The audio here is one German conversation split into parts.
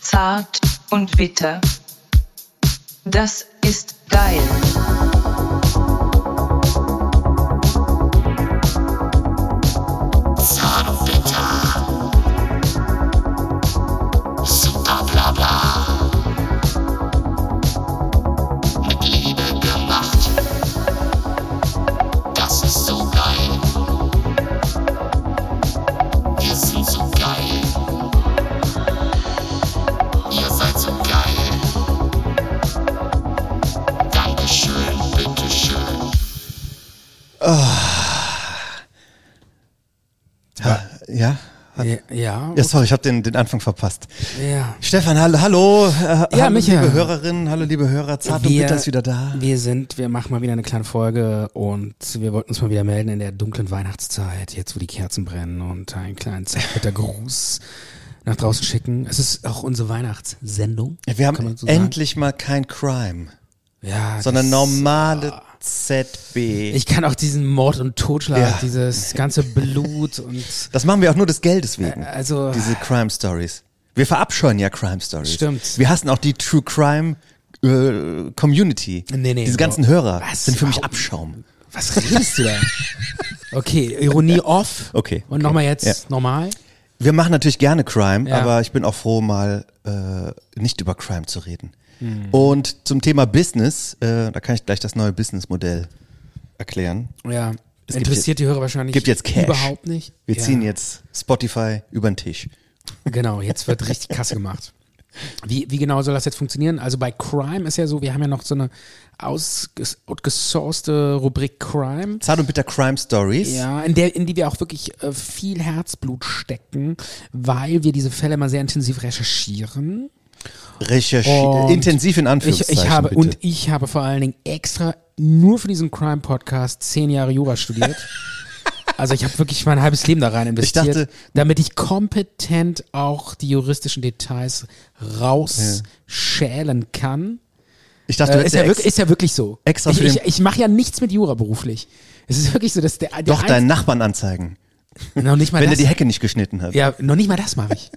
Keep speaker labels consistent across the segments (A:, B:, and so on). A: Zart und bitter. Das ist geil.
B: Ja? Hat,
C: Ja, ja.
B: ja, sorry, ich habe den, den Anfang verpasst.
C: ja.
B: Stefan, hallo, hallo, äh,
C: Ja,
B: hallo
C: Michael.
B: liebe Hörerinnen, hallo liebe Hörer, Zart und Bitter ist wieder da.
C: Wir sind, wir machen mal wieder eine kleine Folge und wir wollten uns mal wieder melden in der dunklen Weihnachtszeit, jetzt wo die Kerzen brennen und einen kleinen Zartbittergruß nach draußen schicken. Es ist auch unsere Weihnachtssendung.
B: Ja, wir
C: kann man
B: haben
C: so sagen.
B: endlich mal kein Crime,
C: ja,
B: sondern
C: das-
B: normale ZB.
C: Ich kann auch diesen Mord und Totschlag,
B: Ja.
C: dieses ganze Blut und
B: das machen wir auch nur des Geldes wegen,
C: also
B: diese Crime Stories. Wir verabscheuen ja Crime Stories.
C: Stimmt.
B: Wir hassen auch die True Crime äh, Community.
C: Nee, nee,
B: Diese ganzen
C: überhaupt-
B: Hörer
C: Was?
B: sind für mich
C: Überhaupt-
B: Abschaum.
C: was redest du da? Okay, Ironie off.
B: Okay,
C: Und
B: okay.
C: nochmal jetzt
B: Ja.
C: normal.
B: Wir machen natürlich gerne Crime,
C: Ja.
B: aber ich bin auch froh, mal äh, nicht über Crime zu reden.
C: Hm.
B: Und zum Thema Business, äh, da kann ich gleich das neue Businessmodell erklären.
C: Ja.
B: Es gibt
C: Interessiert die Hörer wahrscheinlich
B: Gibt jetzt Cash.
C: überhaupt nicht.
B: Wir
C: ja.
B: ziehen jetzt Spotify über den Tisch.
C: Genau, jetzt wird richtig Kasse gemacht. Wie, wie genau soll das jetzt funktionieren? Also bei Crime ist ja so, wir haben ja noch so eine ausges- outgesourcete Rubrik Crime.
B: Zart und bitter Crime Stories.
C: Ja, in der, in die wir auch wirklich äh, viel Herzblut stecken, weil wir diese Fälle mal sehr intensiv recherchieren.
B: Recherchieren.
C: Und
B: Intensiv in
C: Ich,
B: Anführungszeichen.
C: ich habe,
B: bitte.
C: und ich habe vor allen Dingen extra nur für diesen Crime-Podcast zehn Jahre Jura studiert. Also ich habe wirklich mein halbes Leben da rein investiert,
B: dachte-
C: damit ich kompetent auch die juristischen Details rausschälen kann.
B: ich dachte, du
C: Äh,
B: hättest
C: ist, ja
B: ex-
C: wirklich, ist ja wirklich so.
B: extra
C: ich
B: für
C: ich,
B: den-
C: ich mache ja nichts mit Jura beruflich. Es ist wirklich so, dass der, der
B: doch
C: einz-
B: deinen Nachbarn anzeigen,
C: noch nicht mal
B: wenn er
C: das,
B: die Hecke nicht geschnitten hat.
C: ja noch nicht mal das mache ich.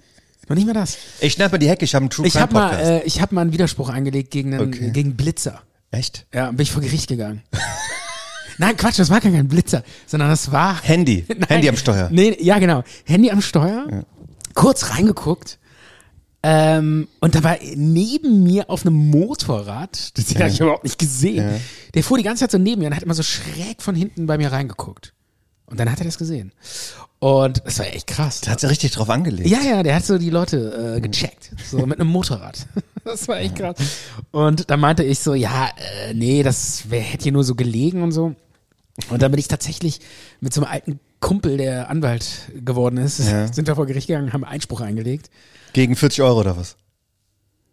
C: noch nicht mal das.
B: Ich schnapp mir die Hecke, ich habe einen True
C: Ich
B: Crime
C: habe mal,
B: Podcast.
C: äh, ich habe mal einen Widerspruch eingelegt gegen einen,
B: Okay.
C: gegen Blitzer.
B: Echt?
C: Ja, bin ich vor Gericht gegangen. Nein, Quatsch, das war gar kein Blitzer, sondern das war.
B: Handy.
C: Nein.
B: Handy am Steuer.
C: Nee, ja, genau. Handy am Steuer, kurz reingeguckt. Ähm, und da war neben mir auf einem Motorrad, das habe ich überhaupt nicht gesehen, der fuhr die ganze Zeit so neben mir und hat immer so schräg von hinten bei mir reingeguckt. Und dann hat er das gesehen. Und das war echt krass.
B: Da hat sie richtig drauf angelegt.
C: Ja, ja, der hat so die Leute äh, gecheckt, so mit einem Motorrad. Das war echt krass. Und da meinte ich so, ja, äh, nee, das wär, hätte hier nur so gelegen und so. Und dann bin ich tatsächlich mit so einem alten Kumpel, der Anwalt geworden ist,
B: Ja.
C: sind wir vor Gericht gegangen, haben Einspruch eingelegt.
B: Gegen 40 Euro oder was?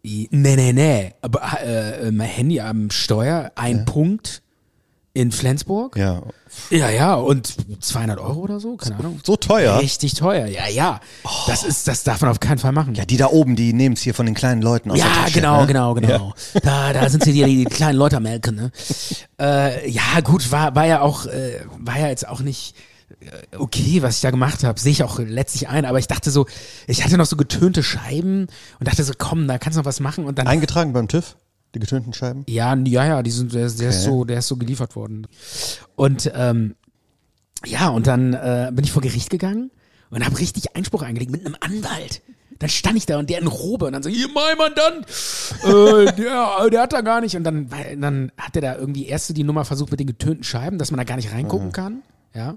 C: I- Nee, nee, nee, aber äh, äh, mein Handy am Steuer, ein Punkt in Flensburg.
B: Ja.
C: Ja, ja, und 200 Euro oder so, keine Ahnung.
B: So teuer.
C: Richtig teuer, ja, ja. Das ist, das darf man auf keinen Fall machen.
B: Oh. Ja, die da oben, die nehmen es hier von den kleinen Leuten aus der
C: Ja,
B: Tasche,
C: genau,
B: ne?
C: genau, genau. Da, da sind sie die, die kleinen Leute am Melken, ne? Äh, ja, gut, war, war ja auch, äh, war ja jetzt auch nicht äh, okay, was ich da gemacht habe. Sehe ich auch letztlich ein, aber ich dachte so, ich hatte noch so getönte Scheiben und dachte so, komm, da kannst du noch was machen und dann.
B: Eingetragen beim TÜV, die getönten Scheiben.
C: Ja, n- ja, ja, die sind, der, der, ist,
B: Okay.
C: so, der ist so geliefert worden. Und ähm, ja, und dann äh, bin ich vor Gericht gegangen und habe richtig Einspruch eingelegt mit einem Anwalt. Dann stand ich da und der in Robe und dann so, hier, mein Mandant, äh, der, der hat da gar nicht. Und dann, war- dann hat er da irgendwie erst so die Nummer versucht mit den getönten Scheiben, dass man da gar nicht
B: Mhm.
C: reingucken kann. Ja.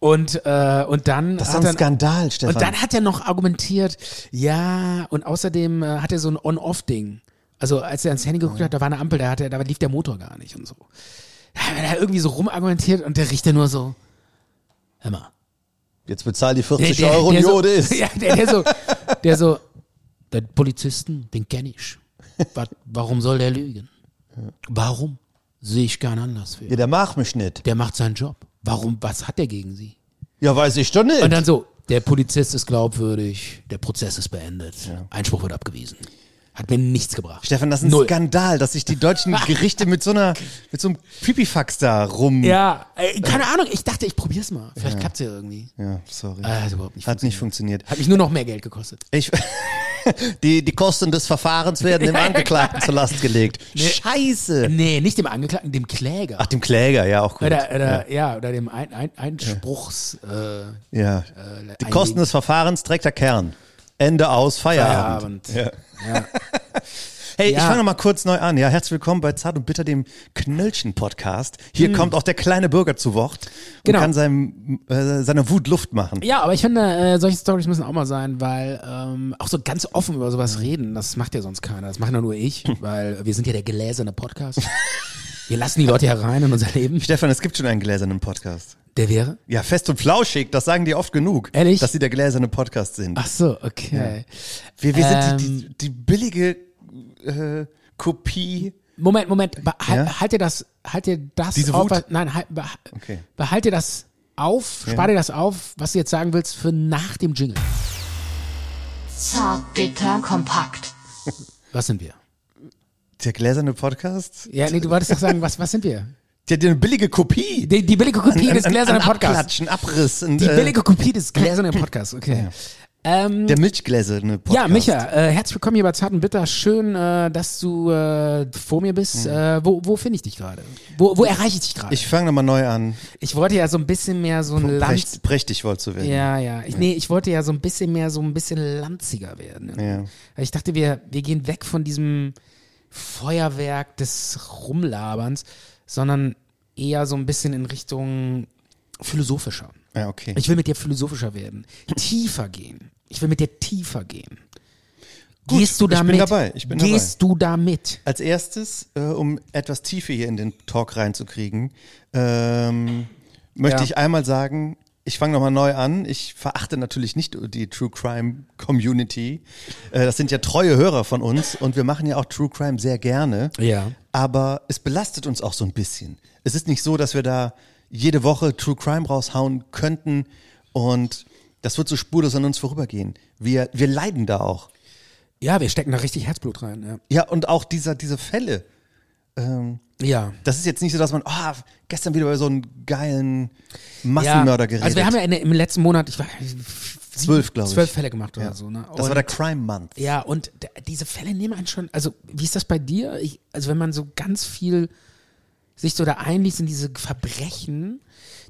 C: Und, äh, und dann.
B: Das ist
C: hat
B: doch ein
C: dann,
B: Skandal, Stefan.
C: und dann hat er noch argumentiert, ja, und außerdem äh, hat er so ein On-Off-Ding. Also als er ans Handy geguckt hat, da war eine Ampel, da, hat er, da lief der Motor gar nicht und so. Da hat er irgendwie so rumargumentiert und der Richter nur so, hör mal.
B: Jetzt bezahl die 40
C: der,
B: Euro
C: der
B: und
C: so,
B: Jode ist.
C: Ja, der, der so, der so, den Polizisten, den kenne ich. Wa- Warum soll der lügen? Warum? Sehe ich keinen Anlass für.
B: Ja, der macht mich nicht.
C: Der macht seinen Job. Warum, was hat er gegen sie?
B: Ja, weiß ich doch nicht.
C: Und dann so, der Polizist ist glaubwürdig, der Prozess ist beendet, Einspruch wird abgewiesen. Hat mir nichts gebracht.
B: Stefan, das ist ein
C: Null.
B: Skandal, dass sich die deutschen Gerichte mit so einer, mit so einem Pipifax da rum.
C: Ja, äh, keine Ahnung. Ich dachte, ich probier's mal. Vielleicht klappt's ja irgendwie.
B: Ja, sorry.
C: Ah, hat überhaupt nicht
B: Hat nicht funktioniert.
C: Hat mich nur noch mehr Geld gekostet.
B: Ich, die, die Kosten des Verfahrens werden dem Angeklagten zur Last gelegt. Scheiße.
C: Nee, nicht dem Angeklagten, dem Kläger.
B: Ach, dem Kläger, ja, auch gut.
C: oder, oder, ja. oder dem ein, ein, Einspruchs. Äh,
B: ja.
C: äh,
B: Die Kosten des Verfahrens trägt der Kern. Ende aus, Feierabend.
C: Feierabend. Ja.
B: Hey, ich
C: Ja.
B: fange noch mal kurz neu an. Ja, herzlich willkommen bei Zart und Bitter, dem Knöllchen-Podcast. Hier kommt auch der kleine Bürger zu Wort
C: Hm. Genau.
B: und kann seinem, äh, seiner Wut Luft machen.
C: ja, aber ich finde, äh, solche Stories müssen auch mal sein, weil ähm, auch so ganz offen über sowas reden, das macht ja sonst keiner. Das macht ja nur ich, weil wir sind ja der gläserne Podcast. Wir lassen die Leute ja rein in unser Leben.
B: Stefan, es gibt schon einen gläsernen Podcast.
C: Der wäre?
B: Ja, fest und flauschig, das sagen die oft genug.
C: Ehrlich?
B: Dass sie der gläserne Podcast sind.
C: Ach ähm. so, okay.
B: wir wir sind die, die, die billige äh, Kopie.
C: Moment, Moment, behal
B: Ja?
C: halt dir das, halt dir das
B: Diese
C: auf,
B: Wut?
C: was- nein, halt, beh
B: Okay.
C: behalt dir das auf, spar dir das auf, was du jetzt sagen willst, für nach dem Jingle.
D: Zart, bitter, kompakt.
C: Was sind wir?
B: Der gläserne Podcast?
C: Ja, nee, du wolltest doch sagen, was, was sind wir?
B: Der hat eine billige Kopie.
C: Die, die billige Kopie des gläsernen
B: Ein
C: Podcasts.
B: Abklatschen, Abriss. Und,
C: Die
B: äh,
C: billige Kopie des gläsernen Podcasts, okay. Ähm,
B: der milchgläserne Podcast.
C: ja, Micha, äh, herzlich willkommen hier bei Zart und Bitter. Schön, äh, dass du äh, vor mir bist. Äh, wo wo finde ich dich gerade? Wo, wo erreiche ich dich gerade?
B: Ich fange nochmal neu an.
C: ich wollte ja so ein bisschen mehr so ein Land,
B: Prächt, prächtig wollt zu werden.
C: Ja, ja. Ich, nee, ich wollte ja so ein bisschen mehr, so ein bisschen lanziger werden.
B: Ja.
C: Ich dachte, wir, wir gehen weg von diesem Feuerwerk des Rumlaberns, sondern eher so ein bisschen in Richtung philosophischer.
B: Ja, okay.
C: Ich will mit dir philosophischer werden, tiefer gehen. Ich will mit dir tiefer gehen.
B: Gut,
C: Gehst du
B: ich bin
C: damit?
B: dabei, ich bin
C: Gehst du damit?
B: Als erstes, äh, um etwas Tiefe hier in den Talk reinzukriegen, ähm, möchte
C: Ja.
B: ich einmal sagen, ich fange nochmal neu an. Ich verachte natürlich nicht die True Crime Community. Äh, das sind ja treue Hörer von uns und wir machen ja auch True Crime sehr gerne.
C: Ja.
B: Aber es belastet uns auch so ein bisschen. Es ist nicht so, dass wir da jede Woche True Crime raushauen könnten und das wird so spurlos an uns vorübergehen. Wir, wir leiden da auch.
C: Ja, wir stecken da richtig Herzblut rein. Ja.
B: Ja, und auch dieser, diese Fälle.
C: ja.
B: Das ist jetzt nicht so, dass man, ah, gestern wieder über so einen geilen Massenmörder geredet.
C: Also wir haben ja in, der- im letzten Monat, ich war
B: Zwölf, glaub ich.
C: Zwölf Fälle gemacht oder
B: Ja.
C: so. Ne?
B: Das war der Crime Month.
C: Ja, und d- diese Fälle nehmen einen schon, also wie ist das bei dir? Ich, also wenn man so ganz viel sich so da einliest in diese Verbrechen,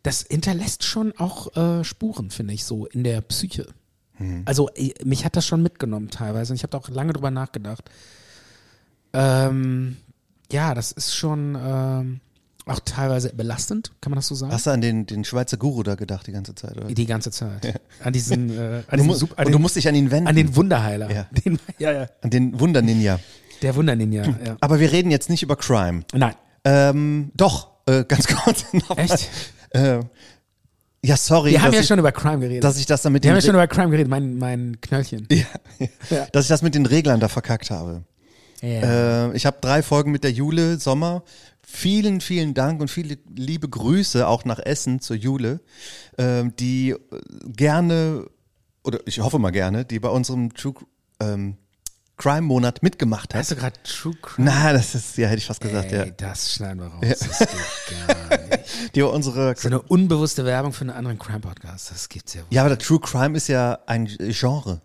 C: das hinterlässt schon auch äh, Spuren, finde ich, so in der Psyche.
B: Mhm.
C: Also i- mich hat das schon mitgenommen teilweise und ich habe da auch lange drüber nachgedacht. Ähm, ja, das ist schon ähm, auch teilweise belastend, kann man das so sagen?
B: Hast du an den, den Schweizer Guru da gedacht die ganze Zeit? Oder?
C: Die ganze Zeit. An diesen, äh, an
B: Du,
C: diesen
B: mu
C: Sup- an
B: und du
C: den-
B: musst dich an ihn wenden.
C: an den Wunderheiler.
B: Ja.
C: Den, ja, ja.
B: an den Wunder-Ninja.
C: Der Wunderninja, ja.
B: Aber wir reden jetzt nicht über Crime.
C: Nein.
B: Ähm, doch, äh, ganz kurz. noch mal.
C: Echt?
B: Äh, ja, sorry,
C: Wir haben
B: dass,
C: ja
B: ich,
C: schon über Crime geredet.
B: dass ich das damit
C: wir haben ja schon über Crime geredet, mein, mein Knöllchen. Ja.
B: dass ich das mit den Reglern da verkackt habe.
C: Ja.
B: Äh, ich habe drei Folgen mit der Jule Sommer. Vielen, vielen Dank und viele liebe Grüße auch nach Essen zur Jule, ähm, die äh, gerne, oder ich hoffe mal gerne, die bei unserem True ähm, Crime Monat mitgemacht hat.
C: Hast du gerade True Crime?
B: Na, das ist, ja, hätte ich fast gesagt,
C: Ey,
B: ja.
C: das schneiden wir raus. Das geht gar nicht.
B: Die bei unsere,
C: So eine unbewusste Werbung für einen anderen Crime-Podcast, das gibt's ja wohl.
B: ja, aber der True Crime ist ja ein Genre.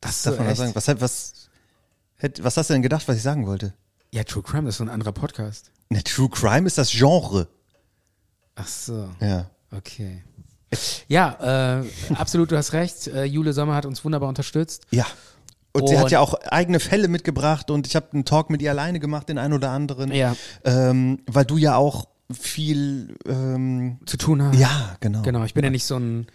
C: das
B: Darf man das sagen? Was, was, hätt- was hast du denn gedacht, was ich sagen wollte?
C: Ja, True Crime, das ist so ein anderer Podcast.
B: Ne, True Crime ist das Genre.
C: Ach so.
B: Ja.
C: Okay. Ja, äh, absolut, du hast recht. Äh, Jule Sommer hat uns wunderbar unterstützt.
B: Ja. Und, sie hat
C: Und-
B: ja auch eigene Fälle mitgebracht und ich habe einen Talk mit ihr alleine gemacht, den einen oder anderen.
C: Ja.
B: Ähm, weil du ja auch viel. Ähm,
C: Zu tun hat.
B: ja, genau.
C: Genau, ich bin ja nicht so ein,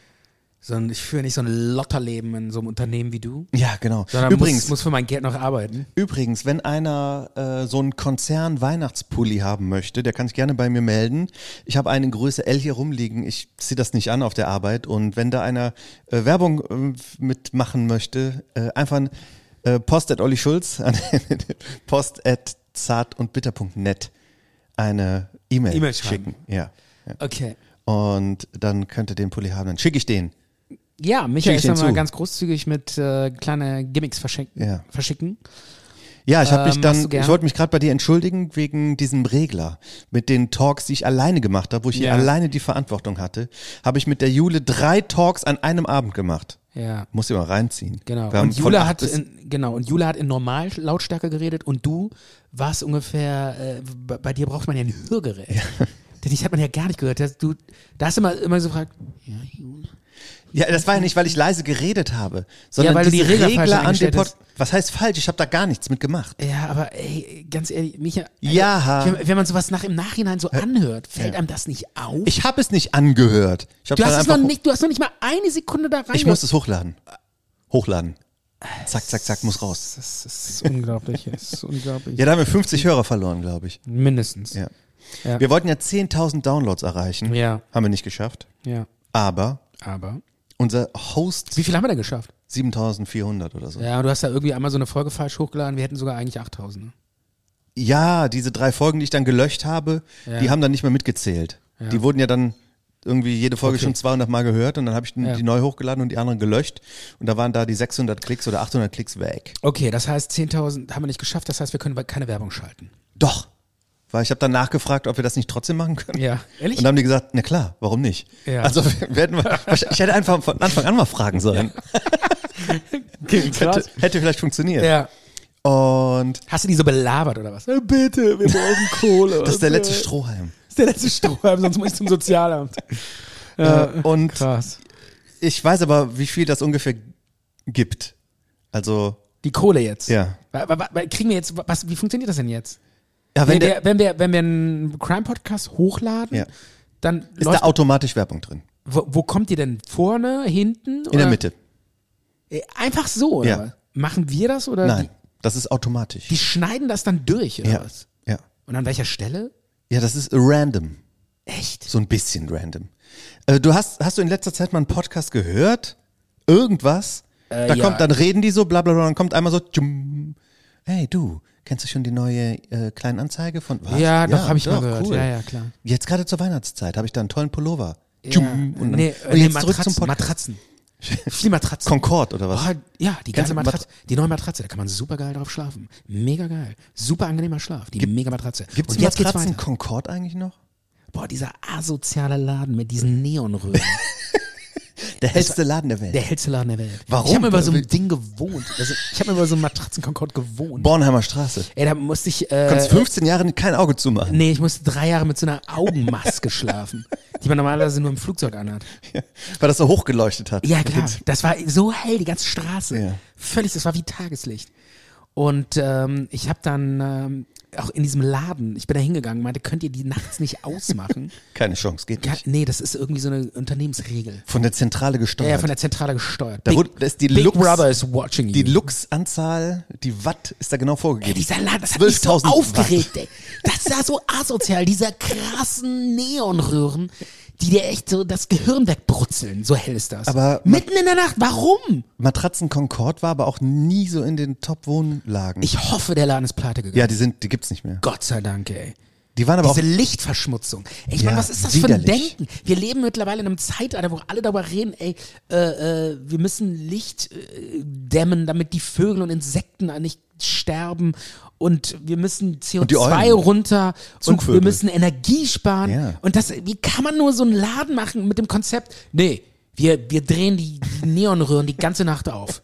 C: so ein ich führe nicht so ein Lotterleben in so einem Unternehmen wie du.
B: Ja, genau.
C: Sondern
B: Übrigens,
C: muss, muss für mein Geld noch arbeiten.
B: übrigens, wenn einer äh, so einen Konzern Weihnachtspulli haben möchte, der kann sich gerne bei mir melden. Ich habe eine Größe L hier rumliegen. Ich ziehe das nicht an auf der Arbeit. Und wenn da einer äh, Werbung äh, mitmachen möchte, äh, einfach ein, äh, post at Olli Schulz an post at zart und bitter.net eine E-Mail
C: E-Mail schreiben.
B: schicken. Ja. ja.
C: Okay.
B: Und dann könnt ihr den Pulli haben. Dann schicke ich den.
C: Ja,
B: Schick
C: Michael
B: ich
C: ist
B: den
C: ja mal
B: zu.
C: ganz großzügig mit äh, kleine Gimmicks verschenken,
B: Ja.
C: verschicken.
B: Ja, ich habe mich
C: Ähm, hast
B: dann,
C: du gern-
B: ich wollte mich gerade bei dir entschuldigen wegen diesem Regler. Mit den Talks, die ich alleine gemacht habe, wo ich
C: Ja.
B: alleine die Verantwortung hatte, habe ich mit der Jule drei Talks an einem Abend gemacht.
C: Ja.
B: Muss ich mal reinziehen.
C: Genau.
B: Wir haben
C: Und
B: von
C: Jule
B: acht
C: hat
B: bis-
C: in, genau und Jule hat in normal Lautstärke geredet und du warst ungefähr äh, bei, bei dir braucht man ja ein Hörgerät. Denn ich hat man ja gar nicht gehört. Das, du, da hast du immer, immer so gefragt, ja, Jule.
B: Ja, das war ja nicht, weil ich leise geredet habe, sondern
C: weil du die
B: diese
C: Regler falsch
B: an den
C: eingestellt
B: Pod Was heißt falsch? Ich habe da gar nichts mit gemacht.
C: Ja, aber ey, ganz ehrlich, Micha, also,
B: Ja.
C: wenn, wenn man sowas nach im Nachhinein so anhört, fällt einem das nicht auf?
B: Ich habe es nicht angehört. Ich habe
C: du hast es noch
B: einfach
C: nicht, du hast noch nicht mal eine Sekunde da rein.
B: Ich muss es hochladen. Hochladen. Zack, zack, zack, muss raus.
C: Das ist unglaublich, das ist unglaublich.
B: Ja, da haben wir 50 Hörer verloren, glaube ich.
C: Mindestens.
B: Ja.
C: Ja.
B: Wir wollten ja 10.000 Downloads erreichen.
C: Ja.
B: Haben wir nicht geschafft.
C: ja.
B: Aber
C: Aber.
B: unser Host
C: Wie viel haben wir denn geschafft?
B: 7.400 oder so. Ja.
C: Ja, du hast ja irgendwie einmal so eine Folge falsch hochgeladen. Wir hätten sogar eigentlich 8000. ne?
B: diese drei Folgen, die ich dann gelöscht habe, die haben dann nicht mehr mitgezählt. Die wurden ja dann irgendwie jede Folge
C: Okay.
B: schon 200 Mal gehört und dann habe ich
C: Ja.
B: die neu hochgeladen und die anderen gelöscht und da waren da die 600 Klicks oder 800 Klicks weg.
C: Okay, das heißt, 10.000 haben wir nicht geschafft. Das heißt, wir können keine Werbung schalten.
B: Doch, weil ich habe dann nachgefragt, ob wir das nicht trotzdem machen können.
C: Ja. Ehrlich?
B: Und dann haben die gesagt, na klar, warum nicht?
C: Ja.
B: Also wir hätten mal, ich hätte einfach von Anfang an mal fragen sollen. Hätte, hätte vielleicht funktioniert.
C: Ja.
B: Und
C: Hast du die so belabert oder was? Bitte, wir brauchen Kohle.
B: das ist der letzte Strohhalm.
C: Das ist der letzte Strohhalm, sonst muss ich zum Sozialamt. Ja,
B: Äh, und
C: krass.
B: ich weiß aber, wie viel das ungefähr gibt. Also,
C: Die Kohle jetzt.
B: ja.
C: Wa- wa- wa- Kriegen wir jetzt, was, wie funktioniert das denn jetzt?
B: Ja, wenn
C: Wenn,
B: der,
C: wir, wenn, wir, wenn wir einen Crime-Podcast hochladen,
B: Ja.
C: dann
B: ist da automatisch Werbung drin.
C: wo, wo kommt die denn? Vorne, hinten?
B: In der Mitte.
C: Äh, Einfach so, oder
B: Ja.
C: was? Machen wir das oder?
B: Nein,
C: Die,
B: das ist automatisch.
C: die schneiden das dann durch, oder
B: ja.
C: was?
B: ja.
C: Und an welcher Stelle?
B: Ja, das ist random.
C: Echt?
B: So ein bisschen random. Äh, du hast, hast du in letzter Zeit mal einen Podcast gehört? Irgendwas?
C: Äh,
B: da
C: ja.
B: kommt, dann reden die so, bla bla bla, dann kommt einmal so, tschum. hey du, kennst du schon die neue äh, Kleinanzeige von was?
C: Ja, doch, hab ich mal
B: doch,
C: gehört. Ja, ja, klar.
B: Jetzt gerade zur Weihnachtszeit habe ich da einen tollen Pullover. Tschum.
C: ja.
B: Und dann,
C: nee, äh,
B: und
C: nee,
B: jetzt
C: Matratzen,
B: zurück zum Podcast.
C: Matratzen. Viel Matratzen.
B: Concorde oder was?
C: Boah, ja, die
B: Kennst
C: ganze
B: du
C: Matratze. Die neue Matratze, da kann man super geil drauf schlafen. Mega geil. Super angenehmer Schlaf. Die mega Matratze.
B: Gibt's
C: Und jetzt geht's
B: Matratzen
C: weiter.
B: Concorde eigentlich noch?
C: Boah, dieser asoziale Laden mit diesen Neonröhren.
B: Der hellste Laden der Welt.
C: der hellste Laden der Welt.
B: Warum? Äh,
C: Ich habe über so einem Ding gewohnt. Also, ich habe über so einem Matratzenkonkord gewohnt.
B: Bornheimer Straße.
C: Ey, da musste ich.
B: Du
C: Äh,
B: kannst 15 Jahre kein Auge zumachen.
C: nee, ich musste drei Jahre mit so einer Augenmaske schlafen, die man normalerweise nur im Flugzeug anhat.
B: Weil das so hochgeleuchtet hat.
C: Ja, klar. Das war so hell, die ganze Straße.
B: Ja.
C: Völlig, das war wie Tageslicht. Und ähm, ich habe dann ähm, auch in diesem Laden, ich bin da hingegangen, meinte, könnt ihr die nachts nicht ausmachen?
B: Keine Chance, geht
C: ja,
B: nicht.
C: nee, das ist irgendwie so eine Unternehmensregel.
B: Von der Zentrale
C: Ja,
B: gesteuert.
C: ja, von der Zentrale gesteuert.
B: Da wurde- da ist die
C: Big
B: Lux-
C: Brother is watching you.
B: Die Lux-Anzahl, die Watt ist da genau
C: Ey,
B: vorgegeben.
C: dieser Laden, das hat mich so
B: 12.000
C: aufgeregt, ey. Das war so asozial, dieser krassen Neonröhren, die dir echt so das Gehirn wegbrutzeln. So hell ist das.
B: Aber-
C: Mitten in der Nacht, warum?
B: Matratzen Concorde war aber auch nie so in den Top-Wohnlagen.
C: Ich hoffe, der Laden ist pleite gegangen.
B: Ja, die sind, die gibt's nicht mehr.
C: Gott sei Dank, ey.
B: Die waren aber auch,
C: Diese Lichtverschmutzung. Ey, ich
B: Ja,
C: meine, was ist das für ein
B: widerlich.
C: Denken? Wir leben mittlerweile in einem Zeitalter, wo alle darüber reden, ey, äh, äh, wir müssen Licht äh, dämmen, damit die Vögel und Insekten nicht sterben und wir
B: die
C: müssen CO2
B: Eulen.
C: runter und
B: Zugvögel.
C: wir müssen Energie sparen.
B: Ja.
C: Und das, wie kann man nur so einen Laden machen mit dem Konzept, nee, wir, wir drehen die, die Neonröhren die ganze Nacht auf.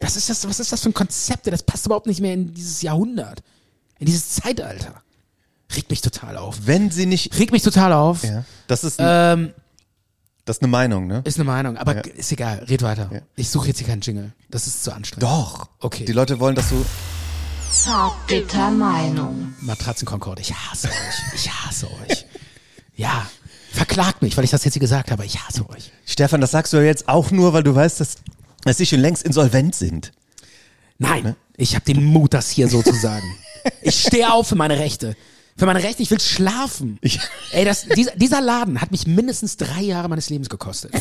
C: Das ist das, was ist das für ein Konzept? ey? Das passt überhaupt nicht mehr in dieses Jahrhundert, in dieses Zeitalter. Regt mich total auf.
B: wenn sie nicht,
C: Regt mich total auf.
B: ja, das ist,
C: Ähm,
B: das ist eine Meinung, ne?
C: ist eine Meinung, aber g- ist egal. Red weiter.
B: Ja.
C: Ich suche jetzt hier keinen Jingle. Das ist zu anstrengend.
B: Doch.
C: Okay.
B: Die Leute wollen, dass du,
A: Zartbitter Meinung.
C: Matratzenkonkord, ich hasse euch. Ich hasse euch. Ja. Verklagt mich, weil ich das jetzt hier gesagt habe. Ich hasse euch.
B: Stefan, das sagst du ja jetzt auch nur, weil du weißt, dass, dass sie schon längst insolvent sind.
C: Nein,
B: Ne?
C: ich habe den Mut, das hier so zu sagen. ich stehe auf für meine Rechte. Für meine Rechte, ich will schlafen.
B: Ich-
C: Ey, das, dieser, dieser Laden hat mich mindestens drei Jahre meines Lebens gekostet.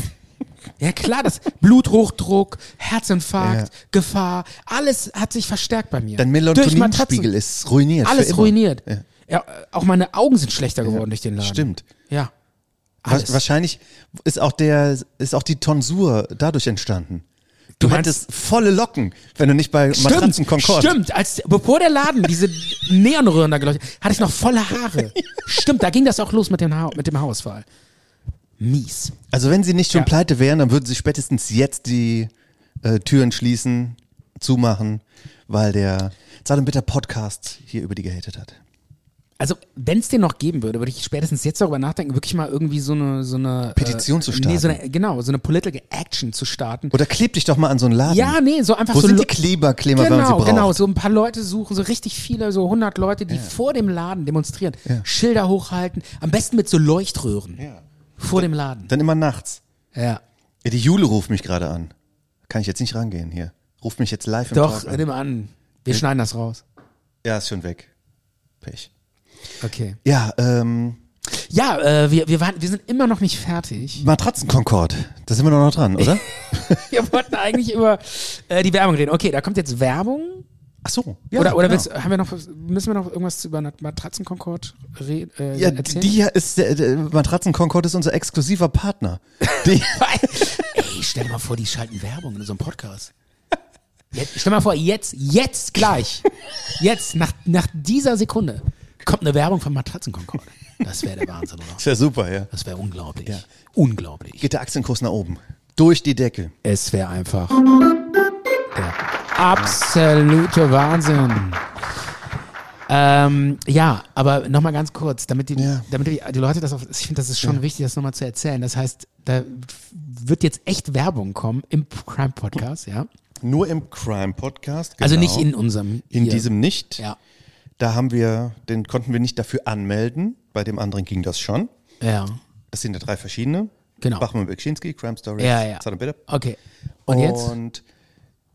C: Ja klar, das Bluthochdruck, Herzinfarkt,
B: Ja.
C: Gefahr, alles hat sich verstärkt bei mir.
B: Dein
C: Durch Matratzen.
B: Melatoninspiegel ist ruiniert. für
C: Alles
B: immer.
C: ruiniert.
B: Ja.
C: Ja. auch meine Augen sind schlechter geworden durch den Laden.
B: Stimmt.
C: Ja.
B: Wa- Wahrscheinlich ist auch der, ist auch die Tonsur dadurch entstanden. Du
C: meinst-
B: hättest volle Locken, wenn du nicht bei Matratzen Concord.
C: stimmt. Als, bevor der Laden diese Neonröhren da geleuchtet hat, hatte ich noch volle Haare. stimmt, da ging das auch los mit dem, ha mit dem Haarausfall. Mies.
B: Also wenn sie nicht schon
C: Ja.
B: pleite wären, dann würden sie spätestens jetzt die äh, Türen schließen, zumachen, weil der Zart und Bitter Podcast hier über die gehatet hat.
C: Also, wenn es den noch geben würde, würde ich spätestens jetzt darüber nachdenken, wirklich mal irgendwie so eine, so eine äh,
B: Petition zu starten.
C: Nee, so eine, genau, so eine Political Action zu starten.
B: Oder kleb dich doch mal an so einen Laden.
C: ja, nee, so einfach
B: Wo
C: so
B: sind
C: Lo-
B: die Kleber, Kleber, wenn man sie
C: Genau,
B: braucht?
C: genau, so ein paar Leute suchen, so richtig viele, so 100 Leute, die vor dem Laden demonstrieren,
B: Ja.
C: Schilder hochhalten, am besten mit so Leuchtröhren
B: Ja.
C: vor dem Laden.
B: Dann immer nachts.
C: Ja.
B: Ja, die Jule ruft mich gerade an. Kann ich jetzt nicht rangehen hier. Ruft mich jetzt live im
C: Doch,
B: Talk an.
C: nimm an. Wir schneiden das raus.
B: Ja, ist schon weg. Pech.
C: Okay.
B: Ja, ähm,
C: Ja, äh, wir, wir, waren, wir sind immer noch nicht fertig.
B: Matratzen-Concord. Da sind wir doch noch dran, oder?
C: Wir wollten eigentlich über äh, die Werbung reden. Okay, da kommt jetzt Werbung.
B: Ach so. Ja,
C: oder oder
B: genau.
C: willst, haben wir noch, was- müssen wir noch irgendwas über Nat- Matratzenkonkord re- äh,
B: Ja,
C: erzählen?
B: die hier ist, der, der Matratzen-Concord ist unser exklusiver Partner. Die,
C: Ey, stell dir mal vor, die schalten Werbung in so einem Podcast. Jetzt, stell dir mal vor, jetzt, jetzt gleich, jetzt, nach, nach dieser Sekunde, kommt eine Werbung von Matratzenkonkord. Das wäre der Wahnsinn, oder?
B: ist ja super, ja.
C: Das wäre unglaublich. Unglaublich.
B: Geht der Aktienkurs nach oben. Durch die Decke.
C: Es wäre einfach der absolute Wahnsinn. Ähm, ja, aber nochmal ganz kurz, damit die,
B: Ja.
C: damit die, die Leute das auf, ich finde, das ist schon wichtig, das nochmal zu erzählen. Das heißt, da wird jetzt echt Werbung kommen im Crime Podcast, ja.
B: Nur im Crime-Podcast.
C: Also
B: genau.
C: nicht in unserem.
B: In
C: hier.
B: diesem nicht.
C: Ja.
B: Da haben wir, den konnten wir nicht dafür anmelden. Bei dem anderen ging das schon.
C: Ja.
B: Das sind ja drei verschiedene.
C: Genau.
B: Bachmann Bekschinski, Crime Stories,
C: Ja, ja.
B: Zart und Bitter.
C: Okay. Und jetzt?
B: Und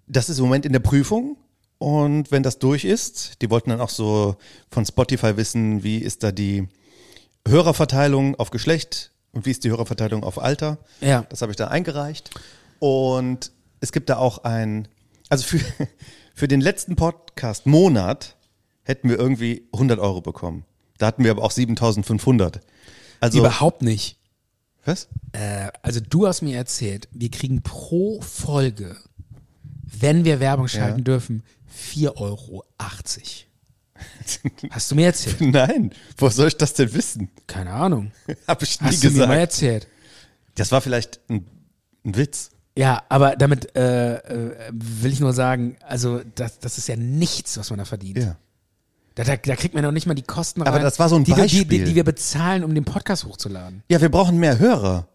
B: das ist im Moment in der Prüfung. Und wenn das durch ist, die wollten dann auch so von Spotify wissen, wie ist da die Hörerverteilung auf Geschlecht und wie ist die Hörerverteilung auf Alter.
C: Ja.
B: Das habe ich da eingereicht. Und es gibt da auch ein, also für, für den letzten Podcast Monat hätten wir irgendwie 100 Euro bekommen. Da hatten wir aber auch 7500. Also,
C: Überhaupt nicht.
B: was?
C: Äh, also du hast mir erzählt, wir kriegen pro Folge, wenn wir Werbung schalten dürfen, 4,80 Euro. Hast du mir erzählt?
B: Nein, wo soll ich das denn wissen?
C: Keine Ahnung.
B: Habe ich nie
C: Hast du mir
B: gesagt.
C: mal erzählt?
B: Das war vielleicht ein, ein Witz.
C: Ja, aber damit äh, äh, will ich nur sagen, also das, das ist ja nichts, was man da verdient. Da, da, da kriegt man noch nicht mal die Kosten
B: Aber
C: rein,
B: das war so ein
C: die, wir- Die, die,
B: Beispiel.
C: die wir bezahlen, um den Podcast hochzuladen.
B: Ja, wir brauchen mehr Hörer.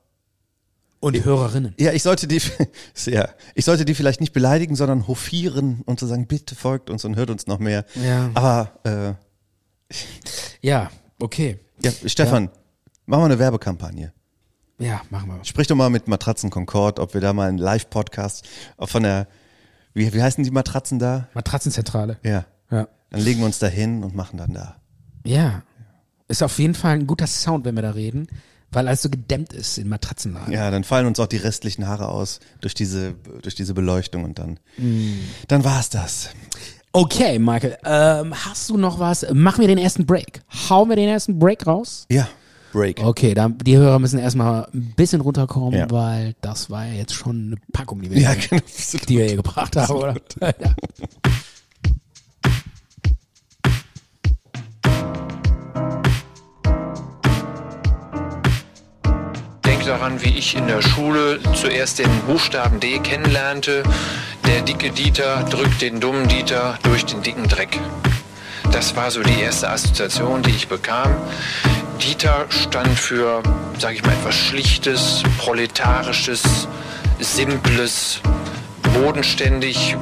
C: Und Hörerinnen.
B: Ja, ich sollte die, ja, ich sollte die vielleicht nicht beleidigen, sondern hofieren und zu sagen, bitte folgt uns und hört uns noch mehr.
C: Ja.
B: Aber, äh,
C: Ja, okay.
B: ja, Stefan, machen wir eine Werbekampagne.
C: Ja, machen wir.
B: Sprich doch mal mit Matratzen Concord, ob wir da mal einen Live-Podcast von der, wie, wie heißen die Matratzen da?
C: Matratzenzentrale.
B: Ja.
C: Ja.
B: Dann legen wir uns da hin und machen dann da.
C: Ja. Ist auf jeden Fall ein guter Sound, wenn wir da reden, weil alles so gedämmt ist in Matratzenlagen.
B: Ja, dann fallen uns auch die restlichen Haare aus durch diese, durch diese Beleuchtung und dann, dann war's das.
C: Okay, Michael, ähm, hast du noch was? Machen wir den ersten Break. Hauen wir den ersten Break raus?
B: Ja. Break.
C: Okay, dann, die Hörer müssen erstmal ein bisschen runterkommen,
B: Ja.
C: weil das war ja jetzt schon eine Packung, die wir,
B: Ja,
C: hier,
B: genau.
C: die wir hier gebracht haben, oder? Ja.
D: Denk daran, wie ich in der Schule zuerst den Buchstaben D kennenlernte. Der dicke Dieter drückt den dummen Dieter durch den dicken Dreck. Das war so die erste Assoziation, die ich bekam. Dieter stand für, sage ich mal, etwas Schlichtes, Proletarisches, Simples, bodenständig,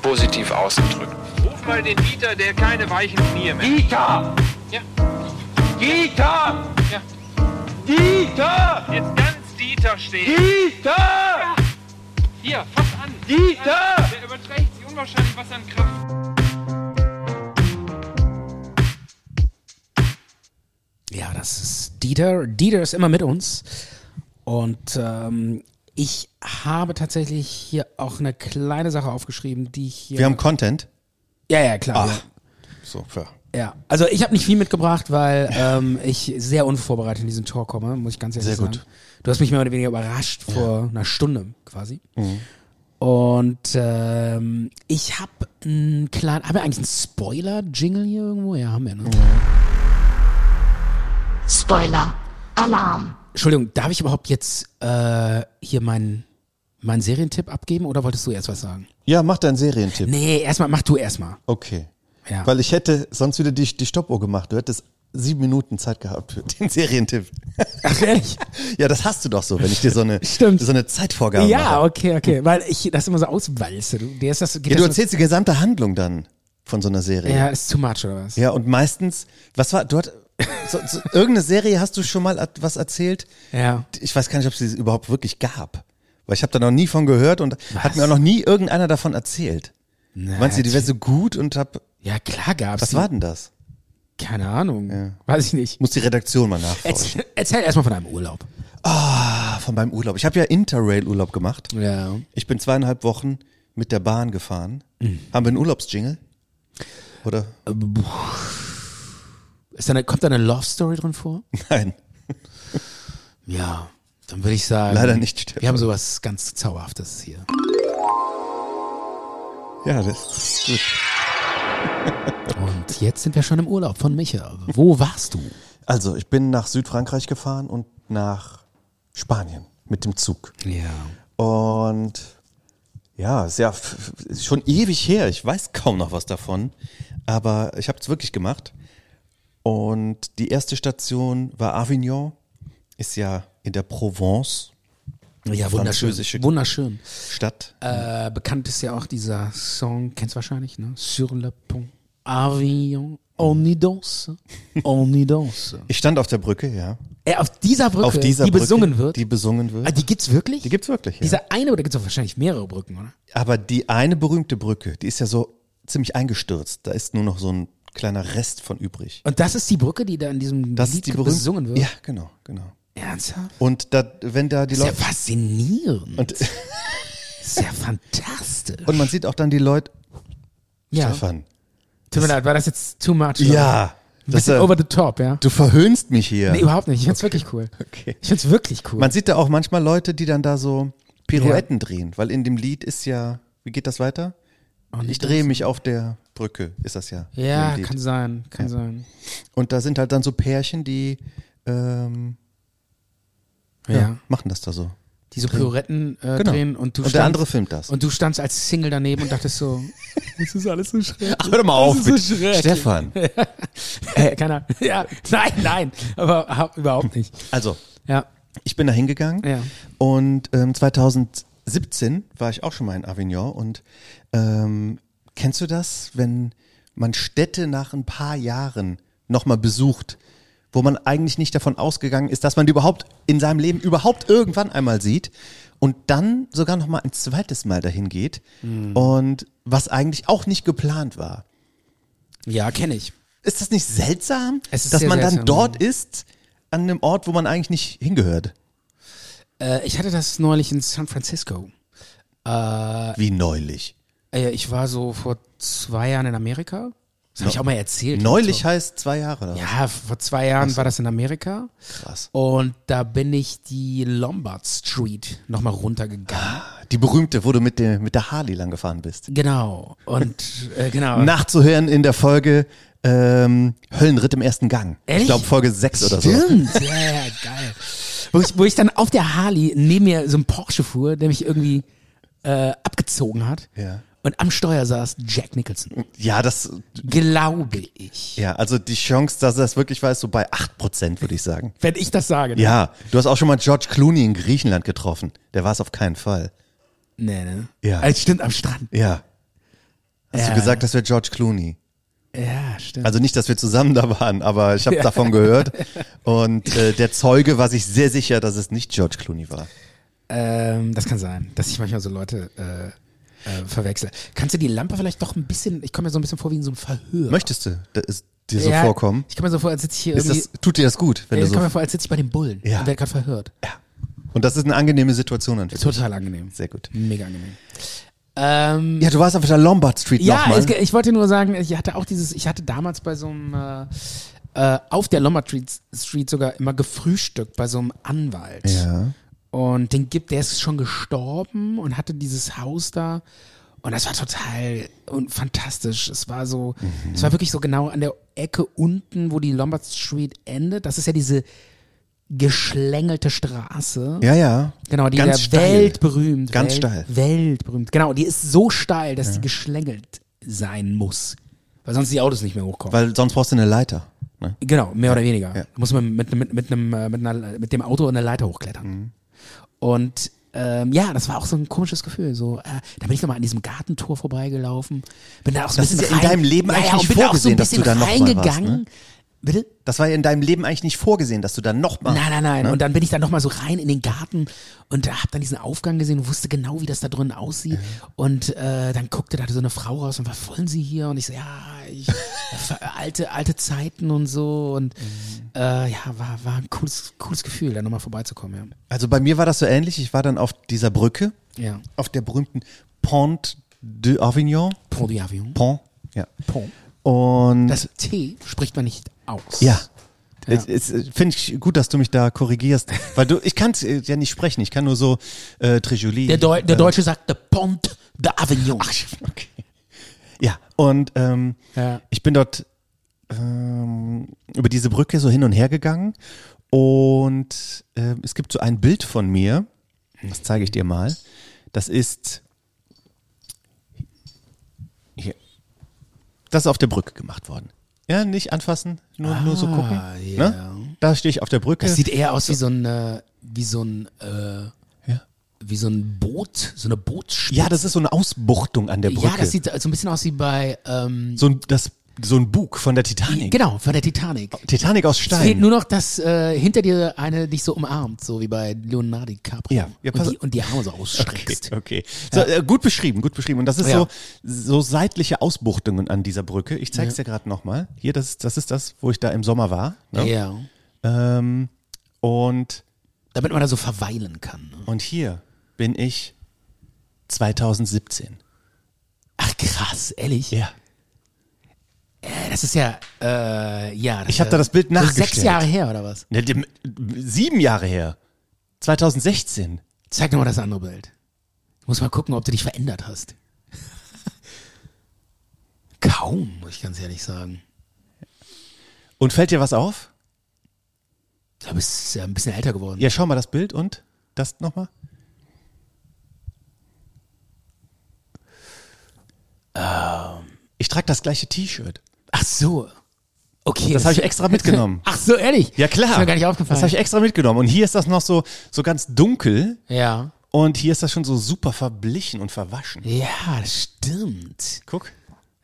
D: positiv ausgedrückt.
E: Ruf mal den Dieter, der keine weichen Knie mehr. Dieter! Ja. Dieter! Ja. Dieter! Jetzt ganz Dieter stehen. Dieter! Ja. Hier, fass an. Dieter! Der überträgt sich unwahrscheinlich was an Kraft.
C: Ja, das ist Dieter. Dieter ist immer mit uns. Und ähm, ich habe tatsächlich hier auch eine kleine Sache aufgeschrieben, die ich hier.
B: Wir haben Content.
C: ja, ja, klar.
B: Ach. So, ja.
C: Ja, also ich habe nicht viel mitgebracht, weil ähm, ich sehr unvorbereitet in diesen Tor komme, muss ich ganz ehrlich
B: Sehr
C: sagen.
B: gut.
C: Mhm. Du hast mich mehr oder weniger überrascht vor einer Stunde quasi. Und Und ähm, ich habe einen kleinen. Haben wir eigentlich einen Spoiler-Jingle hier irgendwo? Ja, haben wir, ne?
A: Spoiler. Alarm.
C: Entschuldigung, darf ich überhaupt jetzt äh, hier meinen meinen Serientipp abgeben oder wolltest du erst was sagen?
B: Ja, mach deinen Serientipp.
C: Nee, erstmal, mach du erstmal.
B: Okay.
C: Ja.
B: Weil ich hätte sonst wieder die, die Stoppuhr gemacht. Du hättest sieben Minuten Zeit gehabt für den Serientipp.
C: Ach, ehrlich?
B: Ja, das hast du doch so, wenn ich dir so eine,
C: Stimmt.
B: So eine Zeitvorgabe mache.
C: ja, okay, okay. Weil ich das immer so auswalze. Du, der ist das, geht
B: Ja, du
C: das so-
B: erzählst die gesamte Handlung dann von so einer Serie.
C: ja, ist too much oder was?
B: Ja, und meistens, was war, du hast, so, so, irgendeine Serie hast du schon mal at- was erzählt?
C: Ja.
B: Ich weiß gar nicht, ob es sie überhaupt wirklich gab. Weil ich habe da noch nie von gehört und hat mir auch noch nie irgendeiner davon erzählt. Meinst du, die wäre so gut und hab,
C: Ja, klar gab's.
B: was
C: die.
B: war denn das?
C: Keine Ahnung. Weiß ich nicht.
B: Muss die Redaktion mal nachfragen.
C: Erzähl, erzähl erstmal von deinem Urlaub.
B: Ah, von meinem Urlaub. Ich habe ja Interrail-Urlaub gemacht.
C: Ja.
B: Ich bin zweieinhalb Wochen mit der Bahn gefahren. Haben wir einen Urlaubsjingle? Oder?
C: Ist da eine, kommt da eine Love Story drin vor?
B: Nein.
C: Ja. Dann würde ich sagen.
B: Leider nicht, Stefan.
C: Wir haben sowas ganz Zauberhaftes hier.
B: Ja, das ist gut.
C: Und jetzt sind wir schon im Urlaub von Micha. Wo warst du?
B: Also, ich bin nach Südfrankreich gefahren und nach Spanien mit dem Zug.
C: Ja.
B: Und ja, ist ja f- f- ist schon ewig her. Ich weiß kaum noch was davon. Aber ich habe es wirklich gemacht. Und die erste Station war Avignon. Ist ja in der Provence
C: Ja, wunderschön.
B: Französische-
C: Wunderschön.
B: Stadt.
C: Äh, bekannt ist ja auch dieser Song, kennst du wahrscheinlich, ne? Sur le pont, avion, on y danse, on y danse.
B: Ich stand auf der Brücke, ja.
C: Äh, auf dieser Brücke,
B: auf dieser
C: die
B: Brücke,
C: besungen wird.
B: Die besungen wird.
C: ah, die gibt's wirklich?
B: Die gibt's wirklich, ja.
C: Diese eine, oder gibt's auch wahrscheinlich mehrere Brücken, oder?
B: Aber die eine berühmte Brücke, die ist ja so ziemlich eingestürzt. Da ist nur noch so ein kleiner Rest von übrig.
C: Und das ist die Brücke, die da in diesem
B: Das
C: Lied
B: ist die berühmte.
C: besungen wird?
B: Ja, genau, genau.
C: Ernsthaft?
B: Und da, wenn da die
C: Das ist ja
B: Leute.
C: faszinierend.
B: Und,
C: das ist ja fantastisch.
B: und man sieht auch dann die Leute.
C: ja.
B: Stefan.
C: Tut mir leid, war das jetzt too much? oder?
B: Ja.
C: Ein
B: Das,
C: bisschen
B: äh,
C: over the top, ja?
B: du verhöhnst mich hier.
C: Nee, überhaupt nicht. Ich find's wirklich cool.
B: Okay.
C: Ich find's wirklich cool.
B: Man sieht da auch manchmal Leute, die dann da so Pirouetten drehen, weil in dem Lied ist ja. Wie geht das weiter? ich drehe mich auf der Brücke, ist das ja. in
C: ja,
B: dem Lied.
C: kann sein, kann sein.
B: Und da sind halt dann so Pärchen, die ähm, ja,
C: ja.
B: machen das da so.
C: die so Pirouetten äh,
B: Genau.
C: drehen und du
B: Und der
C: standst-
B: andere filmt das.
C: Und du standst als Single daneben und dachtest so, das ist alles so schrecklich.
B: Hör doch mal auf,
C: Das ist so schrecklich.
B: Stefan.
C: Äh, keiner. Ja, nein, nein, aber hab, überhaupt nicht.
B: Also,
C: Ja,
B: ich bin da hingegangen
C: Ja.
B: und ähm, 2017 war ich auch schon mal in Avignon und ähm, kennst du das, wenn man Städte nach ein paar Jahren nochmal besucht, wo man eigentlich nicht davon ausgegangen ist, dass man die überhaupt in seinem Leben überhaupt irgendwann einmal sieht und dann sogar nochmal ein zweites Mal dahin geht
C: Hm.
B: und was eigentlich auch nicht geplant war.
C: ja, kenne ich.
B: Ist das nicht seltsam,
C: Es ist
B: dass
C: sehr
B: man
C: seltsam,
B: dann dort ist, an einem Ort, wo man eigentlich nicht hingehört?
C: Äh, ich hatte das neulich in San Francisco.
B: Wie neulich.
C: Äh, ich war so vor zwei Jahren in Amerika. Das habe ich auch mal erzählt.
B: Neulich heißt zwei Jahre. Oder? was?
C: Ja, vor zwei Jahren war das in Amerika.
B: Krass.
C: Und da bin ich die Lombard Street nochmal runtergegangen.
B: Die berühmte, wo du mit, dem, mit der Harley lang gefahren bist.
C: Genau. Und äh, genau.
B: Nachzuhören in der Folge ähm, Höllenritt im ersten Gang.
C: Ehrlich?
B: Ich glaube Folge 6 oder so.
C: Stimmt, ja, ja, geil. Wo ich, wo ich dann auf der Harley neben mir so ein Porsche fuhr, der mich irgendwie äh, abgezogen hat.
B: Ja.
C: Und am Steuer saß Jack Nicholson.
B: Ja, das,
C: Glaube ich.
B: ja, also die Chance, dass er das wirklich weiß, so bei 8%, würde ich sagen.
C: Wenn ich das sage. ne?
B: Ja, du hast auch schon mal George Clooney in Griechenland getroffen. Der war es auf keinen Fall.
C: Nee, ne?
B: Ja.
C: Also, stimmt, am Strand.
B: Ja. Hast
C: Ja.
B: du gesagt, das wäre George Clooney?
C: Ja, stimmt.
B: Also nicht, dass wir zusammen da waren, aber ich habe davon gehört. Und äh, der Zeuge war sich sehr sicher, dass es nicht George Clooney war.
C: ähm, das kann sein, dass ich manchmal so Leute äh, äh, verwechsel. Kannst du die Lampe vielleicht doch ein bisschen, ich komme mir so ein bisschen vor wie in so einem Verhör.
B: Möchtest du da ist, dir so
C: Ja,
B: vorkommen?
C: Ich komme mir so vor, als sitze ich hier
B: Ist
C: irgendwie.
B: das, tut dir das gut, wenn
C: Ja,
B: du
C: ich komme
B: so,
C: mir vor, als sitze ich bei den Bullen
B: Ja.
C: und werde gerade verhört.
B: Und das ist eine angenehme Situation an für dich.
C: Total angenehm.
B: Sehr gut.
C: Mega angenehm. Ähm,
B: Ja, du warst auf der Lombard Street
C: ja,
B: nochmal.
C: es, ge- ich wollte nur sagen, ich hatte auch dieses, ich hatte damals bei so einem äh, äh, auf der Lombard Street, Street sogar immer gefrühstückt bei so einem Anwalt.
B: ja.
C: Und den gibt, der ist schon gestorben und hatte dieses Haus da. Und das war total und fantastisch. Es war so,
B: Mhm.
C: es war wirklich so genau an der Ecke unten, wo die Lombard Street endet. Das ist ja diese geschlängelte Straße.
B: Ja, ja.
C: Genau, die
B: Ganz
C: ja
B: steil.
C: weltberühmt.
B: Ganz
C: Welt,
B: steil.
C: Weltberühmt. Genau, die ist so steil, dass die geschlängelt sein muss. Weil sonst die Autos nicht mehr hochkommen.
B: Weil sonst brauchst du eine Leiter. Ne?
C: Genau, mehr oder weniger.
B: ja.
C: Muss man mit, mit, mit, einem, äh, mit, einer, mit dem Auto eine Leiter hochklettern.
B: Mhm.
C: Und ähm, ja, das war auch so ein komisches Gefühl. So, äh, da bin ich nochmal an diesem Gartentor vorbeigelaufen. Bin da auch so ein
B: Das ist
C: bisschen
B: ja in
C: rein-
B: deinem Leben eigentlich
C: und
B: nicht
C: bin da auch so
B: vorgesehen,
C: ein
B: dass du
C: bisschen
B: da noch mal warst,
C: reingegangen.
B: ne?
C: Bitte?
B: Das war ja in deinem Leben eigentlich nicht vorgesehen, dass du dann Ne? nochmal.
C: Nein, nein, nein. Und dann bin ich da nochmal so rein in den Garten und da hab dann diesen Aufgang gesehen und wusste genau, wie das da drin aussieht. Und äh, dann guckte da so eine Frau raus und was wollen Sie hier? Und ich so, ja, ich, alte, alte Zeiten und so. Und
B: Mhm.
C: äh, ja, war, war ein cooles, cooles Gefühl, da nochmal vorbeizukommen,
B: Also bei mir war das so ähnlich. Ich war dann auf dieser Brücke,
C: ja. Ja.
B: auf der berühmten Pont de Avignon.
C: Pont du Avion.
B: Pont, ja.
C: Pont.
B: Und
C: Das T spricht man nicht aus.
B: ja.
C: Ja.
B: Es- es- äh, Finde ich gut, dass du mich da korrigierst, weil du, ich kann es ja nicht sprechen, ich kann nur so äh, Trijoli.
C: Der, Deu der Deutsche sagt der Pont de Avignon.
B: Okay. Ja, und ähm,
C: Ja.
B: ich bin dort ähm, über diese Brücke so hin und her gegangen und äh, es gibt so ein Bild von mir, das zeige ich dir mal. Das ist hier. Das ist auf der Brücke gemacht worden. Ja, nicht anfassen, nur, nur
C: Ah.
B: so gucken.
C: ja.
B: Ne? Da stehe ich auf der Brücke.
C: Das sieht eher aus wie so ein, äh, wie so ein, äh,
B: Ja.
C: wie so ein Boot, so eine Bootsspitze.
B: ja, das ist so eine Ausbuchtung an der Brücke.
C: Ja, das sieht so ein bisschen aus wie bei, ähm,
B: so, ein, das, so ein Bug von der Titanic.
C: genau, von der Titanic.
B: Titanic aus
C: Es
B: Stein.
C: fehlt nur noch, dass äh, hinter dir eine dich so umarmt, so wie bei Leonardo DiCaprio.
B: Ja, ja, pass-
C: und, die, und die Arme so ausstreckst.
B: Okay. So, äh, gut beschrieben, gut beschrieben. Und das ist
C: Ja.
B: so, so seitliche Ausbuchtungen an dieser Brücke. Ich zeig's dir gerade nochmal. Hier, das, ist- das ist das, wo ich da im Sommer war. Ne?
C: Ja.
B: Ähm, und,
C: Damit man da so verweilen kann. Ne?
B: und hier bin ich 2017.
C: Ach krass, ehrlich? Äh, Das ist ja, äh, ja.
B: Ich hab da das Bild
C: so Sechs
B: nachgestellt.
C: Jahre her oder was?
B: Ne, dem- Sieben Jahre her. 2016.
C: Zeig nochmal das andere Bild. Ich muss mal gucken, ob du dich verändert hast. Kaum, muss ich ganz ehrlich sagen.
B: Und fällt dir was auf?
C: Du bist ja ein bisschen älter geworden.
B: Ja, schau mal das Bild und das nochmal. Ähm, Ich trage das gleiche T-Shirt.
C: Ach so. Okay.
B: Das habe ich extra mitgenommen.
C: Ach so, ehrlich?
B: Ja, klar.
C: Ist mir gar nicht aufgefallen.
B: Das habe ich extra mitgenommen. Und hier ist das noch so, so ganz dunkel.
C: ja.
B: Und hier ist das schon so super verblichen und verwaschen.
C: Ja, das stimmt.
B: Guck.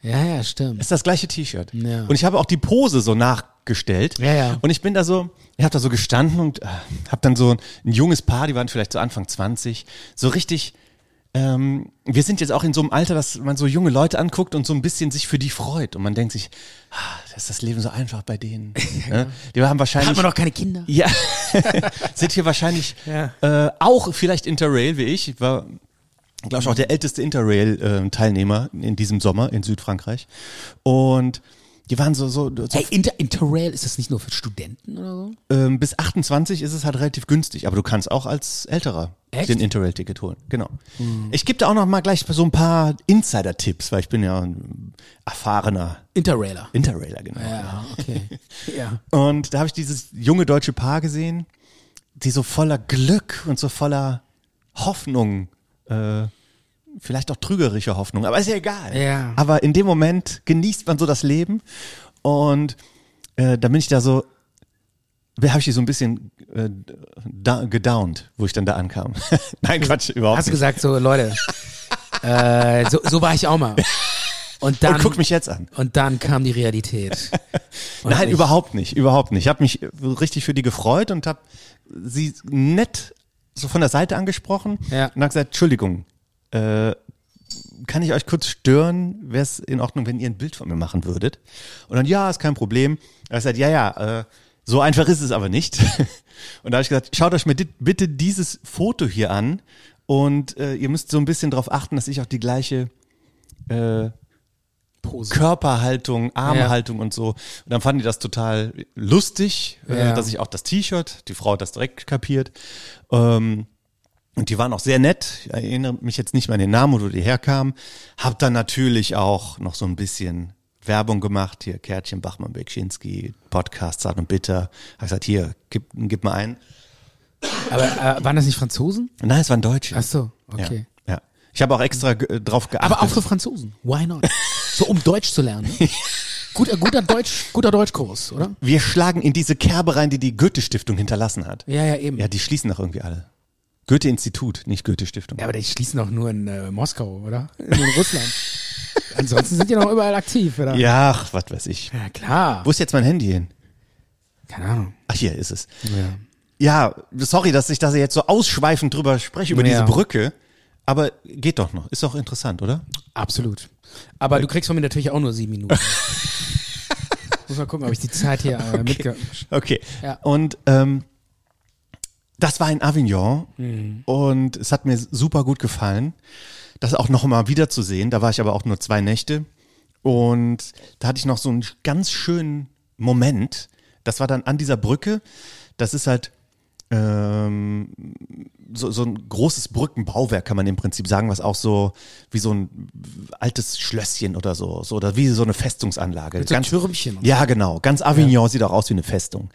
C: Ja, ja, stimmt.
B: Ist das gleiche T-Shirt.
C: Ja.
B: Und ich habe auch die Pose so nachgestellt.
C: Ja, ja.
B: Und ich bin da so, ich habe da so gestanden und äh, habe dann so ein, ein junges Paar, die waren vielleicht so Anfang 20, so richtig. Ähm, wir sind jetzt auch in so einem Alter, dass man so junge Leute anguckt und so ein bisschen sich für die freut. Und man denkt sich, ah, das ist das Leben so einfach bei denen. ne? Die haben wahrscheinlich.
C: Hat man noch keine Kinder?
B: Ja, sind hier wahrscheinlich äh, auch vielleicht Interrail wie ich. Ich war, glaube ich, auch der älteste Interrail-Teilnehmer in diesem Sommer in Südfrankreich. Und die waren so, so, so
C: Hey, Inter Interrail, ist das nicht nur für Studenten oder so?
B: ähm, bis 28 ist es halt relativ günstig, aber du kannst auch als Älterer
C: Echt? Hm.
B: den Interrail-Ticket holen. Genau. Ich gebe da auch noch mal gleich so ein paar Insider-Tipps, weil ich bin ja ein erfahrener
C: Interrailer.
B: Interrailer, genau.
C: Ja, okay. ja.
B: Und da habe ich dieses junge deutsche Paar gesehen, die so voller Glück und so voller Hoffnung, äh, vielleicht auch trügerische Hoffnung, aber ist ja egal.
C: Ja.
B: Aber in dem Moment genießt man so das Leben und äh, da bin ich da so, habe ich die so ein bisschen äh, da, gedownt, wo ich dann da ankam. Nein, Quatsch, überhaupt
C: Hast du
B: nicht.
C: gesagt, so, Leute, äh, so, so war ich auch mal. Und dann,
B: Und Oh, guck mich jetzt an.
C: und dann kam die Realität. Und
B: Nein,
C: ich-
B: überhaupt nicht, überhaupt nicht. Ich habe mich äh, richtig für die gefreut und habe sie nett so von der Seite angesprochen
C: Ja.
B: und habe gesagt, Entschuldigung, äh, kann ich euch kurz stören? Wäre es in Ordnung, wenn ihr ein Bild von mir machen würdet? Und dann, ja, ist kein Problem. Er hat gesagt, ja, ja, äh, so einfach ist es aber nicht. Und da habe ich gesagt, schaut euch mir dit- bitte dieses Foto hier an und äh, ihr müsst so ein bisschen darauf achten, dass ich auch die gleiche äh,
C: Pose.
B: Körperhaltung, Armhaltung und so. Und dann fanden die das total lustig,
C: Ja.
B: äh, dass ich auch das T-Shirt, die Frau hat das direkt kapiert. Ähm, Und die waren auch sehr nett. Ich erinnere mich jetzt nicht mehr an den Namen, wo die herkamen. Hab dann natürlich auch noch so ein bisschen Werbung gemacht. Hier, Kärtchen, Bachmann, Bekschinski, Podcast, Zart und Bitter. Hab gesagt, hier, gib, gib mal ein.
C: Aber äh, waren das nicht Franzosen?
B: Nein, es waren Deutsche.
C: Ach so, okay.
B: Ja, ja. Ich habe auch extra äh, drauf geachtet.
C: Aber auch für Franzosen. Why not? So, um Deutsch zu lernen. Guter, guter, Deutsch, guter Deutschkurs, oder?
B: Wir schlagen in diese Kerbe rein, die die Goethe-Stiftung hinterlassen hat.
C: Ja, ja, eben.
B: Ja, die schließen doch irgendwie alle. Goethe-Institut, nicht Goethe-Stiftung.
C: Ja, aber die schließen doch nur in äh, Moskau, oder? Nur in Russland. Ansonsten sind die noch überall aktiv, oder?
B: Ja, ach, was weiß ich.
C: Ja, klar.
B: Wo ist jetzt mein Handy hin?
C: Keine Ahnung.
B: Ach, hier ist es.
C: Ja.
B: Ja, sorry, dass ich da jetzt so ausschweifend drüber spreche, über
C: Ja.
B: diese Brücke. Aber geht doch noch. Ist doch interessant, oder?
C: Absolut. Aber du kriegst von mir natürlich auch nur sieben Minuten. Muss mal gucken, ob ich die Zeit hier äh, mitge...
B: Okay.
C: Ja.
B: Und ähm, das war in Avignon
C: Mhm.
B: und es hat mir super gut gefallen, das auch nochmal wiederzusehen. Da war ich aber auch nur zwei Nächte und da hatte ich noch so einen ganz schönen Moment. Das war dann an dieser Brücke. Das ist halt ähm, so, so ein großes Brückenbauwerk, kann man im Prinzip sagen, was auch so wie so ein altes Schlösschen oder so, so oder wie so eine Festungsanlage.
C: Mit so Türmchen und
B: Ja, genau. Ganz Avignon sieht auch aus wie eine Festung.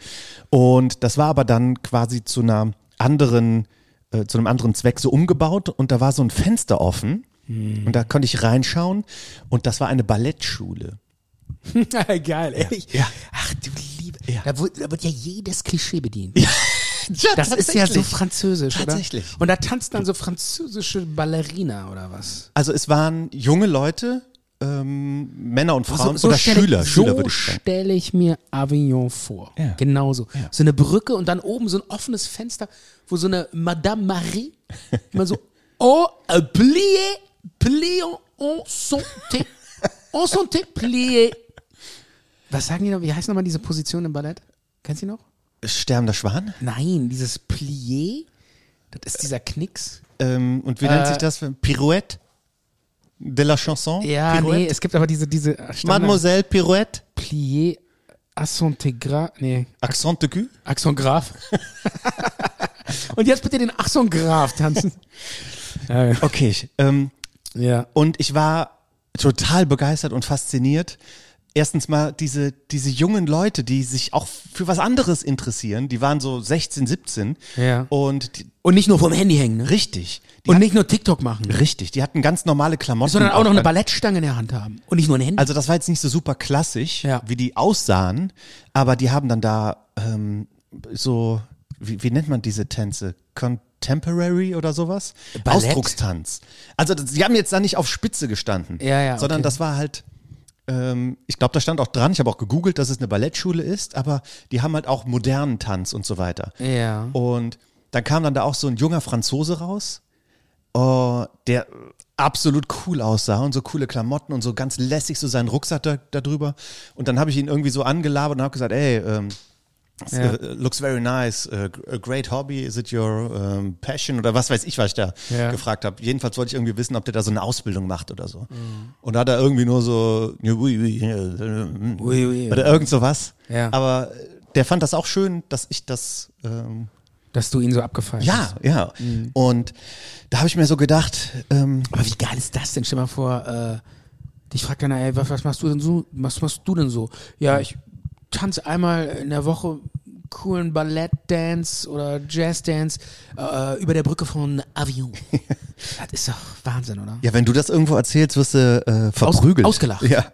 B: Und das war aber dann quasi zu einer anderen, äh, zu einem anderen Zweck so umgebaut und da war so ein Fenster offen.
C: Hm.
B: Und da konnte ich reinschauen und das war eine Ballettschule.
C: Geil, ehrlich.
B: Ja.
C: Ach du Liebe.
B: Ja.
C: Da, wird, da wird ja jedes Klischee bedient.
B: Ja,
C: Das ist ja so
B: tatsächlich.
C: französisch, oder?
B: Tatsächlich.
C: Und da tanzt dann so französische Ballerina oder was?
B: Also es waren junge Leute, ähm, Männer und Frauen oder
C: stelle-
B: Schüler, Schüler
C: so
B: würde ich sagen.
C: stelle ich mir Avignon vor.
B: Ja.
C: Genauso. So eine Brücke und dann oben so ein offenes Fenster, wo so eine Madame Marie immer so oh, äh, plié, plié, en santé, en santé, plié. Was sagen die noch? Wie heißt nochmal diese Position im Ballett? Kennst du die noch?
B: Sterbender Schwan?
C: Nein, dieses Plié, das ist dieser Knicks.
B: Ähm, und wie
C: Äh,
B: nennt sich das? Pirouette? De la Chanson?
C: Ja,
B: Pirouette?
C: nee, es gibt aber diese, diese äh, Standard-
B: Mademoiselle Pirouette?
C: Plié, accent gras, nee,
B: Accent de cul?
C: Axon Graf. Und jetzt bitte den Axon Graf tanzen. ja.
B: Okay, ich, ähm,
C: ja.
B: Und ich war total begeistert und fasziniert. Erstens mal diese, diese jungen Leute, die sich auch für was anderes interessieren, die waren so 16, 17.
C: Ja.
B: Und die,
C: Und nicht nur vom Handy hängen, ne?
B: richtig. Die
C: Und
B: hat-
C: nicht nur TikTok machen,
B: richtig. Die hatten ganz normale Klamotten.
C: sondern auch noch eine
B: an.
C: Ballettstange in der Hand haben. Und nicht nur ein Handy.
B: Also das war jetzt nicht so super klassisch,
C: Ja.
B: wie die aussahen, aber die haben dann da ähm, so, wie, wie nennt man diese Tänze? Contemporary oder sowas?
C: Ballett?
B: Ausdruckstanz. Also das- die haben jetzt da nicht auf Spitze gestanden,
C: Ja, ja,
B: sondern
C: okay.
B: das war halt, ähm, ich glaube, da stand auch dran, ich habe auch gegoogelt, dass es eine Ballettschule ist, aber die haben halt auch modernen Tanz und so weiter.
C: ja.
B: Und dann kam dann da auch so ein junger Franzose raus, oh, der absolut cool aussah und so coole Klamotten und so ganz lässig so seinen Rucksack da, da drüber. Und dann habe ich ihn irgendwie so angelabert und habe gesagt, ey, ähm, s- äh, looks very nice, äh, a great hobby, is it your ähm, passion oder was weiß ich, was ich da
C: Ja.
B: gefragt habe. Jedenfalls wollte ich irgendwie wissen, ob der da so eine Ausbildung macht oder so.
C: Mhm.
B: Und da hat er irgendwie nur so, ja, ui, ui, äh, äh, mm,
C: Ui, ui,
B: oder irgend sowas.
C: Ja.
B: Aber der fand das auch schön, dass ich das ähm,
C: Dass du ihn so abgefallen
B: ja,
C: hast.
B: ja.
C: Mhm.
B: Und da habe ich mir so gedacht, ähm,
C: Aber wie geil ist das denn? Stell mal vor, äh, dich fragt einer, ey, was, was machst du denn so? Was machst du denn so? Ja, ich tanze einmal in der Woche coolen Ballettdance oder Jazzdance äh, über der Brücke von Avion. das ist doch Wahnsinn, oder?
B: ja, wenn du das irgendwo erzählst, wirst du äh, verprügelt.
C: ausgelacht.
B: Ja.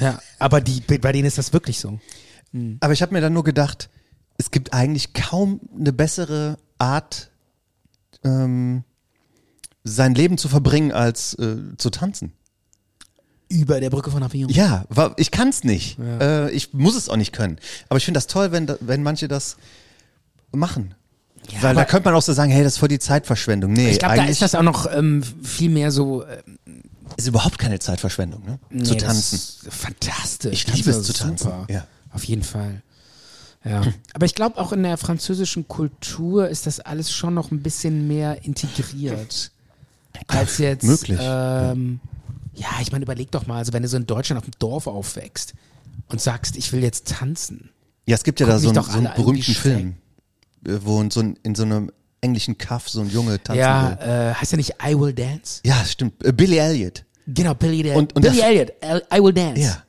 C: Ja, aber die, bei denen ist das wirklich so.
B: Aber ich habe mir dann nur gedacht, es gibt eigentlich kaum eine bessere Art, ähm, sein Leben zu verbringen, als äh, zu tanzen.
C: Über der Brücke von Avignon.
B: Ja, wa- ich kann es nicht. Äh, ich muss es auch nicht können. Aber ich finde das toll, wenn, da- wenn manche das machen. Weil da
C: aber-
B: könnte man auch so sagen, hey, das ist voll die Zeitverschwendung. Nee,
C: ich glaube, da
B: eigentlich
C: ist das auch noch ähm, viel mehr so äh,
B: ist überhaupt keine Zeitverschwendung, ne?
C: nee,
B: zu
C: das
B: tanzen.
C: ist Fantastisch.
B: Ich liebe es
C: ist
B: zu tanzen,
C: Super.
B: ja. Hm.
C: Auf jeden Fall. Ja. Aber ich glaube, auch in der französischen Kultur ist das alles schon noch ein bisschen mehr integriert. Als jetzt.
B: möglich.
C: Ähm, ja, ich meine, überleg doch mal, also wenn du so in Deutschland auf dem Dorf aufwächst und sagst, ich will jetzt tanzen.
B: Ja, es gibt ja
C: Guck
B: da so
C: mich
B: einen,
C: doch
B: so einen
C: alle an, die
B: berühmten
C: Schrecken.
B: Film, äh, wo in so, ein, in so einem englischen Kaff so ein Junge tanzen will.
C: Ja, äh, heißt ja nicht I Will Dance?
B: Ja, stimmt. Äh, Billy Elliot.
C: Genau, Billy, der,
B: Und- und
C: Billy
B: das-
C: Elliot, L- I Will Dance.
B: Ja.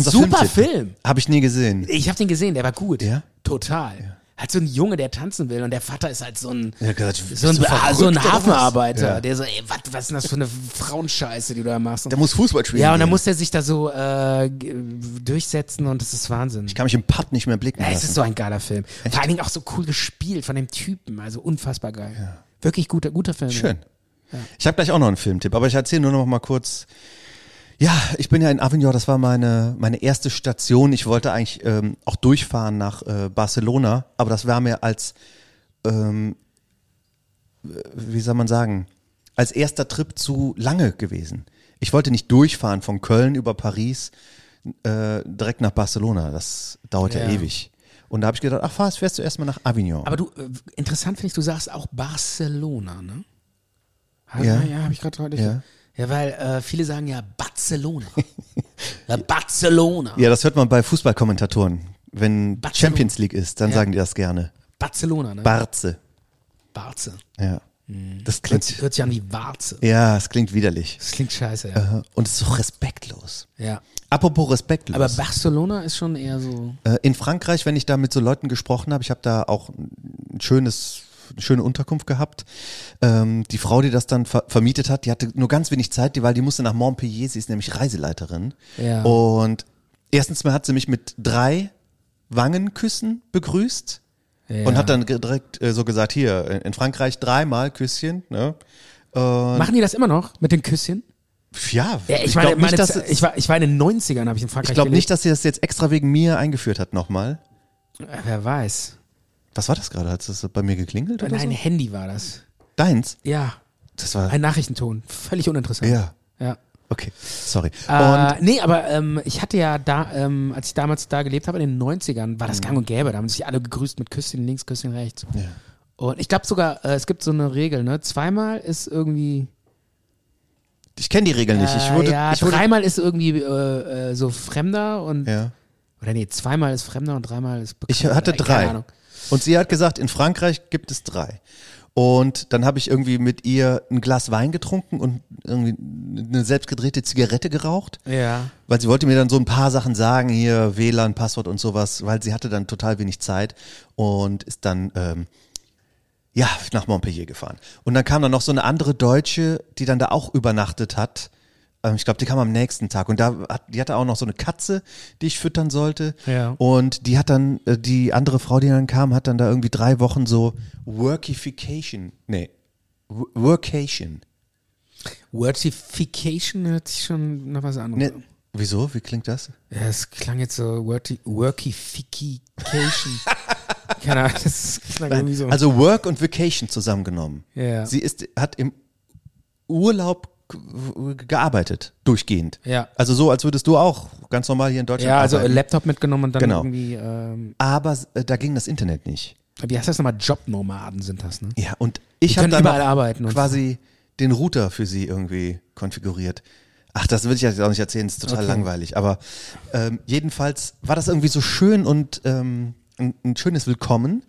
C: Super Film.
B: Habe ich nie gesehen.
C: Ich habe den gesehen, der war gut.
B: Ja?
C: Total. Halt so ein Junge, der tanzen will und der Vater ist halt so ein,
B: Ja, gesagt, bist
C: so ein, ah,
B: du verrückt
C: so ein
B: oder was?
C: Hafenarbeiter,
B: Ja.
C: der so, ey, wat- was ist denn das für eine Frauenscheiße, die du da machst?
B: Der muss Fußball spielen.
C: ja, und dann
B: gehen.
C: muss er sich da so äh, g- durchsetzen und das ist Wahnsinn.
B: Ich kann mich im Pub nicht mehr blicken
C: Ja, es
B: lassen.
C: ist so ein geiler Film. Vor allen Dingen auch so cool gespielt von dem Typen, also unfassbar geil. Wirklich guter, guter Film.
B: Schön. Ich habe gleich auch noch einen Filmtipp, aber ich erzähle nur noch mal kurz. Ja, ich bin ja in Avignon, das war meine, meine erste Station. Ich wollte eigentlich ähm, auch durchfahren nach äh, Barcelona, aber das war mir als, ähm, äh, wie soll man sagen, als erster Trip zu lange gewesen. Ich wollte nicht durchfahren von Köln über Paris äh, direkt nach Barcelona. Das dauert ja,
C: Ja.
B: ewig. Und da habe ich gedacht, ach, fahrst, fährst du erstmal nach Avignon.
C: Aber du, äh, interessant finde ich, du sagst auch Barcelona, ne? Ha-
B: Ja.
C: ja habe ich gerade heute.
B: Ja.
C: Ja, weil äh, viele sagen ja Barcelona. ja, Barcelona.
B: Ja, das hört man bei Fußballkommentatoren. Wenn
C: Barcelona.
B: Champions League ist, dann sagen die das gerne.
C: Barcelona, ne?
B: Barze.
C: Barze.
B: Ja. Das
C: Hört,
B: klingt,
C: Mhm. hört sich an wie Warze.
B: ja, es klingt widerlich.
C: Das klingt scheiße, ja.
B: Und es ist so respektlos.
C: ja.
B: Apropos respektlos.
C: Aber Barcelona ist schon eher so.
B: Äh, in Frankreich, wenn ich da mit so Leuten gesprochen habe, ich habe da auch ein schönes eine schöne Unterkunft gehabt. Ähm, die Frau, die das dann ver vermietet hat, die hatte nur ganz wenig Zeit, die, weil die musste nach Montpellier, sie ist nämlich Reiseleiterin.
C: Ja.
B: Und erstens mal hat sie mich mit drei Wangenküssen begrüßt und hat dann ge- direkt äh, so gesagt, hier, in- in Frankreich dreimal Küsschen. Ne?
C: Machen die das immer noch mit den Küsschen?
B: Ja,
C: Ja, ich,
B: ich
C: meine,
B: glaube
C: meine
B: nicht, dass,
C: Ze-
B: ich
C: ich, war, ich war in den 90ern, habe ich in Frankreich
B: glaub nicht,
C: gelebt.
B: dass sie das jetzt extra wegen mir eingeführt hat nochmal.
C: Äh, Wer weiß.
B: Was war das gerade? Hat das bei mir geklingelt oder
C: Nein,
B: so?
C: Handy war das.
B: Deins?
C: Ja,
B: Das war
C: ein Nachrichtenton. Völlig uninteressant.
B: Ja,
C: Ja.
B: okay. Sorry.
C: Äh, nee, aber ähm, ich hatte ja da, ähm, als ich damals da gelebt habe, in den 90ern, war das gang und gäbe. Da haben sich alle gegrüßt mit Küsschen links, Küsschen rechts.
B: und ja.
C: Und ich glaube sogar, äh, es gibt so eine Regel, ne? Zweimal ist irgendwie.
B: ich kenne die Regeln nicht. Ich
C: äh,
B: wurde,
C: ja,
B: ich wurde
C: dreimal ist irgendwie äh, äh, so Fremder und.
B: ja.
C: Oder nee, zweimal ist Fremder und dreimal ist Bekannter.
B: Ich hatte
C: Äh, keine
B: drei.
C: Ahnung.
B: Und sie hat gesagt, in Frankreich gibt es drei. Und dann habe ich irgendwie mit ihr ein Glas Wein getrunken und irgendwie eine selbstgedrehte Zigarette geraucht.
C: Ja.
B: Weil sie wollte mir dann so ein paar Sachen sagen, hier WLAN, Passwort und sowas, weil sie hatte dann total wenig Zeit und ist dann ähm, ja nach Montpellier gefahren. Und dann kam dann noch so eine andere Deutsche, die dann da auch übernachtet hat. Ähm, ich glaube, die kam am nächsten Tag und da hat, die hatte auch noch so eine Katze, die ich füttern sollte.
C: Ja.
B: Und die hat dann äh, die andere Frau, die dann kam, hat dann da irgendwie drei Wochen so Workification, nee, W- Workation.
C: Wordification hört sich schon noch was anderes
B: Ne,
C: an.
B: wieso? Wie klingt das?
C: Ja, es klang jetzt so wordy, workification. Keine Ahnung, das klang irgendwie so.
B: Also Work und Vacation zusammengenommen.
C: Ja.
B: Sie ist, hat im Urlaub g- gearbeitet, durchgehend.
C: Ja.
B: Also so, als würdest du auch ganz normal hier in Deutschland
C: ja, also äh,
B: arbeiten.
C: Laptop mitgenommen und dann
B: Genau.
C: irgendwie, ähm,
B: Aber äh, da ging das Internet nicht.
C: wie heißt das nochmal? Jobnomaden sind das, ne?
B: Ja, und ich
C: Die
B: habe
C: können
B: dann
C: überall
B: noch
C: arbeiten und-
B: quasi den Router für sie irgendwie konfiguriert. Ach, das will ich jetzt auch nicht erzählen, ist total langweilig. Aber ähm, jedenfalls war das irgendwie so schön und ähm, ein, ein schönes Willkommen.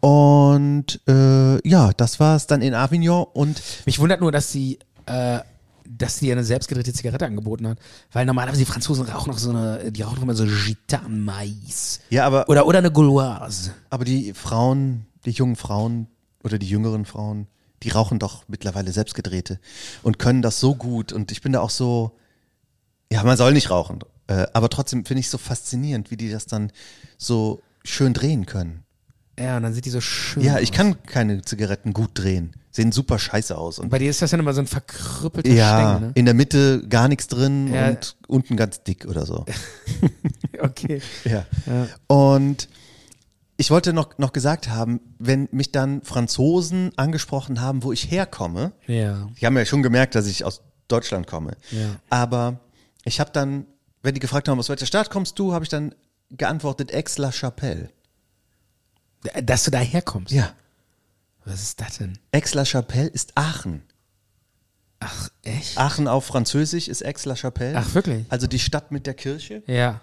B: Und äh, ja, das war es dann in Avignon und
C: Mich wundert nur, dass sie, äh, dass sie eine selbstgedrehte Zigarette angeboten hat. Weil normalerweise die Franzosen rauchen noch so eine, die rauchen immer so Gitan-Mais.
B: Ja, aber,
C: Oder, oder eine Gauloise.
B: aber die Frauen, die jungen Frauen oder die jüngeren Frauen, die rauchen doch mittlerweile selbstgedrehte und können das so gut. Und ich bin da auch so, ja, man soll nicht rauchen. Äh, aber trotzdem finde ich es so faszinierend, wie die das dann so schön drehen können.
C: Ja, und dann sind die so schön.
B: Ja, ich
C: aus.
B: kann keine Zigaretten gut drehen. Sehen super scheiße aus. Und
C: Bei dir ist das ja immer so ein verkrüppelter
B: ja,
C: Stängel,
B: in der Mitte gar nichts drin
C: Ja.
B: und unten ganz dick oder so.
C: ne? Okay.
B: Ja. Und ich wollte noch, noch gesagt haben, wenn mich dann Franzosen angesprochen haben, wo ich herkomme,
C: Ja.
B: die haben ja schon gemerkt, dass ich aus Deutschland komme.
C: Ja.
B: Aber ich habe dann, wenn die gefragt haben, aus welcher Stadt kommst du, habe ich dann geantwortet, Aix-la-Chapelle.
C: Dass du daherkommst.
B: Ja.
C: Was ist das denn?
B: Aix-la-Chapelle ist Aachen.
C: Ach, echt?
B: Ah. Aachen auf Französisch ist Aix-la-Chapelle.
C: Ach, wirklich?
B: Also die Stadt mit der Kirche.
C: Ja.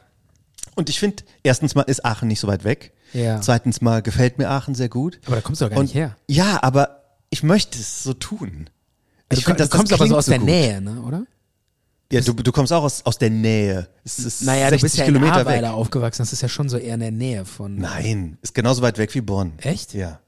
B: Und ich finde, erstens mal ist Aachen nicht so weit weg.
C: Ja.
B: Zweitens mal gefällt mir Aachen sehr gut.
C: Aber da kommst du doch gar
B: Und
C: nicht her.
B: Ja, aber ich möchte es so tun.
C: Also
B: find,
C: du
B: dass
C: kommst aber
B: klingt
C: so aus der
B: gut.
C: Nähe, ne, oder?
B: Ja, du, du kommst auch aus, aus der Nähe. Es ist
C: Naja,
B: 60
C: du bist ja
B: Kilometer
C: in
B: weg.
C: Ahrweiler aufgewachsen. Das ist ja schon so eher in der Nähe von.
B: Nein, ist genauso weit weg wie Bonn.
C: Echt? Hm.
B: Ja.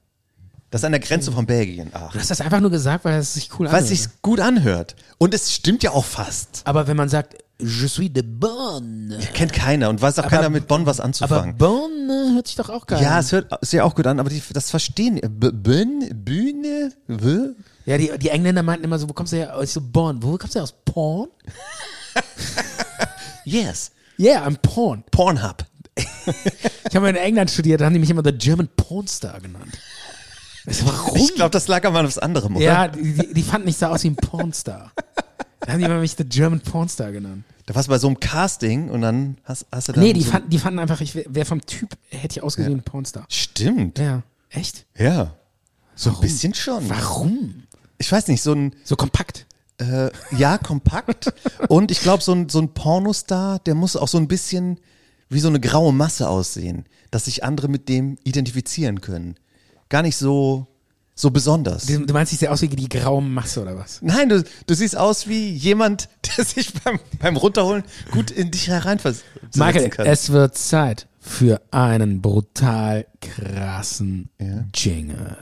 B: Das ist an der Grenze von Belgien, Aachen.
C: Du hast das einfach nur gesagt, weil es sich cool
B: Was
C: anhört.
B: sich gut anhört. Und es stimmt ja auch fast.
C: Aber wenn man sagt, je suis de Bonn.
B: Kennt keiner und weiß auch keiner mit Bonn was
C: Aber
B: anzufangen.
C: Bonn äh, hört sich doch auch geil
B: ja,
C: an.
B: es hört sich ja auch gut an, aber die, das verstehen. B Bühne? Bühne? W?
C: Ja, die, die Engländer meinten immer so, wo kommst du her? Ich so, Bonn. Wo kommst du her? Aus Porn?
B: Yes.
C: Yeah, I'm Porn.
B: Pornhub.
C: Ich habe in England studiert, da haben die mich immer The German Pornstar genannt. Warum?
B: Ich glaube, das lag aber an was anderem, oder?
C: ja, die, die, die fanden ich sah aus wie ein Pornstar. Da haben die immer mich The German Pornstar genannt.
B: Da warst du bei so einem Casting und dann hast, hast du dann.
C: Nee, die,
B: so
C: fanden, die fanden einfach, ich wäre vom Typ, hätte ich ausgesehen, wie ein Pornstar.
B: Stimmt.
C: Ja. Echt?
B: Ja. So ein
C: Warum?
B: bisschen schon.
C: Warum?
B: Ich weiß nicht, so ein,
C: So kompakt.
B: äh, ja, kompakt. und ich glaube, so ein, so ein Pornostar, der muss auch so ein bisschen wie so eine graue Masse aussehen, dass sich andere mit dem identifizieren können. Gar nicht so, so besonders.
C: Du, du meinst, ich sehe aus wie die graue Masse oder was?
B: Nein, du, du siehst aus wie jemand, der sich beim, beim Runterholen gut in dich hereinversetzen
C: Michael,
B: kann.
C: es wird Zeit für einen brutal krassen
B: Ja.
C: Jingle.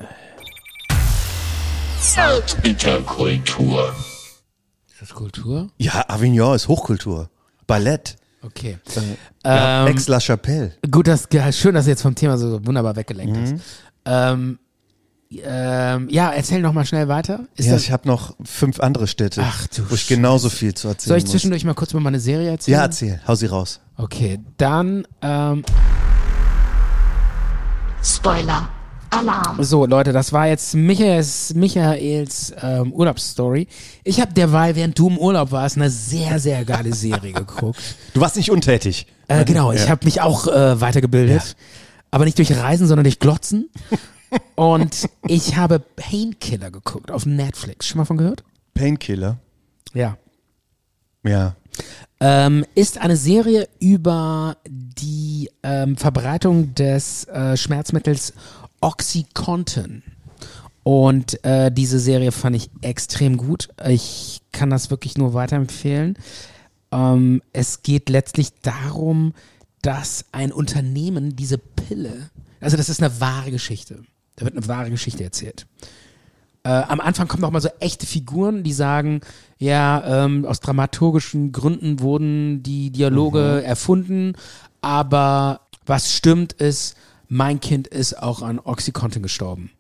F: Interkultur.
C: Ist das Kultur?
B: ja, Avignon ist Hochkultur. Ballett.
C: Okay.
B: Ja,
C: Ähm,
B: Ex La Chapelle.
C: Gut, das, ja, schön, dass du jetzt vom Thema so wunderbar
B: Mhm.
C: weggelenkt hast. Ähm, ähm, ja, erzähl noch mal schnell weiter. Ist
B: Ja,
C: das,
B: ich habe noch fünf andere Städte,
C: Ach du
B: wo ich genauso viel zu erzählen
C: soll ich
B: muss.
C: zwischendurch mal kurz über meine Serie erzählen?
B: Ja, erzähl. Hau sie raus.
C: Okay, dann, ähm,
A: Spoiler Alarm.
C: so Leute, das war jetzt Michaels, Michaels ähm, Urlaubsstory. Ich habe derweil, während du im Urlaub warst, eine sehr, sehr geile Serie geguckt.
B: Du warst nicht untätig.
C: Äh, genau, ich habe mich auch äh, weitergebildet. Aber nicht durch Reisen, sondern durch Glotzen. Und ich habe Painkiller geguckt auf Netflix. Schon mal von gehört?
B: Painkiller.
C: Ja.
B: Ja.
C: Ähm, ist eine Serie über die ähm, Verbreitung des äh, Schmerzmittels Oxycontin. Und äh, diese Serie fand ich extrem gut. Ich kann das wirklich nur weiterempfehlen. Ähm, es geht letztlich darum, dass ein Unternehmen diese Pille, also das ist eine wahre Geschichte. Da wird eine wahre Geschichte erzählt. Äh, am Anfang kommen auch mal so echte Figuren, die sagen, ja, ähm, aus dramaturgischen Gründen wurden die Dialoge erfunden, aber was stimmt ist, mein Kind ist auch an Oxycontin gestorben.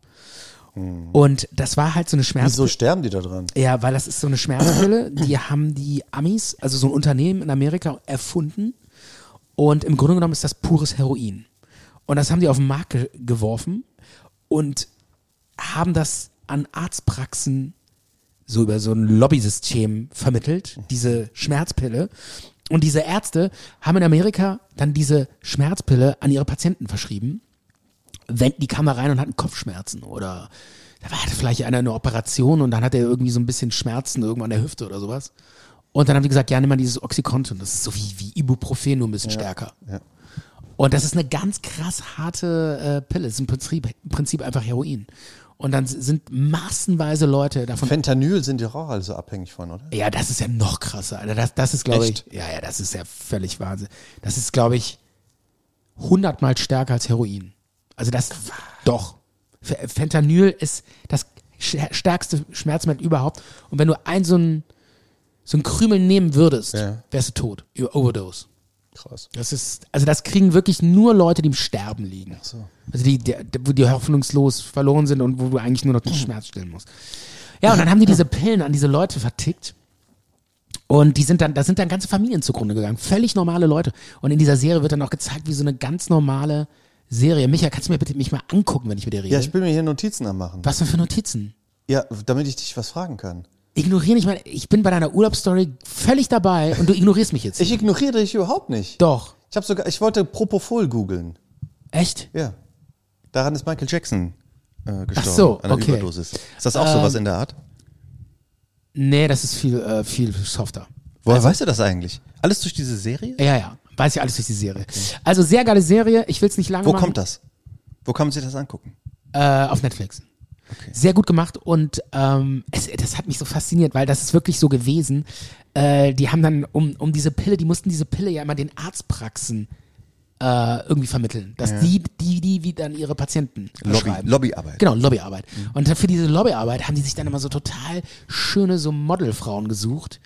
C: Und das war halt so eine Schmerz.
B: sterben die da dran?
C: Ja, weil das ist so eine Schmerzpille, die haben die Amis, also so ein Unternehmen in Amerika, erfunden. Und im Grunde genommen ist das pures Heroin. Und das haben die auf den Markt ge geworfen und haben das an Arztpraxen so über so ein Lobbysystem vermittelt, diese Schmerzpille. Und diese Ärzte haben in Amerika dann diese Schmerzpille an ihre Patienten verschrieben wenn, die kam da rein und hatten Kopfschmerzen oder da war- hatte vielleicht einer eine Operation und dann hat er irgendwie so ein bisschen Schmerzen irgendwo an der Hüfte oder sowas. Und dann haben die gesagt, ja, nimm mal dieses Oxycontin. Das ist so wie, wie Ibuprofen, nur ein bisschen stärker. Und das ist eine ganz krass harte äh, Pille. Das ist im Prinzip, im Prinzip einfach Heroin. Und dann s- sind massenweise Leute davon.
B: Fentanyl sind die auch alle so abhängig von, oder?
C: Ja, das ist ja noch krasser, Alter. Das, das ist, glaube ich.
B: Echt?
C: Ja, ja, das ist ja völlig Wahnsinn. Das ist, glaube ich, hundertmal stärker als Heroin. Also das. Doch. F- Fentanyl ist das sch- stärkste Schmerzmittel überhaupt. Und wenn du ein so ein, so ein Krümel nehmen würdest,
B: Ja.
C: wärst du tot. Über Overdose.
B: Krass.
C: Das ist, also das kriegen wirklich nur Leute, die im Sterben liegen.
B: so.
C: Also die, die, die- wo die hoffnungslos verloren sind und wo du eigentlich nur noch den Schmerz stillen musst. Ja, und dann haben die diese Pillen an diese Leute vertickt. Und die sind dann, da sind dann ganze Familien zugrunde gegangen. Völlig normale Leute. Und in dieser Serie wird dann auch gezeigt, wie so eine ganz normale Serie. Micha, kannst du mir bitte mich mal angucken, wenn ich mit dir rede?
B: Ja, ich bin mir hier Notizen am machen.
C: Was denn für Notizen?
B: Ja, damit ich dich was fragen kann.
C: Ignoriere nicht mal, ich bin bei deiner Urlaubsstory völlig dabei und du ignorierst mich jetzt.
B: Ich ignoriere dich überhaupt nicht.
C: Mhm. Doch.
B: Ich habe sogar, ich wollte Propofol googeln.
C: Echt?
B: Ja. Daran ist Michael Jackson äh, gestorben.
C: so,
B: an einer
C: okay. Ähm,
B: Überdosis. Ist das auch sowas in der Art?
C: Nee, das ist viel, äh, viel softer.
B: Woher weißt du das eigentlich? Alles durch diese Serie?
C: Ja, ja. Weiß also ich alles durch die Serie. Also sehr geile Serie. Ich will es nicht lange
B: Wo
C: machen.
B: kommt das? Wo kann man sich das angucken?
C: Äh, auf Netflix. Sehr gut gemacht und ähm, es, das hat mich so fasziniert, weil das ist wirklich so gewesen. Äh, die haben dann um, um diese Pille, die mussten diese Pille ja immer den Arztpraxen äh, irgendwie vermitteln, dass die, die, die, wie dann ihre Patienten
B: Lobby,
C: schreiben.
B: Lobbyarbeit. Mhm.
C: Genau, Lobbyarbeit. Und dann für diese Lobbyarbeit haben die sich dann immer so total schöne so Modelfrauen gesucht,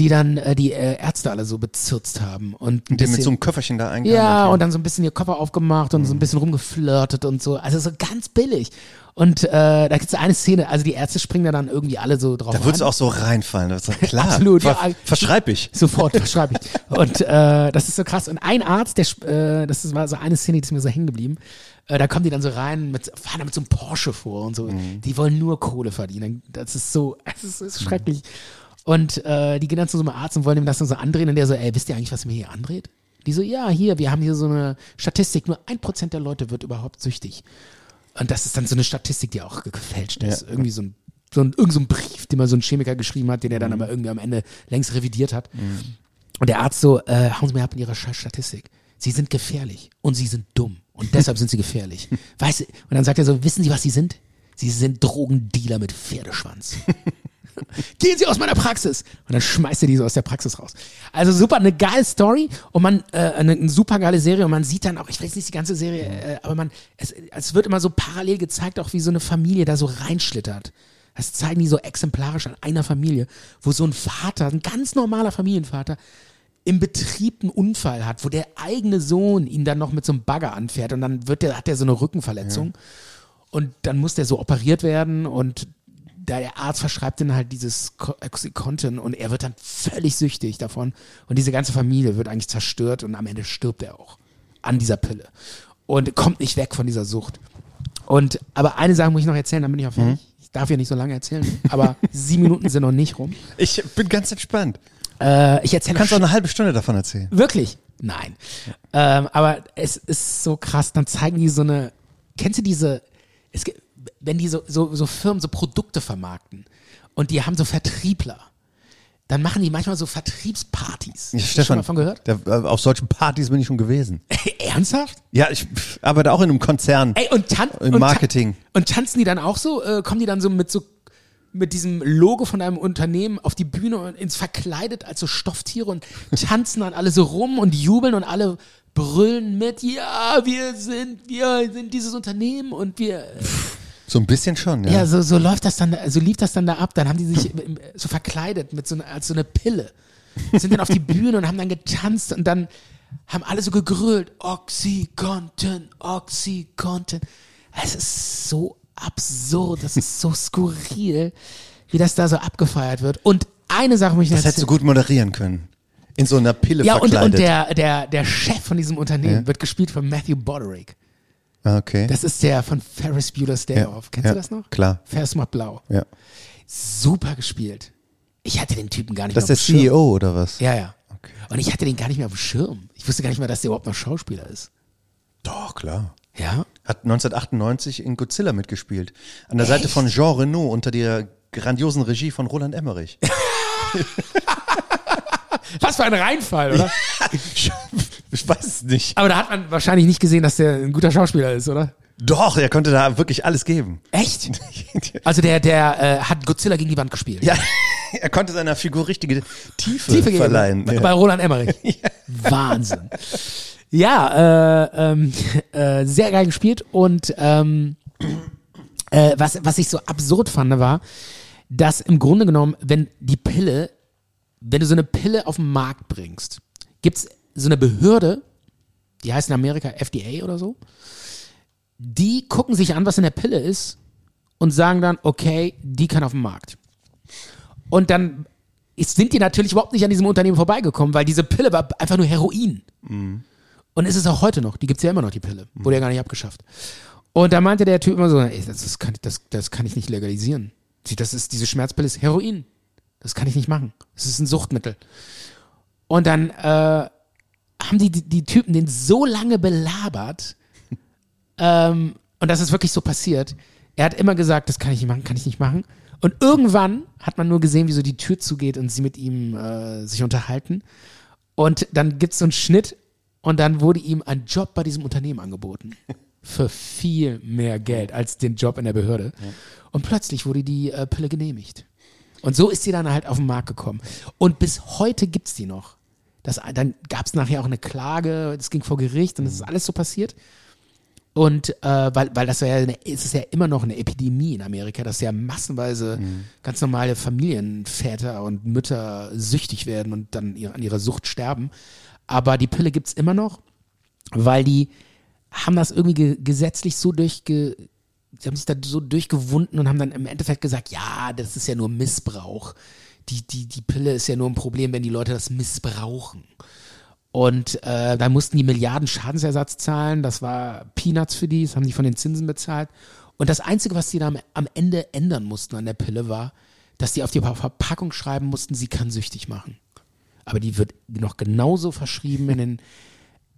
C: die dann äh, die äh, Ärzte alle so bezirzt haben. Und ein
B: Der mit
C: bisschen-
B: so einem Köfferchen da einkam.
C: ja, und dann so ein bisschen ihr Koffer aufgemacht und so ein bisschen rumgeflirtet und so. Also so ganz billig. Und äh, da gibt's eine Szene, also die Ärzte springen da dann irgendwie alle so drauf
B: Da würdest du
C: an.
B: auch so reinfallen. Das ist klar.
C: Absolut, ja.
B: Ver verschreib ich.
C: Sofort, verschreibe ich. Und äh, das ist so krass. Und ein Arzt, der, sp- äh, das ist- war so eine Szene, die ist mir so hängen geblieben. Äh, da kommen die dann so rein, mit, fahren da mit so einem Porsche vor und so. Die wollen nur Kohle verdienen. Das ist so, das ist, das ist schrecklich. Und äh, die gehen dann zu so einem Arzt und wollen ihm das dann so andrehen. Und der so, ey, wisst ihr eigentlich, was ihr mir hier andreht? Die so, ja, hier, wir haben hier so eine Statistik. Nur ein Prozent der Leute wird überhaupt süchtig. Und das ist dann so eine Statistik, die auch ge- gefälscht ist. Irgendwie so ein, so ein, irgend so ein Brief, den mal so ein Chemiker geschrieben hat, den er dann aber irgendwie am Ende längst revidiert hat. Und der Arzt so, äh, hauen Sie mir ab in Ihrer scheiß Statistik. Sie sind gefährlich und Sie sind dumm. Und deshalb sind Sie gefährlich. Weißt du, und dann sagt er so, wissen Sie, was Sie sind? Sie sind Drogendealer mit Pferdeschwanz. Gehen Sie aus meiner Praxis! Und dann schmeißt er die so aus der Praxis raus. Also super, eine geile Story und man, äh, eine, eine super geile Serie und man sieht dann auch, ich weiß nicht die ganze Serie, äh, aber man, es, es wird immer so parallel gezeigt, auch wie so eine Familie da so reinschlittert. Das zeigen die so exemplarisch an einer Familie, wo so ein Vater, ein ganz normaler Familienvater, im Betrieb einen Unfall hat, wo der eigene Sohn ihn dann noch mit so einem Bagger anfährt und dann wird der, hat der so eine Rückenverletzung und dann muss der so operiert werden und da der Arzt verschreibt dann halt dieses Co- Oxycontin und er wird dann völlig süchtig davon und diese ganze Familie wird eigentlich zerstört und am Ende stirbt er auch an dieser Pille und kommt nicht weg von dieser Sucht. Und aber eine Sache muss ich noch erzählen, dann bin ich auch fertig. Ich darf ja nicht so lange erzählen, aber sieben Minuten sind noch nicht rum.
B: Ich bin ganz entspannt.
C: Äh, ich erzähle
B: Du kannst auch eine halbe Stunde davon erzählen.
C: Wirklich? Nein. Ähm, aber es ist so krass, dann zeigen die so eine. Kennst du diese, es gibt, wenn die so, so, so Firmen so Produkte vermarkten und die haben so Vertriebler, dann machen die manchmal so Vertriebspartys.
B: Ja,
C: Hast du schon mal von gehört?
B: Da, äh, auf solchen Partys bin ich schon gewesen.
C: Ernsthaft?
B: Ja, ich pff, arbeite auch in einem Konzern.
C: Ey, und, tan
B: Im
C: und tan-
B: Marketing.
C: Und tanzen die dann auch so? Äh, kommen die dann so mit so mit diesem Logo von einem Unternehmen auf die Bühne und ins verkleidet als so Stofftiere und tanzen dann alle so rum und jubeln und alle brüllen mit, ja, wir sind, wir sind dieses Unternehmen und wir
B: So ein bisschen schon, ja.
C: ja, so, so läuft das dann, so lief das dann da ab. Dann haben die sich ähm, so verkleidet mit so einer, als so eine Pille. Sind dann auf die Bühne und haben dann getanzt und dann haben alle so gegrölt. Oxycontin, Oxycontin. Es ist so absurd, das ist so skurril, wie das da so abgefeiert wird. Und eine Sache möchte ich noch
B: das hättest du
C: erzählen.
B: gut moderieren können. In so einer Pille
C: Ja, und,
B: verkleidet.
C: und der, der, der Chef von diesem Unternehmen wird gespielt von Matthew Broderick.
B: Ah, okay.
C: Das ist der von Ferris Bueller's Day
B: Ja,
C: Off. Kennst
B: ja,
C: du das noch?
B: klar.
C: Ferris macht blau.
B: ja.
C: super gespielt. Ich hatte den Typen gar nicht
B: Das ist
C: mehr
B: der E
C: auf dem
B: CEO
C: Schirm.
B: oder was?
C: Ja, ja. Und ich hatte den gar nicht mehr auf dem Schirm. Ich wusste gar nicht mehr, dass der überhaupt noch Schauspieler ist.
B: Doch, klar.
C: Ja?
B: Hat 1998 in Godzilla mitgespielt. An der Seite von Jean Reno unter der grandiosen Regie von Roland Emmerich.
C: Was für ein Reinfall, oder?
B: ich weiß es nicht.
C: Aber da hat man wahrscheinlich nicht gesehen, dass der ein guter Schauspieler ist, oder?
B: Doch, er konnte da wirklich alles geben.
C: Echt? Also der, der äh, hat Godzilla gegen die Wand gespielt.
B: ja, er konnte seiner Figur richtige Tiefe,
C: Tiefe gegeben.
B: verleihen.
C: Bei Roland Emmerich. Wahnsinn. Ja, äh, ähm, äh, sehr geil gespielt und ähm, äh, was, was ich so absurd fand, war, dass im Grunde genommen, wenn die Pille, wenn du so eine Pille auf den Markt bringst, gibt's so eine Behörde, die heißt in Amerika FDA oder so, die gucken sich an, was in der Pille ist und sagen dann, okay, die kann auf den Markt. Und dann ist, sind die natürlich überhaupt nicht an diesem Unternehmen vorbeigekommen, weil diese Pille war einfach nur Heroin. Und ist es auch heute noch. Die gibt's ja immer noch, die Pille. Wurde ja gar nicht abgeschafft. Und da meinte der Typ immer so, ey, das, das, kann, das, das kann ich nicht legalisieren. Sie- Das ist, diese Schmerzpille ist Heroin. Das kann ich nicht machen. Das ist ein Suchtmittel. Und dann äh, haben die, die, die Typen den so lange belabert, ähm, und das ist wirklich so passiert. Er hat immer gesagt, das kann ich nicht machen, kann ich nicht machen. Und irgendwann hat man nur gesehen, wie so die Tür zugeht und sie mit ihm äh, sich unterhalten. Und dann gibt es so einen Schnitt und dann wurde ihm ein Job bei diesem Unternehmen angeboten. Für viel mehr Geld als den Job in der Behörde. Und plötzlich wurde die äh, Pille genehmigt. Und so ist sie dann halt auf den Markt gekommen. Und bis heute gibt es die noch. Das, dann gab es nachher auch eine Klage, das ging vor Gericht und das ist alles so passiert. Und äh, weil, weil das war ja eine, es ist ja immer noch eine Epidemie in Amerika, dass ja massenweise ganz normale Familienväter und Mütter süchtig werden und dann ihr- an ihrer Sucht sterben. Aber die Pille gibt's immer noch, weil die haben das irgendwie ge gesetzlich so durchge. Sie haben sich da so durchgewunden und haben dann im Endeffekt gesagt, ja, das ist ja nur Missbrauch. Die, die, die Pille ist ja nur ein Problem, wenn die Leute das missbrauchen. Und äh, dann mussten die Milliarden Schadensersatz zahlen. Das war Peanuts für die. Das haben die von den Zinsen bezahlt. Und das Einzige, was die dann am- am Ende ändern mussten an der Pille, war, dass die auf die Verpackung schreiben mussten, sie kann süchtig machen. Aber die wird noch genauso verschrieben in den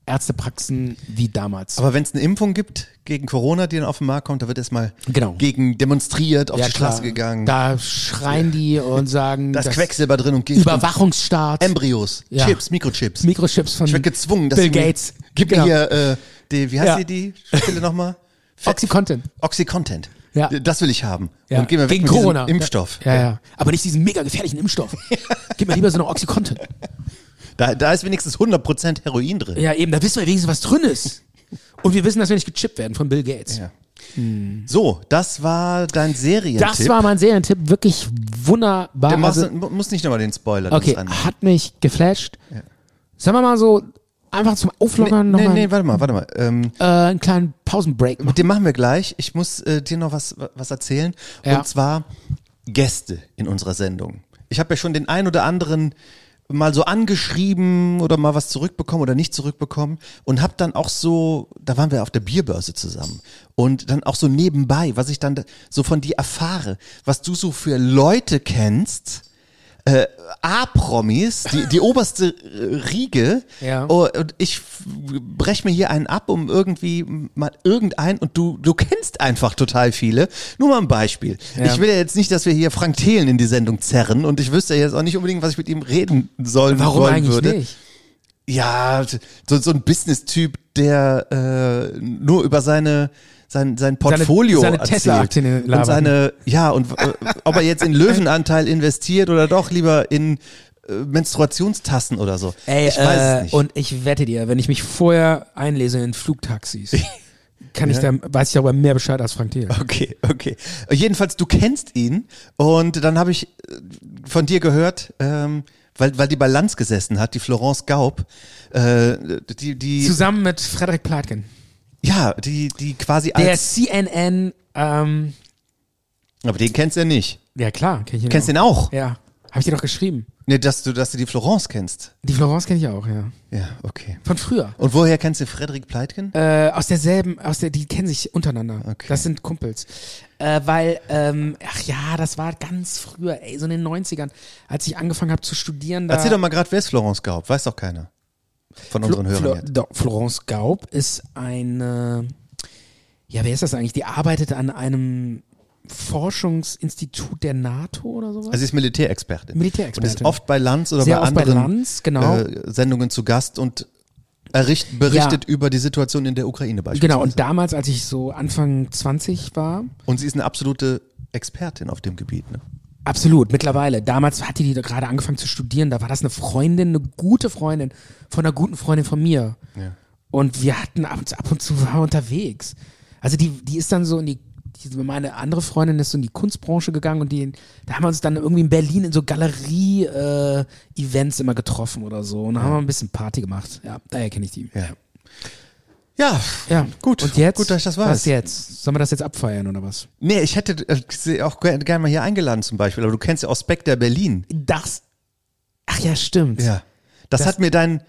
C: Ärztepraxen wie damals.
B: Aber wenn es eine Impfung gibt gegen Corona, die dann auf den Markt kommt, da wird erstmal
C: Genau.
B: gegen demonstriert, auf
C: Ja,
B: die Straße
C: klar.
B: gegangen.
C: Da schreien die und sagen,
B: da ist
C: dass
B: Quecksilber drin und Gift
C: Überwachungsstaat,
B: und Embryos,
C: Ja.
B: Chips, Mikrochips.
C: Mikrochips von
B: ich werde gezwungen, dass
C: Bill
B: du mir-
C: Gates.
B: Gib
C: Genau.
B: mir hier äh, die, wie heißt
C: Ja.
B: die, die Stille nochmal?
C: Oxycontin.
B: Oxycontent.
C: Ja.
B: Das will ich haben.
C: Ja.
B: Und gehen wir weg
C: Gegen
B: mit
C: Corona.
B: diesem Impfstoff.
C: Ja, ja. Aber nicht diesen mega gefährlichen Impfstoff. Gib mir lieber so eine Oxycontin.
B: Da, da ist wenigstens 100% Heroin drin.
C: Ja, eben, da wissen wir wenigstens, was drin ist. Und wir wissen, dass wir nicht gechippt werden von Bill Gates.
B: Ja. So, das war dein Serientipp.
C: Das war mein Serientipp, wirklich wunderbar.
B: Der
C: Also-
B: also, muss nicht nochmal den Spoiler
C: okay,
B: drin sein.
C: hat mich geflasht. Sagen wir mal so, einfach zum Auflockern
B: Nee,
C: nochmal
B: nee, warte mal, warte mal. Ähm,
C: äh, einen kleinen Pausenbreak machen.
B: mit dem machen wir gleich. Ich muss äh, dir noch was, was erzählen.
C: Ja.
B: Und zwar Gäste in unserer Sendung. Ich habe ja schon den einen oder anderen mal so angeschrieben oder mal was zurückbekommen oder nicht zurückbekommen und habe dann auch so, da waren wir auf der Bierbörse zusammen und dann auch so nebenbei, was ich dann da- so von dir erfahre, was du so für Leute kennst, A-Promis, die, die oberste äh, Riege.
C: Ja.
B: Oh, Und ich f- brech mir hier einen ab, um irgendwie mal irgendeinen. Und du, du kennst einfach total viele. Nur mal ein Beispiel. Ich will ja jetzt nicht, dass wir hier Frank Thelen in die Sendung zerren. Und ich wüsste ja jetzt auch nicht unbedingt, was ich mit ihm reden sollen
C: Warum
B: wollen
C: eigentlich
B: würde.
C: nicht?
B: Ja, so, so ein Business-Typ, der äh, nur über seine sein, sein Portfolio
C: seine
B: erzählt.
C: Tesla-Aktien
B: und
C: labert.
B: seine ja und äh, ob er jetzt in Löwenanteil investiert oder doch lieber in äh, Menstruationstassen oder so.
C: Ey,
B: ich weiß
C: äh,
B: es nicht.
C: Und ich wette dir, wenn ich mich vorher einlese in Flugtaxis, kann ich da, weiß ich darüber mehr Bescheid als Frank Thiel.
B: Okay, okay. Jedenfalls, du kennst ihn und dann habe ich äh, von dir gehört, ähm, weil, weil die bei Lanz gesessen hat, die Florence Gaub, äh, die, die,
C: Zusammen mit Frederik Pleitgen.
B: ja, die, die quasi
C: Der
B: als,
C: CNN, ähm,
B: aber den kennst du ja nicht.
C: ja klar, kenn ich ihn
B: Kennst
C: auch.
B: den auch?
C: Ja, habe ich dir doch geschrieben.
B: Nee, dass du, dass du die Florence kennst.
C: Die Florence kenne ich auch, ja.
B: Ja, okay.
C: Von früher.
B: Und woher kennst du Frederik Pleitgen?
C: Äh, aus derselben, aus der, die kennen sich untereinander.
B: Okay.
C: Das sind Kumpels. Äh, weil, ähm, ach ja, das war ganz früher, ey, so in den 90ern, als ich angefangen habe zu studieren. Da
B: Erzähl doch mal gerade, wer ist Florence Gaub? Weiß doch keiner. Von
C: Flo-
B: unseren Hörern
C: Flo-
B: jetzt.
C: Doch, Florence Gaub ist eine, ja, wer ist das eigentlich? Die arbeitet an einem Forschungsinstitut der NATO oder sowas.
B: Also sie ist Militärexpertin.
C: Militärexpertin.
B: Und ist oft bei Lanz oder
C: Sehr
B: bei
C: oft bei
B: anderen
C: Lanz, genau.
B: äh, Sendungen zu Gast und erricht, berichtet über die Situation in der Ukraine beispielsweise.
C: genau, und damals, als ich so Anfang 20 war,
B: und sie ist eine absolute Expertin auf dem Gebiet. Ne?
C: Absolut, mittlerweile. Damals hatte die da gerade angefangen zu studieren. Da war das eine Freundin, eine gute Freundin von einer guten Freundin von mir. Und wir hatten ab und, ab und zu waren wir unterwegs. Also die, die ist dann so in die, die, meine andere Freundin ist so in die Kunstbranche gegangen und die, da haben wir uns dann irgendwie in Berlin in so Galerie-Events immer getroffen oder so. Und dann haben wir ein bisschen Party gemacht. Ja, daher kenne ich die.
B: Ja. Ja,
C: Ja,
B: gut.
C: Und jetzt?
B: Gut, dass ich das weiß.
C: Was jetzt? Sollen wir das jetzt abfeiern oder was?
B: Nee, ich hätte äh, sie auch gerne gern mal hier eingeladen zum Beispiel, aber du kennst ja auch Spectre Berlin.
C: Das. Ach ja, stimmt.
B: Das, hat mir dein,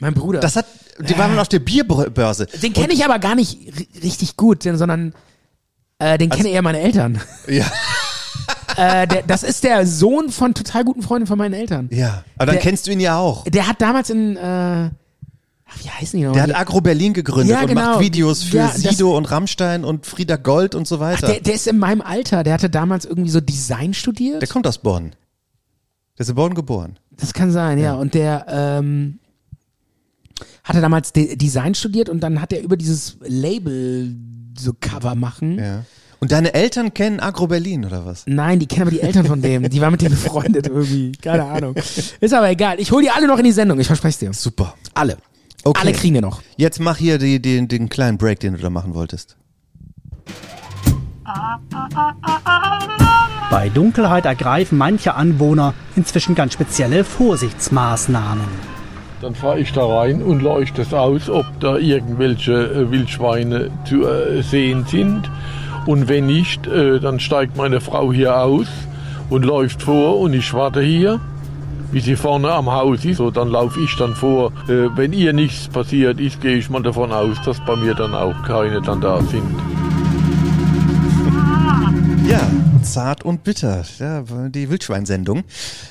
C: Mein Bruder.
B: das hat, die waren auf der Bierbörse.
C: Den kenne ich aber gar nicht ri- richtig gut, denn- sondern äh, den kennen eher meine Eltern.
B: Also Ja.
C: äh, der, das ist der Sohn von total guten Freunden von meinen Eltern.
B: Ja, aber dann
C: Der-
B: kennst du ihn ja auch.
C: Der hat damals in, äh, ach, wie heißen die noch?
B: Der hat Agro Berlin gegründet
C: Ja,
B: und macht
C: genau.
B: Videos für
C: Ja, das-
B: Sido und Rammstein und Frieda Gold und so
C: ach,
B: weiter.
C: der,
B: der,
C: der ist in meinem Alter. Der hatte damals irgendwie so Design studiert.
B: kommt aus Bonn. Der ist in Bonn geboren.
C: Das kann sein, ja. Und der, ähm, hat er damals De Design studiert und dann hat er über dieses Label so Cover machen.
B: Ja. Und deine Eltern kennen Agro Berlin oder was?
C: Nein, die kennen aber die Eltern von dem. Die waren mit dem befreundet irgendwie. Keine Ahnung. Ist aber egal. Ich hol die alle noch in die Sendung. Ich verspreche dir.
B: Super.
C: Alle.
B: Okay.
C: Alle kriegen wir noch.
B: Jetzt mach hier die, den- den kleinen Break, den du da machen wolltest.
G: Bei Dunkelheit ergreifen manche Anwohner inzwischen ganz spezielle Vorsichtsmaßnahmen.
H: Dann fahre ich da rein und leuchte es aus, ob da irgendwelche äh, Wildschweine zu äh, sehen sind. Und wenn nicht, äh, dann steigt meine Frau hier aus und läuft vor und ich warte hier, bis sie vorne am Haus ist. So, dann laufe ich dann vor. Äh, wenn ihr nichts passiert ist, gehe ich mal davon aus, dass bei mir dann auch keine dann da sind.
B: Ja, zart und bitter. Ja, die Wildschweinsendung.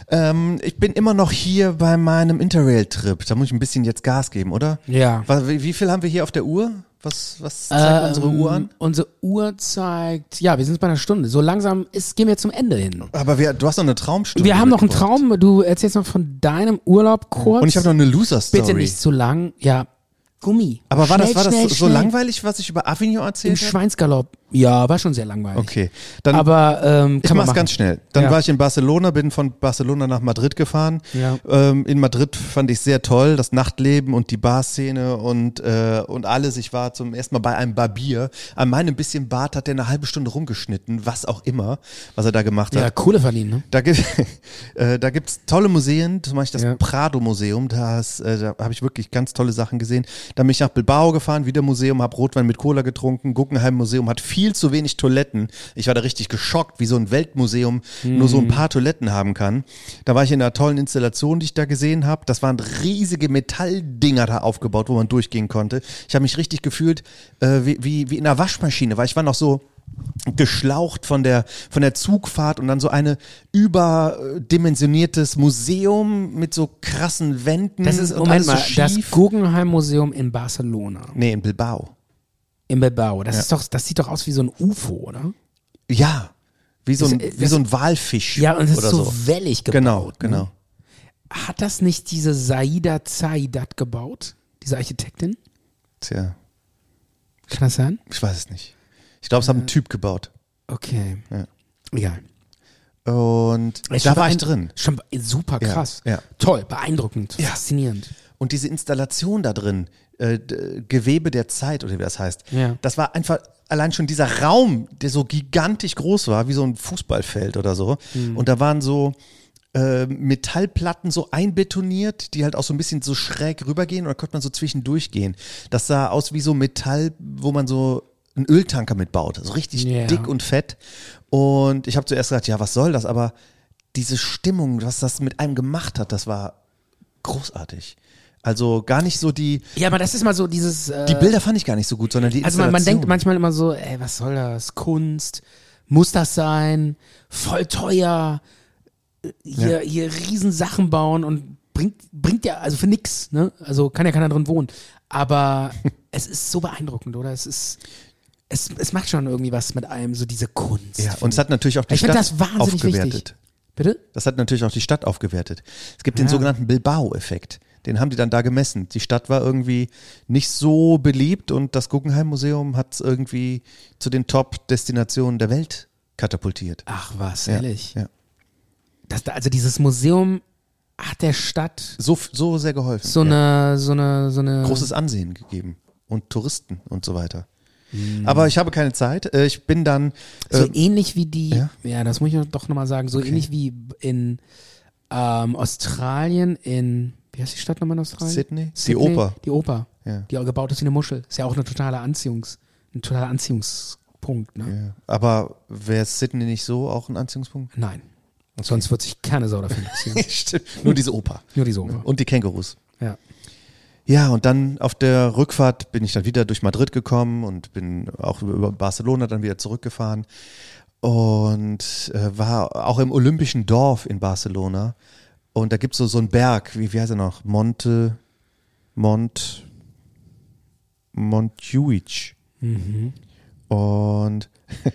B: Ähm, ich bin immer noch hier bei meinem Interrail-Trip. Da muss ich ein bisschen jetzt Gas geben, oder?
C: Ja. Ähm,
B: Was, wie, wie viel haben wir hier auf der Uhr? Was, was zeigt unsere Uhr an?
C: Unsere Uhr zeigt, ja, wir sind bei einer Stunde. So langsam ist, gehen wir zum Ende hin.
B: Aber wir, du hast noch eine Traumstunde.
C: Wir haben noch einen
B: mitgebracht.
C: Traum. Du erzählst noch von deinem Urlaub kurz.
B: Und ich habe noch eine Loser-Story.
C: Bitte nicht zu lang. Ja. Gummi.
B: Aber war das,
C: Schnell,
B: war das
C: schnell,
B: so
C: schnell.
B: langweilig, was ich über Avignon
C: Im
B: erzählt habe?
C: Schweinsgalopp. Ja, war schon sehr langweilig.
B: Okay, dann
C: Aber ähm, kann
B: ich
C: man
B: mach's
C: machen.
B: ganz schnell. Dann
C: Ja.
B: war ich in Barcelona, bin von Barcelona nach Madrid gefahren.
C: Ja.
B: Ähm, in Madrid fand ich sehr toll, das Nachtleben und die Barszene und, äh, und alles. Ich war zum ersten Mal bei einem Barbier. An meinem bisschen Bart hat der eine halbe Stunde rumgeschnitten, was auch immer, was er da gemacht hat.
C: Ja, Kohle verdienen, ne?
B: Da gibt äh, da gibt's tolle Museen, zum Beispiel das
C: Ja.
B: Prado-Museum, das, äh, da habe ich wirklich ganz tolle Sachen gesehen. Dann bin ich nach Bilbao gefahren, wieder Museum, habe Rotwein mit Cola getrunken. Guggenheim-Museum hat viel zu wenig Toiletten. Ich war da richtig geschockt, wie so ein Weltmuseum nur so ein paar Toiletten haben kann. Da war ich in einer tollen Installation, die ich da gesehen habe. Das waren riesige Metalldinger da aufgebaut, wo man durchgehen konnte. Ich habe mich richtig gefühlt äh, wie, wie, wie in einer Waschmaschine, weil ich war noch so geschlaucht von der von der Zugfahrt und dann so eine überdimensioniertes Museum mit so krassen Wänden
C: Das ist,
B: und
C: Hm, Moment
B: alles
C: mal,
B: so schief.
C: das Guggenheim-Museum in Barcelona,
B: nee, in Bilbao.
C: in Bilbao, das, ist doch, das sieht doch aus wie so ein UFO, oder?
B: Ja, wie so ein
C: Das-
B: wie so ein Walfisch
C: Ja, und es ist
B: oder
C: so,
B: so.
C: wellig gebaut.
B: Genau, genau.
C: Ne? Hat das nicht diese Saida Zaidat gebaut, diese Architektin?
B: Tja,
C: Kann das sein?
B: ich weiß es nicht. Ich glaube, es hat ein Typ gebaut.
C: Okay.
B: Ja.
C: Egal.
B: Und da war ich drin.
C: Schon be- super
B: Ja,
C: krass.
B: ja.
C: Toll, beeindruckend, faszinierend.
B: Und diese Installation da drin, äh, d- Gewebe der Zeit oder wie das heißt,
C: Ja.
B: das war einfach allein schon dieser Raum, der so gigantisch groß war, wie so ein Fußballfeld oder so. Und da waren so äh, Metallplatten so einbetoniert, die halt auch so ein bisschen so schräg rübergehen oder konnte man so zwischendurch gehen. Das sah aus wie so Metall, wo man so einen Öltanker mitbaut, so richtig
C: Ja.
B: dick und fett. Und ich habe zuerst gedacht, ja, was soll das? Aber diese Stimmung, was das mit einem gemacht hat, das war großartig. Also gar nicht so die,
C: Ja, aber das ist mal so dieses. Äh,
B: die Bilder fand ich gar nicht so gut, sondern die
C: Also man, man denkt
B: Installation.
C: manchmal immer so, ey, was soll das? Kunst, muss das sein? Voll teuer, hier, hier riesen Sachen bauen und bringt, bringt ja, also für nix, ne? Also kann ja keiner drin wohnen. Aber es ist so beeindruckend, oder? Es ist, es, es macht schon irgendwie was mit einem, so diese Kunst.
B: Ja, und es hat natürlich auch die
C: ich
B: Stadt
C: finde das wahnsinnig
B: aufgewertet.
C: wichtig. Bitte?
B: Das hat natürlich auch die Stadt aufgewertet. Es gibt den sogenannten Bilbao-Effekt. Den haben die dann da gemessen. Die Stadt war irgendwie nicht so beliebt und das Guggenheim-Museum hat es irgendwie zu den Top-Destinationen der Welt katapultiert.
C: Ach was,
B: Ja,
C: ehrlich.
B: Ja.
C: Das, da- also dieses Museum hat der Stadt
B: So, so sehr geholfen.
C: so
B: ja.
C: eine, so eine, so eine.
B: großes Ansehen gegeben. Und Touristen und so weiter. Aber ich habe keine Zeit. Äh, Ich bin dann.
C: Hm. So
B: äh,
C: ähnlich wie die, ja?
B: ja?
C: das muss ich doch nochmal sagen, so ähnlich wie in ähm, Australien, in, wie heißt die Stadt nochmal in Australien?
B: Sydney? Die Oper.
C: Die Oper,
B: Ja.
C: die auch gebaut ist wie eine Muschel. Ist ja auch eine totale Anziehungs, ein totaler Anziehungspunkt, ne?
B: Ja. Aber wäre Sydney nicht so auch ein Anziehungspunkt?
C: Nein. Sonst wird sich keine Sau dafür interessieren.
B: Stimmt. Nur diese Oper.
C: Nur diese Oper.
B: Und die Kängurus.
C: ja.
B: Ja, und dann auf der Rückfahrt bin ich dann wieder durch Madrid gekommen und bin auch über- über Barcelona dann wieder zurückgefahren und äh, war auch im Olympischen Dorf in Barcelona. Und da gibt's so, so einen Berg, wie, wie heißt er noch? Monte, Mont, Montjuic. Und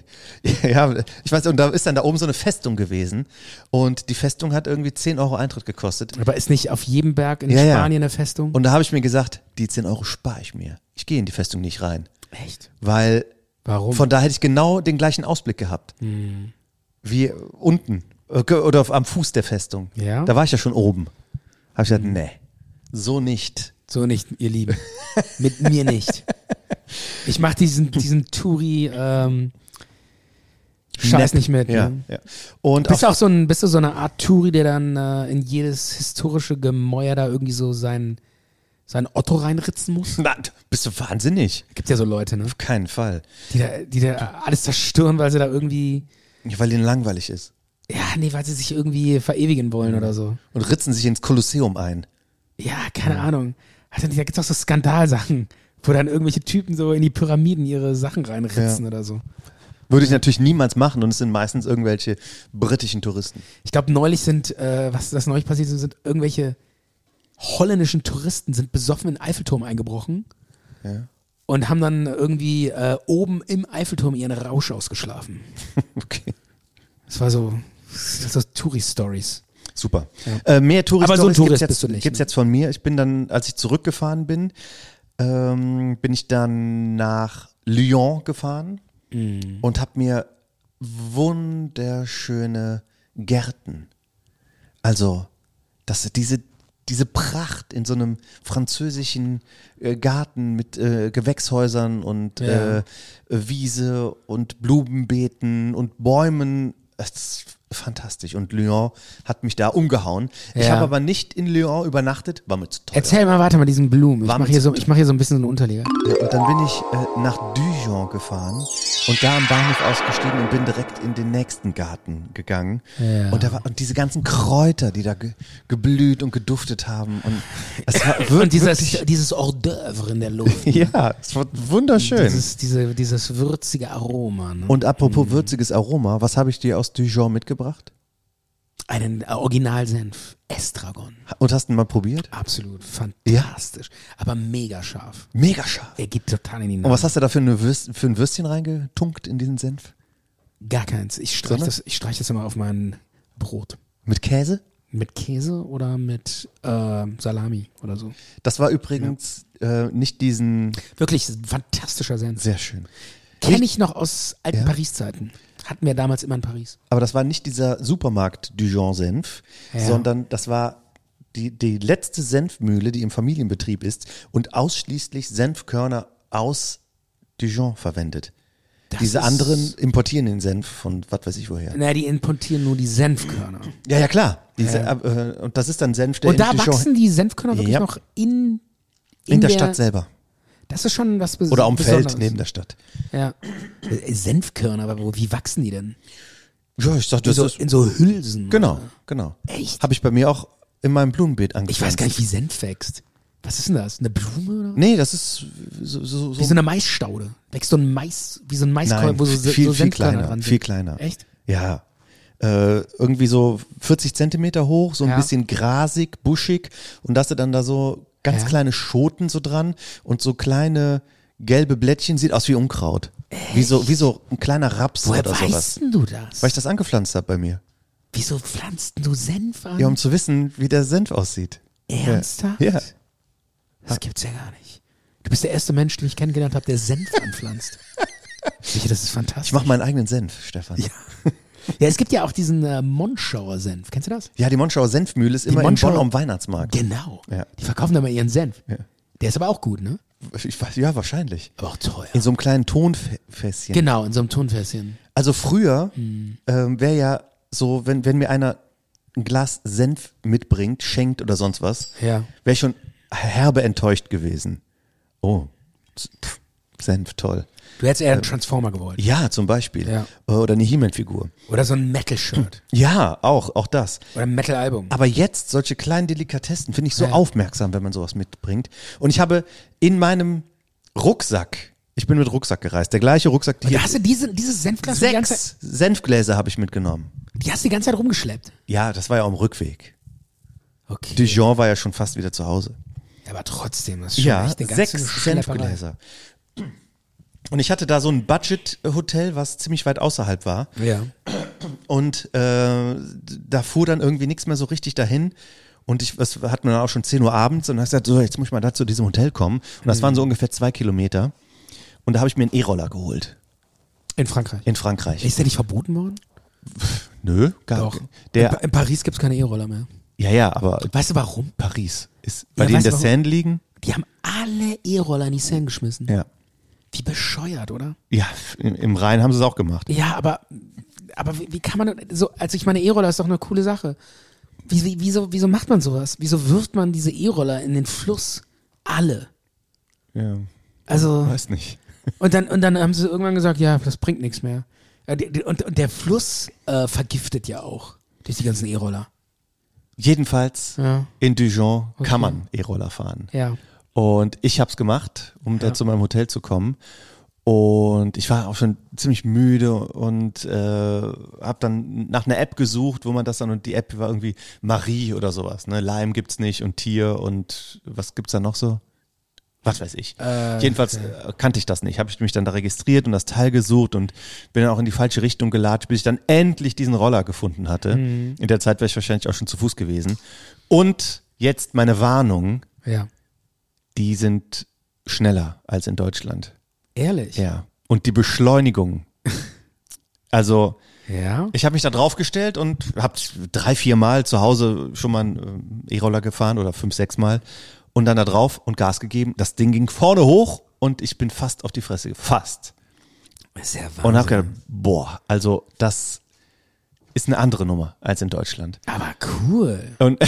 B: ja, ich weiß, und da ist dann da oben so eine Festung gewesen. Und die Festung hat irgendwie 10 Euro Eintritt gekostet.
C: Aber ist nicht auf jedem Berg in
B: Ja, ja.
C: Spanien eine Festung?
B: Und da habe ich mir gesagt, die 10 Euro spare ich mir. Ich gehe in die Festung nicht rein.
C: Echt?
B: Weil
C: Warum? Mhm.
B: von da hätte ich genau den gleichen Ausblick gehabt. Wie unten. äh, Oder auf- am Fuß der Festung.
C: Ja. Mhm.
B: Da war ich ja schon oben. Habe ich gesagt, nee, so nicht.
C: so nicht, ihr Lieben. Mit mir nicht. Ich mach diesen, diesen Touri, ähm, Scheiß
B: Nepp.
C: nicht mit.
B: Ja,
C: Ne?
B: ja. Und
C: Bist
B: auch,
C: du auch so ein, bist du so eine Art Touri, der dann äh, in jedes historische Gemäuer da irgendwie so sein, sein Otto reinritzen muss?
B: na, bist du wahnsinnig?
C: Gibt ja so Leute, ne?
B: Auf keinen Fall.
C: Die da, die da alles zerstören, weil sie da irgendwie,
B: Ja, weil ihnen langweilig ist.
C: ja, nee, weil sie sich irgendwie verewigen wollen oder so.
B: Und ritzen sich ins Kolosseum ein.
C: Ja, keine Ahnung. Also, da gibt's auch so Skandalsachen, wo dann irgendwelche Typen so in die Pyramiden ihre Sachen reinritzen
B: Ja.
C: oder so.
B: Würde
C: Mhm.
B: ich natürlich niemals machen und es sind meistens irgendwelche britischen Touristen.
C: Ich glaube, neulich sind, äh, was das neulich passiert ist, sind irgendwelche holländischen Touristen sind besoffen in den Eiffelturm eingebrochen
B: Ja.
C: und haben dann irgendwie äh, oben im Eiffelturm ihren Rausch ausgeschlafen.
B: Okay.
C: Das war so, das sind so Touri-Stories.
B: Super. Äh, mehr Tourist
C: Aber so ein
B: Stories
C: Tourist
B: gibt's
C: bist
B: jetzt,
C: du nicht,
B: Gibt's
C: ne?
B: jetzt von mir. Ich bin dann, als ich zurückgefahren bin, ähm, bin ich dann nach Lyon gefahren
C: Mhm.
B: und habe mir wunderschöne Gärten. Also, das, diese, diese Pracht in so einem französischen äh, Garten mit äh, Gewächshäusern und
C: Ja.
B: äh, Wiese und Blumenbeeten und Bäumen. Das ist fantastisch. Und Lyon hat mich da umgehauen. Ich
C: Ja.
B: habe aber nicht in Lyon übernachtet, war mir zu teuer.
C: Erzähl mal weiter mit diesen Blumen. Ich
B: War
C: mache
B: mit
C: hier,
B: so-
C: so, ich mach hier so ein bisschen so eine Unterleger.
B: Und dann bin ich äh, nach Dijon gefahren und da am Bahnhof ausgestiegen und bin direkt in den nächsten Garten gegangen.
C: Ja.
B: Und da war und diese ganzen Kräuter, die da ge, geblüht und geduftet haben und es war wir-
C: Und dieses,
B: wirklich,
C: dieses Hors d'oeuvre in der Luft.
B: ja, es war wunderschön.
C: Dieses, diese, dieses würzige Aroma. Ne?
B: und apropos würziges Aroma, was habe ich dir aus Dijon mitgebracht?
C: Einen Originalsenf. Estragon.
B: Und hast du ihn mal probiert?
C: Absolut fantastisch. Aber mega scharf.
B: Mega scharf.
C: Er geht total in die
B: Und
C: Nase.
B: was hast du da für, eine Würst, für ein Würstchen reingetunkt in diesen Senf?
C: Gar keins. Ich streiche
B: Sondern?
C: das, ich streich das immer auf mein Brot.
B: Mit Käse?
C: Mit Käse oder mit äh, Salami oder so.
B: Das war übrigens äh, nicht diesen
C: Wirklich ein fantastischer Senf.
B: sehr schön.
C: Kenne ich noch aus alten
B: Ja?
C: Paris-Zeiten. Hatten wir damals immer in Paris.
B: Aber das war nicht dieser Supermarkt Dijon-Senf,
C: Ja.
B: sondern das war die, die letzte Senfmühle, die im Familienbetrieb ist und ausschließlich Senfkörner aus Dijon verwendet.
C: Das
B: Diese
C: ist-
B: anderen importieren den Senf von was weiß ich woher.
C: Naja, die importieren nur die Senfkörner.
B: Ja, ja, klar. Diese, Äh, und das ist dann Senf, der
C: Und da
B: in Dijon
C: wachsen die Senfkörner wirklich
B: Ja.
C: noch in,
B: in, der, Stadt selber.
C: Das ist schon was Bes
B: Oder am
C: Besonderes.
B: Feld neben der Stadt.
C: Ja. Äh, Senfkörner, aber wo, wie wachsen die denn?
B: Ja, ich dachte, das
C: In so,
B: ist.
C: Also in so Hülsen.
B: Genau, genau.
C: Echt?
B: Habe ich bei mir auch in meinem Blumenbeet
C: Ich
B: angepflanzt.
C: weiß gar nicht, wie Senf wächst. Was ist denn das? Eine Blume oder?
B: Nee, das ist so, so,
C: Wie
B: so
C: so eine maisstaude. Wächst so ein Mais, wie so ein Maiskolben,
B: Nein,
C: wo so, Se-
B: viel,
C: so
B: viel
C: Senfkörner
B: kleiner,
C: dran sind.
B: viel kleiner.
C: Echt?
B: Ja. Äh, irgendwie so 40 Zentimeter hoch, so ein
C: Ja.
B: bisschen grasig, buschig und da hast du dann da so ganz
C: Ja.
B: kleine Schoten so dran und so kleine gelbe Blättchen, sieht aus wie Unkraut. Wie so, wie so ein kleiner Raps
C: Woher
B: oder
C: weißt
B: sowas.
C: denn du das?
B: Weil ich das angepflanzt habe bei mir.
C: Wieso pflanzt du Senf an?
B: Ja, um zu wissen, wie der Senf aussieht.
C: Ernsthaft?
B: Ja.
C: Das gibt's ja gar nicht. Du bist der erste Mensch, den ich kennengelernt habe, der Senf anpflanzt. Sicher, das ist fantastisch.
B: Ich mache meinen eigenen Senf, Stefan. Ja,
C: ja, es gibt ja auch diesen äh, Monschauer Senf. Kennst du das?
B: die Monschauer Senfmühle ist immer
C: Monschauer-
B: in Bonn am Weihnachtsmarkt.
C: Genau.
B: Ja.
C: Die verkaufen da mal ihren Senf.
B: Ja.
C: Der ist aber auch gut, ne?
B: Ich weiß, ja, wahrscheinlich.
C: Aber auch teuer.
B: In so einem kleinen Tonfässchen.
C: Genau, in so einem Tonfässchen.
B: Also früher
C: Hm.
B: ähm, wäre ja so, wenn, wenn mir einer ein Glas Senf mitbringt, schenkt oder sonst was,
C: Ja.
B: wäre ich schon herbe enttäuscht gewesen. Oh, s- pff, Senf, toll.
C: Du hättest eher
B: Ähm,
C: einen Transformer gewollt.
B: Ja, zum Beispiel.
C: Ja.
B: Äh, Oder eine He-Man-Figur.
C: Oder so ein Metal-Shirt.
B: Ja, auch, auch das.
C: Oder ein Metal-Album.
B: Hm. Aber jetzt, solche kleinen Delikatessen, finde ich so
C: Ja.
B: aufmerksam, wenn man sowas mitbringt. Und ich habe in meinem Rucksack, ich bin mit Rucksack gereist, der gleiche Rucksack, die
C: Und da hast du diese, dieses Senfglas die, ganze Zeit,
B: sechs Senfgläser habe ich mitgenommen.
C: die hast du die ganze Zeit rumgeschleppt.
B: Ja, das war ja am Rückweg.
C: Okay.
B: Dijon war ja schon fast wieder zu Hause.
C: aber trotzdem, das ist schon echt eine ganze
B: sechs
C: Schlepperei.
B: Senfgläser. Und ich hatte da so ein Budget-Hotel, was ziemlich weit außerhalb war.
C: Ja.
B: Und äh, da fuhr dann irgendwie nichts mehr so richtig dahin. Und ich, was hatten wir dann auch schon 10 Uhr abends und dann hab ich gesagt, so, jetzt muss ich mal da zu diesem Hotel kommen. Und
C: Mhm.
B: das waren so ungefähr zwei Kilometer. Und da habe ich mir einen E-Roller geholt
C: In Frankreich.
B: in Frankreich.
C: Ist der nicht verboten worden?
B: Nö, gar
C: Doch. Äh, in,
B: Äh, Der,
C: Pa- in Paris gibt es keine E-Roller mehr.
B: ja, ja, aber
C: Weißt du warum?
B: Paris ist bei
C: Ja,
B: denen
C: weißt du,
B: der
C: warum-
B: Sand liegen.
C: Die haben alle E-Roller in die Seine geschmissen.
B: Ja.
C: Wie bescheuert, oder?
B: Ja, im- im Rhein haben sie es auch gemacht.
C: Ja, aber, aber wie, wie kann man so, also ich meine, E-Roller ist doch eine coole Sache. Wie, wie, wieso, wieso macht man sowas? Wieso wirft man diese E-Roller in den Fluss? Alle.
B: Ja,
C: Also,
B: weiß nicht.
C: und dann, und dann haben sie irgendwann gesagt, ja, das bringt nichts mehr. Äh, die- die- Und, und der Fluss äh, vergiftet ja auch durch die ganzen E-Roller.
B: Jedenfalls
C: Ja.
B: in Dijon kann man E-Roller fahren.
C: Ja.
B: Und ich habe es gemacht, um da zu meinem Hotel zu kommen. Und ich war auch schon ziemlich müde und äh, habe dann nach einer App gesucht, wo man das dann und die App war irgendwie Marie oder sowas. Ne? Lime gibt's nicht und Tier und was gibt's da noch so? Was weiß ich. Jedenfalls äh, kannte ich das nicht. Habe ich mich dann da registriert und das Teil gesucht und bin dann auch in die falsche Richtung gelatscht, bis ich dann endlich diesen Roller gefunden hatte. In der Zeit wäre ich wahrscheinlich auch schon zu Fuß gewesen. Und jetzt meine Warnung
C: Ja.
B: die sind schneller als in Deutschland.
C: Ehrlich?
B: Ja. Und die Beschleunigung. Also,
C: Ja.
B: ich habe mich da draufgestellt und habe drei, vier Mal zu Hause schon mal einen ähm, E-Roller gefahren oder fünf, sechs Mal und dann da drauf und Gas gegeben. Das Ding ging vorne hoch und ich bin fast auf die Fresse. ge- Fast.
C: Ist ja Wahnsinn.
B: Und habe gedacht, boah, also das ist eine andere Nummer als in Deutschland.
C: aber cool.
B: Und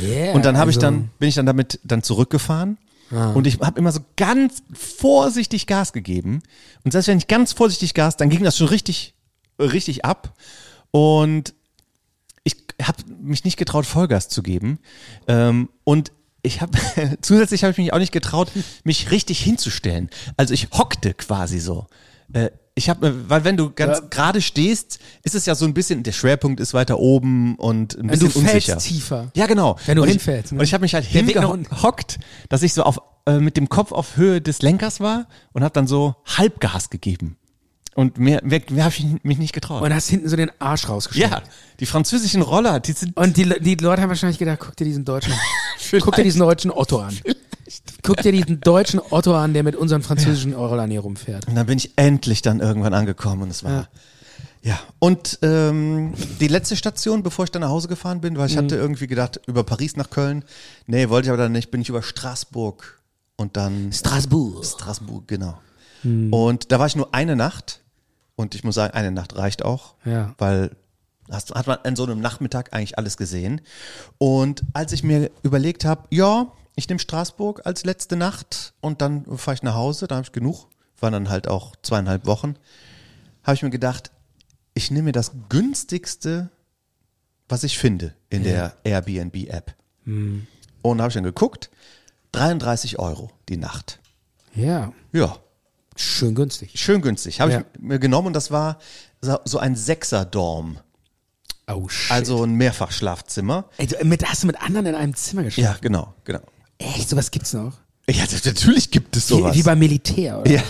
C: Yeah,
B: Und dann habe ich
C: also- Ah.
B: dann bin ich dann damit dann zurückgefahren und ich habe immer so ganz vorsichtig Gas gegeben und selbst wenn ich ganz vorsichtig Gas, dann ging das schon richtig richtig ab und ich habe mich nicht getraut Vollgas zu geben ähm, und ich habe zusätzlich habe ich mich auch nicht getraut mich richtig hinzustellen. Also ich hockte quasi so. Äh, ich habe, weil wenn du ganz gerade stehst, ist es ja so ein bisschen, der Schwerpunkt ist weiter oben und ein
C: Also
B: bisschen
C: du fällst
B: unsicher.
C: tiefer.
B: Ja, genau.
C: Wenn du
B: und
C: hinfällst,
B: Ich,
C: ne?
B: Und ich habe mich halt
C: Der Weg nach unten.
B: hingehockt, dass ich so auf, äh, mit dem Kopf auf Höhe des Lenkers war und habe dann so Halbgas gegeben. Und mehr, mehr, mehr habe ich mich nicht getraut.
C: Und hast hinten so den Arsch rausgeschickt.
B: ja, die französischen Roller, die sind
C: Und die, Le- die Leute haben wahrscheinlich gedacht, guck dir diesen deutschen, guck dir diesen deutschen Otto an. Guck dir diesen deutschen Otto an, der mit unseren französischen Rollern hier rumfährt.
B: Und dann bin ich endlich dann irgendwann angekommen und es war. Ja, und ähm, die letzte Station, bevor ich dann nach Hause gefahren bin, weil
C: Mhm.
B: ich hatte irgendwie gedacht, über Paris nach Köln. Nee, wollte ich aber dann nicht, bin ich über Straßburg und dann
C: Straßburg. Mhm.
B: Straßburg, genau. Und da war ich nur eine Nacht und ich muss sagen, eine Nacht reicht auch,
C: Ja.
B: weil hast, hat man an so einem Nachmittag eigentlich alles gesehen. Und als ich mir überlegt habe, ja, ich nehme Straßburg als letzte Nacht und dann fahre ich nach Hause, da habe ich genug, waren dann halt auch zweieinhalb Wochen, habe ich mir gedacht, ich nehme mir das günstigste, was ich finde in der Airbnb-App.
C: Hm.
B: Und da habe ich dann geguckt, 33 Euro die Nacht.
C: Ja,
B: Ja,
C: schön günstig.
B: schön günstig. Habe
C: Ja.
B: ich mir genommen und das war so so ein Sechser-Dorm.
C: Oh, shit.
B: Also ein Mehrfachschlafzimmer.
C: Ey, du, mit, hast du mit anderen in einem Zimmer geschlafen?
B: Ja, genau, genau.
C: Echt, sowas gibt's noch?
B: Ja, das- natürlich gibt es
C: Wie,
B: sowas.
C: wie beim Militär, oder?
B: Ja.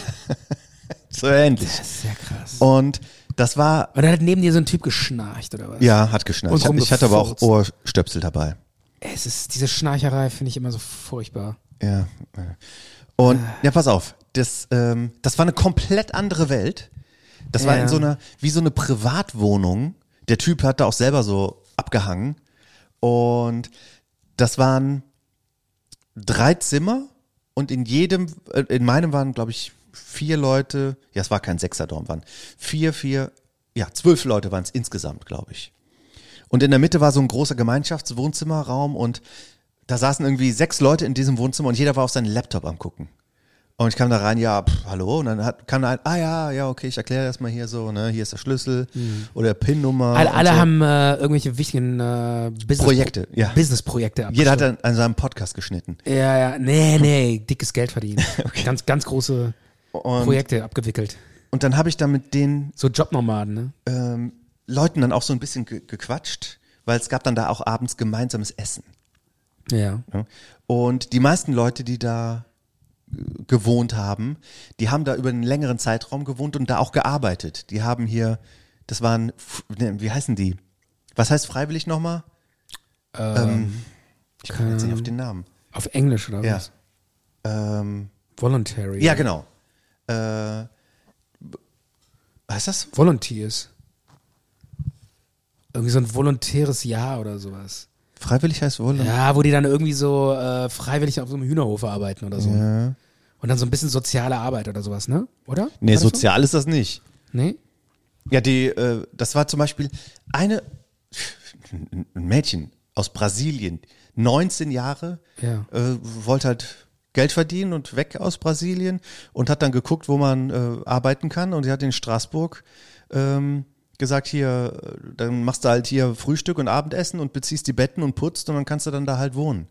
B: so ähnlich.
C: Das ist ja krass.
B: Und das war,
C: Und dann hat neben dir so ein Typ geschnarcht, oder was?
B: ja, hat geschnallt.
C: Und
B: Ich, hab- ich hatte aber auch Ohrstöpsel dabei.
C: Es ist, diese Schnarcherei finde ich immer so furchtbar.
B: Ja. äh. Und ja, pass auf, das, ähm, das war eine komplett andere Welt. Das war
C: Ja.
B: in so einer, wie so eine Privatwohnung. Der Typ hat da auch selber so abgehangen. Und das waren drei Zimmer und in jedem, äh, in meinem waren, glaube ich, vier Leute, ja, es war kein Sechserdorm, waren vier, vier, ja, zwölf Leute waren es insgesamt, glaube ich. Und in der Mitte war so ein großer Gemeinschaftswohnzimmerraum und da saßen irgendwie sechs Leute in diesem Wohnzimmer und jeder war auf seinen Laptop am gucken. Und ich kam da rein, ja, pff, hallo. Und dann hat, kam da ein, ah ja, ja, okay, ich erkläre das mal hier so, ne, hier ist der Schlüssel oder PIN-Nummer.
C: Mhm. Alle,
B: und
C: alle
B: so.
C: haben äh, irgendwelche wichtigen äh, Business
B: Projekte, ja.
C: Businessprojekte
B: Jeder hat
C: abgeschlossen.
B: an, an seinem Podcast geschnitten.
C: Ja, ja, nee, nee, dickes Geld verdient. Ganz, ganz große
B: Und,
C: Projekte abgewickelt.
B: und dann habe ich da mit den
C: So Jobnomaden, ne?
B: ähm, Leuten dann auch so ein bisschen ge gequatscht, weil es gab dann da auch abends gemeinsames Essen.
C: Ja.
B: Ja? Und die meisten Leute, die da äh, gewohnt haben, die haben da über einen längeren Zeitraum gewohnt und da auch gearbeitet. Die haben hier, das waren, F- ne, wie heißen die? Was heißt freiwillig nochmal? Ähm, ich komme jetzt nicht auf den Namen.
C: Auf Englisch oder
B: Ja.
C: was?
B: Ähm,
C: Voluntary.
B: ja, genau. Äh, heißt das so?
C: Volunteers. Irgendwie so ein volontäres Jahr oder sowas.
B: Freiwillig heißt Wolle.
C: Ja, wo die dann irgendwie so äh, freiwillig auf so einem Hühnerhof arbeiten oder so.
B: Ja.
C: Und dann so ein bisschen soziale Arbeit oder sowas, ne? Oder?
B: Nee,
C: War das
B: sozial ist das nicht.
C: So? Nee?
B: Ja, die, äh, das war zum Beispiel eine, ein Mädchen aus Brasilien, 19 Jahre,
C: Ja.
B: äh, wollte halt Geld verdienen und weg aus Brasilien und hat dann geguckt, wo man äh, arbeiten kann und sie hat in Straßburg ähm, gesagt, hier, äh, dann machst du halt hier Frühstück und Abendessen und beziehst die Betten und putzt und dann kannst du dann da halt wohnen.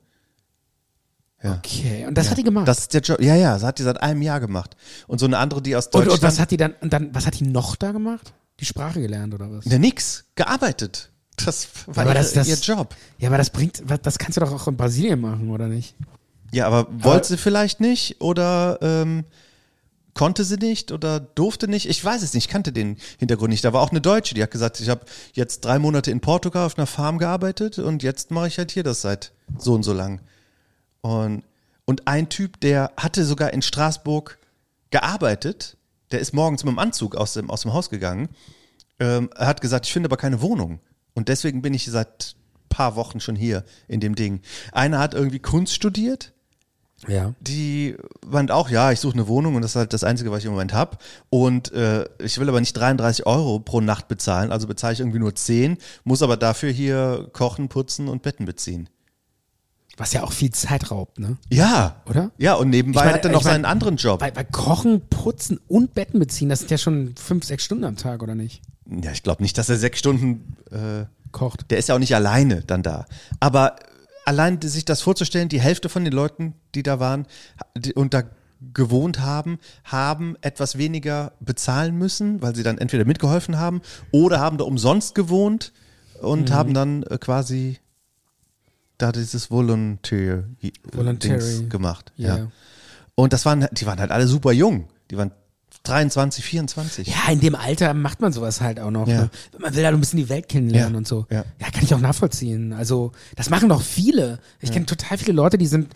C: Okay, und das hat die gemacht.
B: Das ist der Job. Ja, ja, das hat die seit einem Jahr gemacht. Und so eine andere, die aus
C: und,
B: Deutschland.
C: und was hat die dann, und dann, was hat die noch da gemacht? Die Sprache gelernt oder was?
B: Ja, nix. Gearbeitet. Das war
C: Aber das-
B: ihr,
C: das-
B: ihr Job.
C: Ja, aber das bringt, was- das kannst du doch auch in Brasilien machen, oder nicht?
B: Ja, aber wollte sie vielleicht nicht oder ähm, konnte sie nicht oder durfte nicht? Ich weiß es nicht, ich kannte den Hintergrund nicht. Da war auch eine Deutsche, die hat gesagt, ich habe jetzt drei Monate in Portugal auf einer Farm gearbeitet und jetzt mache ich halt hier das seit so und so lang. Und, und ein Typ, der hatte sogar in Straßburg gearbeitet, der ist morgens mit dem Anzug aus dem, aus dem Haus gegangen. Ähm, er hat gesagt, ich finde aber keine Wohnung. Und deswegen bin ich seit paar Wochen schon hier in dem Ding. Einer hat irgendwie Kunst studiert
C: Ja.
B: die meint auch, ja, ich suche eine Wohnung und das ist halt das Einzige, was ich im Moment habe. Und äh, ich will aber nicht 33 Euro pro Nacht bezahlen, also bezahle ich irgendwie nur 10, muss aber dafür hier kochen, putzen und Betten beziehen.
C: Was ja auch viel Zeit raubt, ne?
B: Ja.
C: Oder?
B: Ja, und nebenbei
C: Ich meine,
B: hat er noch
C: ich meine-
B: seinen anderen Job.
C: Weil, weil Kochen, Putzen und Betten beziehen, das sind ja schon fünf, sechs Stunden am Tag, oder nicht?
B: Ja, ich glaube nicht, dass er sechs Stunden, äh,
C: Kocht.
B: der ist ja auch nicht alleine dann da. Aber allein sich das vorzustellen, die Hälfte von den Leuten, die da waren die- und da gewohnt haben, haben etwas weniger bezahlen müssen, weil sie dann entweder mitgeholfen haben oder haben da umsonst gewohnt
C: Mhm.
B: und haben dann äh, quasi da dieses Volunteer
C: Voluntary.
B: Dings gemacht.
C: Ja.
B: Ja. Und das waren, die waren halt alle super jung. Die waren 23, 24.
C: Ja, in dem Alter macht man sowas halt auch noch.
B: Ja.
C: Ne? Man will halt ein bisschen die Welt kennenlernen
B: Ja,
C: und so.
B: ja.
C: kann ich auch nachvollziehen. Also, das machen doch viele. Ich kenne total viele Leute, die sind,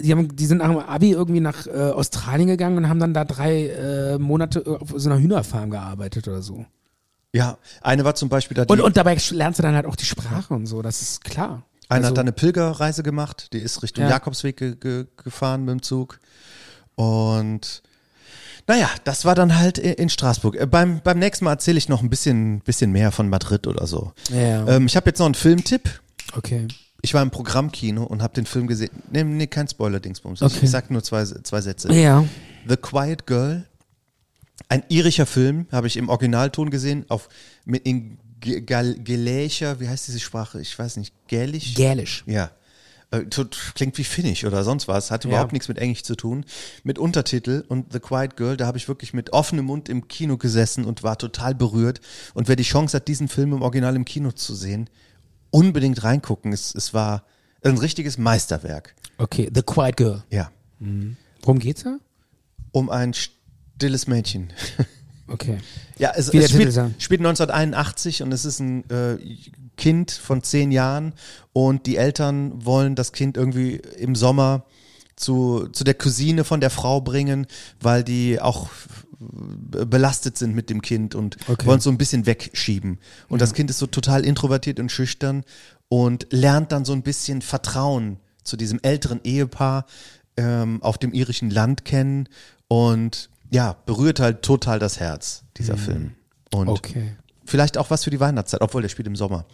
C: die, haben, die sind nach dem Abi irgendwie nach äh, Australien gegangen und haben dann da drei äh, Monate auf so einer Hühnerfarm gearbeitet oder so.
B: Ja, eine war zum Beispiel da die
C: Und, und dabei sch- lernst du dann halt auch die Sprache und so, das ist klar.
B: Einer hat
C: also,
B: da eine Pilgerreise gemacht, die ist Richtung
C: Ja.
B: Jakobsweg ge ge gefahren mit dem Zug. Und naja, das war dann halt i- in Straßburg. Äh, Beim, beim nächsten Mal erzähle ich noch ein bisschen, bisschen mehr von Madrid oder so.
C: Ja.
B: Ähm, ich habe jetzt noch einen Filmtipp.
C: Okay.
B: Ich war im Programmkino und habe den Film gesehen. Nee, nee kein Spoiler-Dingsbums.
C: Okay.
B: Ich, ich sag nur zwei, zwei Sätze.
C: Ja.
B: The Quiet Girl, ein irischer Film, habe ich im Originalton gesehen, auf mit in Ge- Gal- Galäischer, wie heißt diese Sprache? Ich weiß nicht, Gälisch?
C: Gälisch.
B: Ja. Äh, tut- Klingt wie Finnisch oder sonst was, hat überhaupt nichts mit Englisch zu tun. Mit Untertitel und The Quiet Girl, da habe ich wirklich mit offenem Mund im Kino gesessen und war total berührt. Und wer die Chance hat, diesen Film im Original im Kino zu sehen, unbedingt reingucken. Es, es war ein richtiges Meisterwerk.
C: Okay, The Quiet Girl.
B: Ja.
C: Worum geht's da?
B: Um ein stilles Mädchen.
C: Okay.
B: Ja, es,
C: Wie der
B: es spielt,
C: Titel sagt.
B: spielt 1981 und es ist ein äh, Kind von zehn Jahren und die Eltern wollen das Kind irgendwie im Sommer zu, zu der Cousine von der Frau bringen, weil die auch äh, belastet sind mit dem Kind und
C: Okay.
B: wollen es so ein bisschen wegschieben. Und
C: Mhm.
B: das Kind ist so total introvertiert und schüchtern und lernt dann so ein bisschen Vertrauen zu diesem älteren Ehepaar ähm, auf dem irischen Land kennen und ja, berührt halt total das Herz, dieser Film. Und
C: Mhm. Okay.
B: vielleicht auch was für die Weihnachtszeit, obwohl der spielt im Sommer.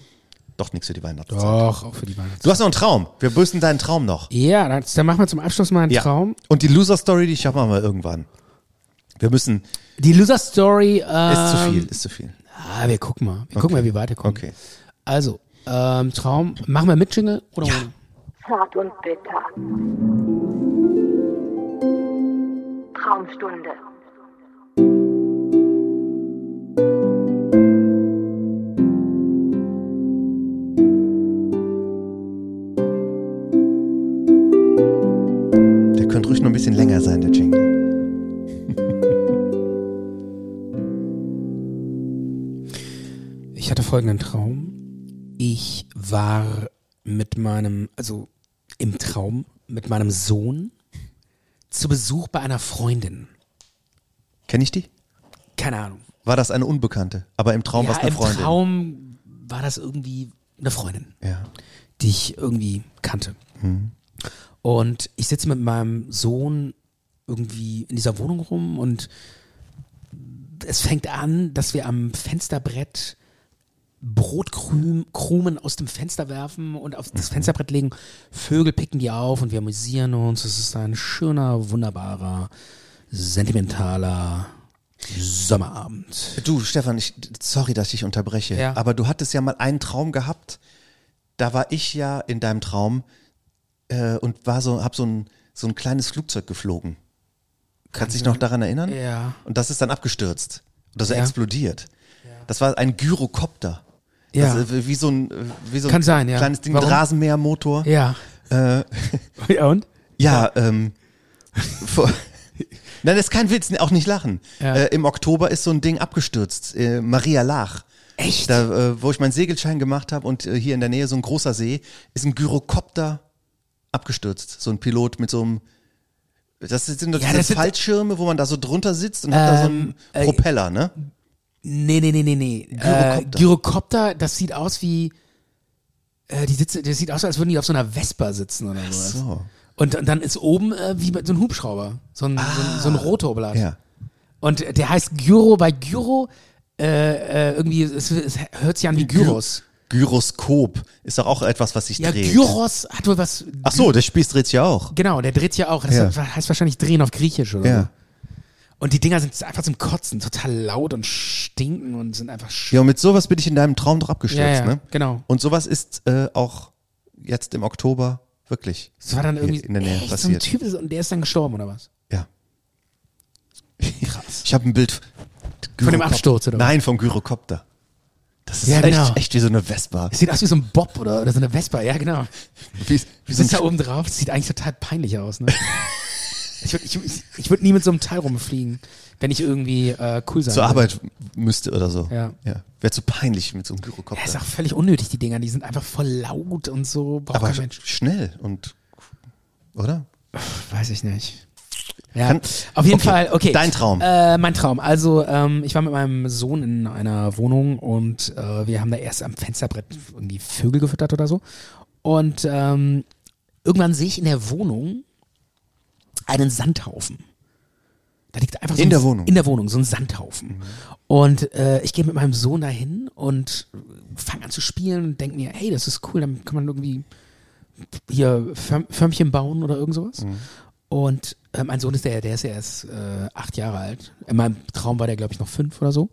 B: Doch nichts für die Weihnachtszeit.
C: Doch, auch für die Weihnachtszeit.
B: Du hast noch einen Traum. Wir büßen deinen Traum noch.
C: Ja, dann, dann machen wir zum Abschluss mal einen Traum.
B: Und die Loser-Story, die schaffen wir mal irgendwann. Wir müssen.
C: Die Loser Story. Ähm,
B: Ist zu viel, ist zu viel.
C: Ah, wir gucken mal. Wir gucken mal, wie weit wir kommen.
B: Okay.
C: Also, ähm, Traum. Machen wir mit Jingle oder ohne?
A: Zart und bitter. Traumstunde.
B: Der könnte sollte ruhig noch ein bisschen länger sein, der Jingle.
C: Ich hatte folgenden Traum. Ich war mit meinem, also im Traum, mit meinem Sohn zu Besuch bei einer Freundin.
B: Kenne ich die?
C: Keine Ahnung.
B: War das eine Unbekannte, aber im Traum war es Oh, eine
C: im
B: Freundin.
C: Traum war das irgendwie eine Freundin,
B: Ja.
C: die ich irgendwie kannte. Und ich sitze mit meinem Sohn irgendwie in dieser Wohnung rum und es fängt an, dass wir am Fensterbrett Brotkrumen aus dem Fenster werfen und auf das Fensterbrett legen. Vögel picken die auf und wir amüsieren uns. Es ist ein schöner, wunderbarer, sentimentaler Sommerabend.
B: Du, Stefan, ich, sorry, dass ich unterbreche,
C: Ja.
B: aber du hattest ja mal einen Traum gehabt. Da war ich ja in deinem Traum äh, und war so, hab so ein, so ein kleines Flugzeug geflogen. Kannst du dich noch daran erinnern?
C: Ja.
B: Und das ist dann abgestürzt oder so
C: Ja.
B: explodiert. Das war ein Gyrokopter.
C: Ja.
B: Das, äh, wie so ein, äh, wie so ein
C: Kann sein, ja.
B: kleines Ding
C: Warum?
B: mit Rasenmähermotor.
C: Ja.
B: Äh,
C: Ja, und?
B: Ja, ähm. vor, nein, das ist kein Witz, auch nicht lachen.
C: Ja.
B: Äh, Im Oktober ist so ein Ding abgestürzt. Äh, Maria Lach.
C: Echt?
B: Da, äh, wo ich meinen Segelschein gemacht habe und äh, hier in der Nähe so ein großer See, ist ein Gyrokopter abgestürzt. So ein Pilot mit so einem. Das sind doch
C: Ja, das
B: diese
C: sind-
B: Fallschirme, wo man da so drunter sitzt und hat da so einen
C: äh,
B: Propeller, ne?
C: Nee, nee, nee, nee, nee. Gyrokopter, äh,
B: Gyrokopter.
C: Gyrokopter das sieht aus wie. Äh, die sitze, das sieht aus, als würden die auf so einer Vespa sitzen oder sowas.
B: So.
C: Und, und dann ist oben äh, wie bei- so ein Hubschrauber. So ein, so ein, so ein Rotorblatt.
B: Ah. Ja.
C: Und äh, der heißt Gyro, weil Gyro äh, äh, irgendwie, es, es hört sich an wie Gyros.
B: Gyroskop ist doch auch etwas, was sich
C: Ja,
B: dreht.
C: Gyros hat wohl was.
B: Ach so, der Spieß dreht sich ja auch.
C: Genau, der dreht ja auch. Das
B: Ja.
C: heißt wahrscheinlich drehen auf Griechisch oder so.
B: Ja.
C: Und die Dinger sind einfach zum Kotzen, total laut und stinken und sind einfach sch
B: Ja, und mit sowas bin ich in deinem Traum doch abgestürzt, ne?
C: genau.
B: Und sowas ist äh, auch jetzt im Oktober wirklich.
C: Das war dann irgendwie
B: in der Nähe
C: echt
B: passiert.
C: so ein Typ ist- und der ist dann gestorben oder was?
B: Ja.
C: Krass.
B: Ich habe ein Bild.
C: Von dem
B: Gyrokop-
C: Absturz, oder was?
B: Nein, vom Gyrokopter. Das ist
C: Ja,
B: echt,
C: genau.
B: echt wie so eine Vespa.
C: Sieht aus wie so ein Bob oder, oder so eine Vespa, ja genau.
B: Wie, wie
C: Du sitzt da
B: so ein,
C: oben drauf, das sieht eigentlich total peinlich aus, ne? ich würde ich, ich- ich würd nie mit so einem Teil rumfliegen, wenn ich irgendwie äh, cool sein
B: zur
C: will.
B: Arbeit müsste oder so.
C: Ja.
B: ja. Wäre zu peinlich mit so einem Gyrokopter.
C: Ja, ist auch völlig unnötig, die Dinger, die sind einfach voll laut und so. Braucht
B: Aber
C: kein Mensch.
B: schnell und, oder?
C: Weiß ich nicht. Ja,
B: Kann-
C: auf jeden
B: okay,
C: Fall, okay.
B: dein Traum.
C: Äh, mein Traum. Also, ähm, ich war mit meinem Sohn in einer Wohnung und äh, wir haben da erst am Fensterbrett irgendwie Vögel gefüttert oder so. Und ähm, irgendwann sehe ich in der Wohnung einen Sandhaufen. Da liegt einfach so
B: In
C: ein,
B: der Wohnung?
C: In der Wohnung, so ein Sandhaufen. Und äh, ich gehe mit meinem Sohn dahin und fange an zu spielen und denke mir, hey, das ist cool, dann kann man irgendwie hier Förm Förmchen bauen oder irgend sowas. Und äh, mein Sohn ist der, der ist ja erst äh, acht Jahre alt. In meinem Traum war der, glaube ich, noch fünf oder so.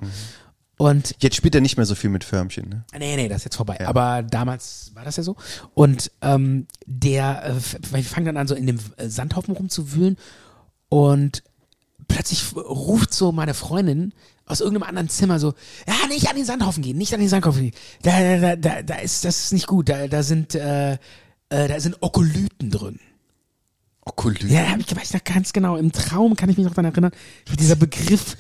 C: Und
B: Jetzt spielt er nicht mehr so viel mit Förmchen, ne?
C: nee, nee, das ist jetzt vorbei. Aber damals war das ja so. Und ähm, der, äh, f- wir fangen dann an, so in dem äh, Sandhaufen rumzuwühlen. Und plötzlich ruft so meine Freundin aus irgendeinem anderen Zimmer so, ja, nicht an den Sandhaufen gehen, nicht an den Sandhaufen gehen. Da, da, da, da, da ist, das ist nicht gut. Da, da sind, äh, äh, da sind Okolyten drin.
B: Okolyt.
C: Ja, da hab ich, weiß ich noch ganz genau. Im Traum kann ich mich noch daran erinnern, wie dieser Begriff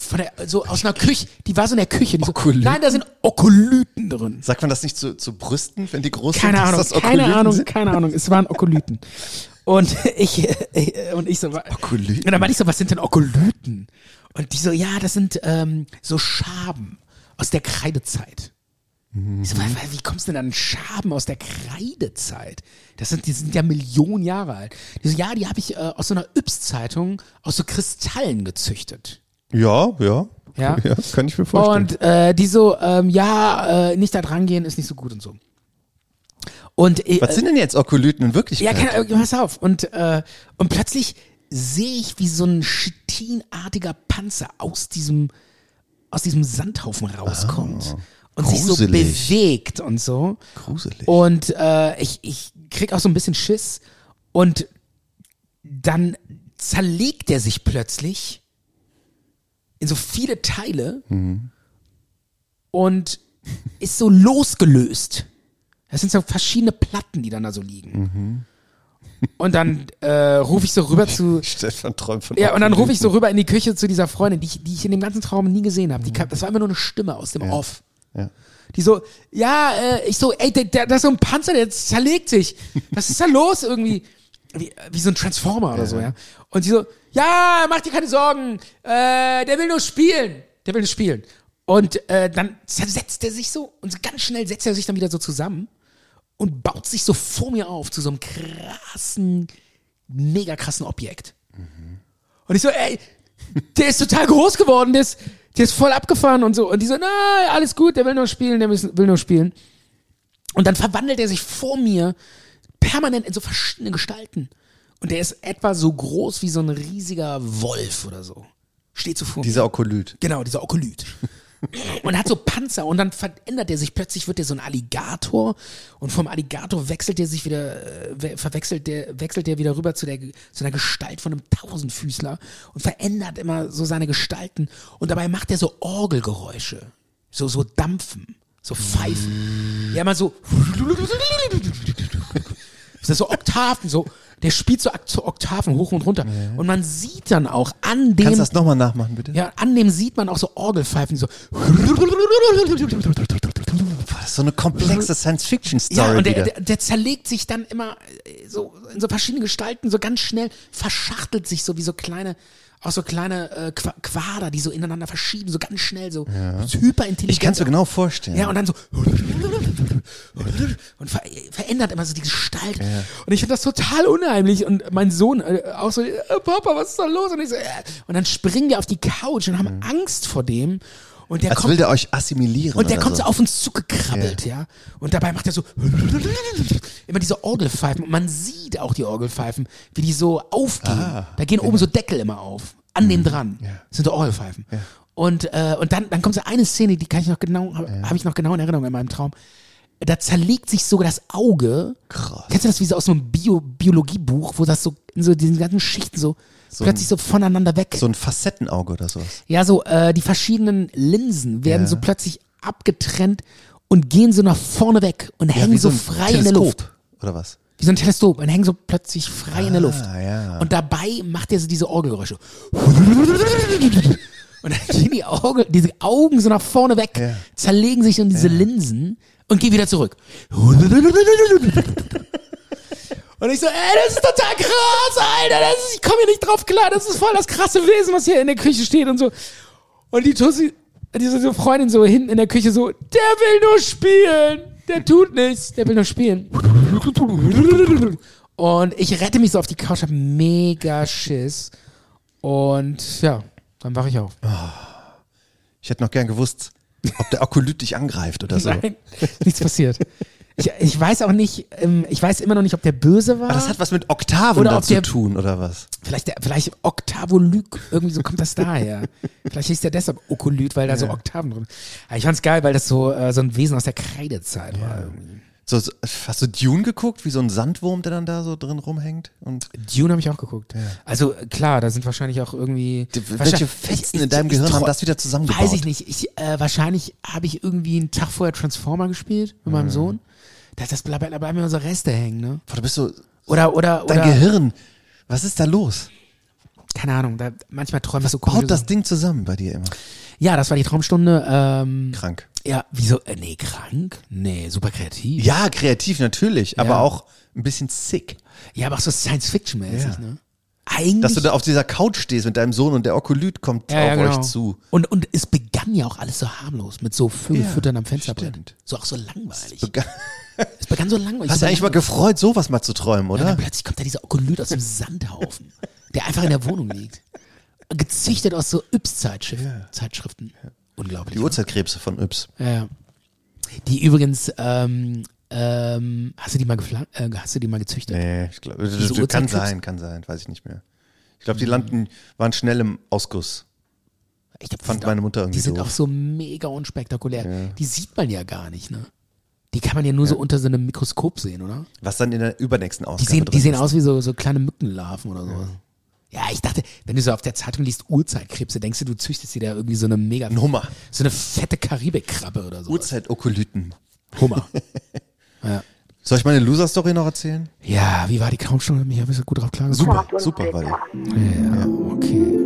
C: von der, so aus einer Küche, die war so in der Küche. Die so,
B: Okolyten?
C: nein, da sind Okolyten drin.
B: Sagt man das nicht zu, zu Brüsten, wenn die groß
C: Keine
B: sind? dass
C: Ahnung,
B: das
C: keine
B: Okolyten
C: Ahnung,
B: sind?
C: keine Ahnung. Es waren Okolyten. Und ich, äh, und ich so, wa-
B: Okolyten?
C: Und dann meinte ich so, was sind denn Okolyten? Und die so, ja, das sind ähm, so Schaben aus der Kreidezeit. Ich so, wa- wa- wie kommst du denn an Schaben aus der Kreidezeit? Das sind, die sind ja Millionen Jahre alt. Die so, ja, die habe ich äh, aus so einer Yps-Zeitung aus so Kristallen gezüchtet.
B: Ja, ja.
C: Ja.
B: kann ich mir vorstellen.
C: Und äh, die so, ähm, ja, äh, nicht da dran gehen ist nicht so gut und so. Und äh,
B: Was sind denn jetzt Okolyten in Wirklichkeit?
C: ja, keine Ahnung, pass auf. Und, äh, und plötzlich sehe ich, wie so ein chitinartiger Panzer aus diesem, aus diesem Sandhaufen rauskommt. und sich so
B: gruselig.
C: bewegt und so.
B: Gruselig.
C: Und äh, ich, ich krieg auch so ein bisschen Schiss. Und dann zerlegt er sich plötzlich in so viele Teile und ist so losgelöst. Das sind so verschiedene Platten, die dann da so liegen. Und dann äh, rufe ich so rüber zu.
B: Stefan träumt von
C: Ja, und dann rufe ich so rüber in die Küche zu dieser Freundin, die ich, die ich in dem ganzen Traum nie gesehen habe. Die kam- Das war immer nur eine Stimme aus dem Off.
B: Mhm. Ja.
C: Die so, ja, äh, ich so, ey, der, der, das ist so ein Panzer, der zerlegt sich. Was ist da los irgendwie? Wie, wie so ein Transformer oder so, ja. Und die so, ja, mach dir keine Sorgen, äh, der will nur spielen. Der will nur spielen. Und äh, dann zersetzt er sich so und ganz schnell setzt er sich dann wieder so zusammen und baut sich so vor mir auf zu so einem krassen, mega krassen Objekt. Und ich so, ey, der ist total groß geworden, der ist, der ist voll abgefahren und so. Und die so, na, alles gut, der will nur spielen, der müssen- will nur spielen. Und dann verwandelt er sich vor mir permanent in so verschiedene Gestalten. Und der ist etwa so groß wie so ein riesiger Wolf oder so. Steht so vor mir.
B: Dieser Okolyt.
C: Genau, dieser Okolyt. Und hat so Panzer und dann verändert er sich. Plötzlich wird er so ein Alligator und vom Alligator wechselt er sich wieder, äh, we- verwechselt der, wechselt er wieder rüber zu der, zu einer Gestalt von einem Tausendfüßler und verändert immer so seine Gestalten. Und dabei macht er so Orgelgeräusche. So, so Dampfen. So Pfeifen. Ja, mal so. Das ist so Oktaven, so. Der spielt so Ak- Oktaven hoch und runter. Und man sieht dann auch an dem
B: Kannst du das nochmal nachmachen, bitte?
C: ja, an dem sieht man auch so Orgelpfeifen, die so.
B: Boah, Oh, das ist so eine komplexe
C: Ja,
B: Science-Fiction-Story
C: und
B: wieder.
C: der, der, der zerlegt sich dann immer äh, so in so verschiedene Gestalten, so ganz schnell, verschachtelt sich so wie so kleine, auch so kleine äh, Qua- Quader, die so ineinander verschieben, so ganz schnell, so ja. hyperintelligent.
B: ich kann es mir genau vorstellen.
C: Ja, und dann so und ver verändert immer so die Gestalt. Und ich finde das total unheimlich. Und mein Sohn äh, auch so, äh, Papa, was ist da los? Und ich so, äh. und dann springen wir auf die Couch und haben Angst vor dem. Und der
B: Als
C: kommt
B: Mhm. will der euch assimilieren.
C: und der
B: oder
C: kommt so
B: so.
C: auf uns zugekrabbelt, ja. Und dabei macht er so immer diese Orgelpfeifen. Und man sieht auch die Orgelpfeifen, wie die so aufgehen. da gehen oben so Deckel immer auf, an dem dran. Das sind so Orgelpfeifen. Und, äh, und dann, dann kommt so eine Szene, die kann ich noch genau, habe hab ich noch genau in Erinnerung in meinem Traum. Da zerlegt sich sogar das Auge. Krass. Kennst du das wie so aus so einem Bio Biologiebuch, wo das so in so diesen ganzen Schichten so, plötzlich so voneinander weg.
B: So ein Facettenauge oder sowas.
C: Ja, so äh, die verschiedenen Linsen werden so plötzlich abgetrennt und gehen so nach vorne weg und
B: Ja,
C: hängen
B: wie
C: so,
B: ein
C: frei in der
B: Teleskop,
C: Luft.
B: Oder was?
C: Wie so ein Teleskop und hängen so plötzlich frei in der Luft.
B: Ah, ja.
C: Und dabei macht er so diese Orgelgeräusche. Und dann gehen die Augen, diese Augen so nach vorne weg,
B: Ja.
C: zerlegen sich in diese Linsen und gehen wieder zurück. Und ich so, ey, das ist total krass, Alter, das ist, ich komme hier nicht drauf klar, das ist voll das krasse Wesen, was hier in der Küche steht und so. Und die Tussi, diese so Freundin so hinten in der Küche so, der will nur spielen, der tut nichts, der will nur spielen. Und ich rette mich so auf die Couch, hab mega Schiss. Und ja, dann wache ich auf.
B: Ich hätte noch gern gewusst, ob der Okolyt dich angreift oder so.
C: Nein, nichts passiert. Ich, ich weiß auch nicht, ähm, ich weiß immer noch nicht, ob der böse war.
B: Aber Ah, das hat was mit Oktaven
C: Oder
B: da
C: ob
B: zu
C: der-
B: tun, oder was?
C: Vielleicht, der, vielleicht Oktavolyk, irgendwie so kommt das daher. vielleicht hieß der deshalb Okolyt, weil da so Oktaven drin Aber Ich fand's geil, weil das so, äh, so ein Wesen aus der Kreidezeit war. irgendwie.
B: So, so, hast du Dune geguckt, wie so ein Sandwurm, der dann da so drin rumhängt? Und
C: Dune habe ich auch geguckt. Also äh, klar, da sind wahrscheinlich auch irgendwie...
B: Die- welche
C: wahrscheinlich-
B: Fetzen
C: ich-
B: in deinem
C: ich-
B: Gehirn
C: ich-
B: haben das wieder zusammengebaut?
C: Weiß ich nicht. Ich, äh, wahrscheinlich habe ich irgendwie einen Tag vorher Transformer gespielt mit meinem Sohn. Da, das bleibt da bleiben mir unsere Reste hängen, ne?
B: boah, du bist so,
C: Oder, oder,
B: dein
C: oder...
B: Gehirn, was ist da los?
C: Keine Ahnung, da, manchmal träume ich so komische
B: Baut das
C: Sachen.
B: Ding zusammen bei dir immer.
C: Ja, das war die Traumstunde. Ähm,
B: Krank.
C: ja, wieso? Äh, nee, krank? Nee, super kreativ.
B: Ja, kreativ natürlich, aber auch ein bisschen sick.
C: Ja, aber auch so Science-Fiction-mäßig,
B: Ja.
C: ne? Eigentlich.
B: Dass du da auf dieser Couch stehst mit deinem Sohn und der Okolyt kommt
C: Ja, ja,
B: auf
C: genau.
B: euch zu.
C: Und, und es begann ja auch alles so harmlos mit so Vögelfüttern
B: Ja,
C: am Fensterbrett.
B: stimmt.
C: So auch so langweilig.
B: Bega-
C: Es begann so langweilig.
B: Hast
C: so
B: du eigentlich mal
C: langweilig.
B: gefreut, sowas mal zu träumen,
C: Ja, und
B: oder?
C: dann plötzlich kommt da dieser Okolyt aus dem Sandhaufen, der einfach in der Wohnung liegt. Gezüchtet aus so Yps-Zeitschriften. Zeitschriften. Unglaublich.
B: Die Uhrzeitkrebse von Yps.
C: Ja, ja. Die übrigens, ähm, ähm, hast du die mal gefla äh, hast du die mal gezüchtet?
B: Nee, ich glaube,
C: Diese
B: kann
C: Uhrzeitkrebse? Mhm.
B: sein, kann sein, weiß ich nicht mehr. Ich glaube, die landen, waren schnell im Ausguss.
C: Ich glaub, die
B: Fand
C: sind
B: meine
C: auch-
B: Mutter irgendwie
C: Die sind
B: doof.
C: auch so mega unspektakulär. Die sieht man ja gar nicht, ne? Die kann man ja nur so unter so einem Mikroskop sehen, oder?
B: Was dann in der übernächsten
C: Die
B: Ausgabe
C: sehen, die
B: drin
C: sehen
B: ist.
C: aus wie so, so kleine Mückenlarven oder sowas. Ja. ich dachte, wenn du so auf der Zeitung liest Urzeitkrebse, denkst du, du züchtest dir da irgendwie so eine mega.
B: Ein Hummer.
C: So eine fette Karibikkrabbe oder so.
B: Uhrzeit-Okolyten.
C: Hummer.
B: Soll ich meine Loser-Story noch erzählen?
C: Ja, wie war die Couchstunde? Ich habe so gut drauf klargekommen.
B: Super, super war die.
C: Ja, okay.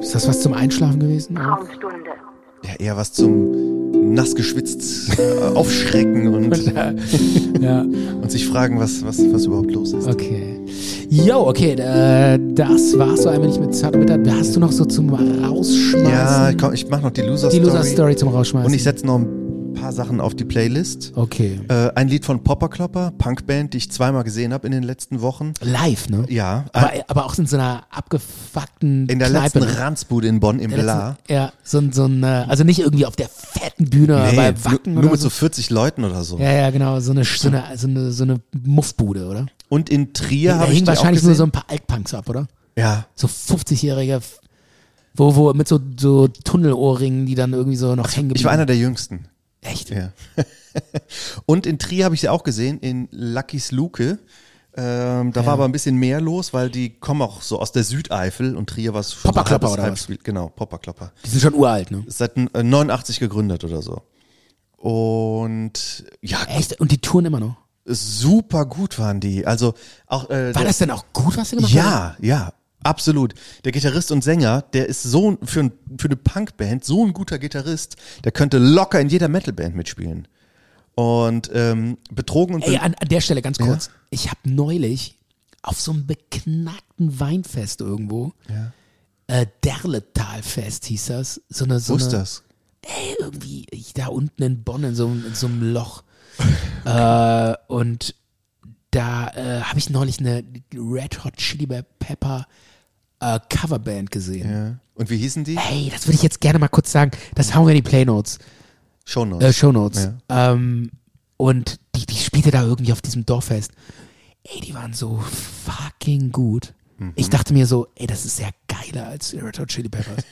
C: Ist das was zum Einschlafen gewesen?
A: Ah, Traumstunde.
B: Ja, eher was zum nass geschwitzt äh, aufschrecken und,
C: Ja.
B: und sich fragen, was, was, was überhaupt los ist.
C: Okay. Jo, okay, äh, das war's so einmal nicht mit Zartbitter. Hast du noch so zum Rausschmeißen?
B: Ja, komm, ich mache noch die
C: die
B: Loser-Story.
C: Loser-Story zum Rausschmeißen.
B: Und ich setze noch ein paar Sachen auf die Playlist.
C: okay.
B: Äh, ein Lied von Popperklopper, Punkband, die ich zweimal gesehen habe in den letzten Wochen.
C: Live, ne?
B: Ja,
C: Aber,
B: äh,
C: aber auch in so einer abgefuckten
B: in der
C: Kneipe, ne?
B: letzten Ranzbude in Bonn im
C: Der
B: Bla.
C: letzten- Ja, so ein, so ein, äh, also nicht irgendwie auf der fetten Bühne bei
B: nur,
C: Wacken
B: nur
C: oder
B: mit
C: so.
B: so 40 Leuten oder so.
C: Ja, ja, genau, so eine, so eine, so eine, so eine Muffbude, oder?
B: Und in Trier
C: da
B: habe ich
C: hingen
B: die auch
C: wahrscheinlich
B: gesehen.
C: nur so ein paar Altpunks ab, oder?
B: ja,
C: So 50-jährige, wo, wo, mit so, so Tunnelohrringen, die dann irgendwie so noch hängen
B: ich war einer der Jüngsten.
C: Echt?
B: Ja. Und in Trier habe ich sie auch gesehen, in Lucky's Luke. Ähm, da war aber ein bisschen mehr los, weil die kommen auch so aus der Südeifel und Trier war es schon so
C: Popperklopper
B: halbes-
C: oder
B: halbes Spiel- Genau, Popperklopper.
C: Die sind schon uralt, ne?
B: Seit äh, 89 gegründet oder so. Und ja,
C: Echt? Und die touren immer noch.
B: super gut waren die. Also auch äh,
C: War
B: der-
C: das denn auch gut, was sie gemacht
B: Ja,
C: haben?
B: ja, absolut. Der Gitarrist und Sänger, der ist so ein- für, ein, für eine Punkband so ein guter Gitarrist, der könnte locker in jeder Metalband mitspielen. Und ähm, betrogen und
C: Ey,
B: be-
C: an, an der Stelle ganz kurz. Ich habe neulich auf so einem beknackten Weinfest irgendwo, äh, Derletalfest hieß das, so eine, so
B: wo ist
C: eine
B: das?
C: irgendwie ich, da unten in Bonn in so, einem- in so einem Loch. äh, und da äh, habe ich neulich eine Red Hot Chili Pepper äh, Coverband gesehen.
B: Ja. Und wie hießen die?
C: Hey, das würde ich jetzt gerne mal kurz sagen. Das hauen wir in die Playnotes,
B: Shownotes.
C: äh, Shownotes. Ähm, und die, die spielte da irgendwie auf diesem Dorffest. Ey, die waren so fucking gut.
B: Mhm.
C: Ich dachte mir so, ey, das ist ja geiler als Red Hot Chili Peppers.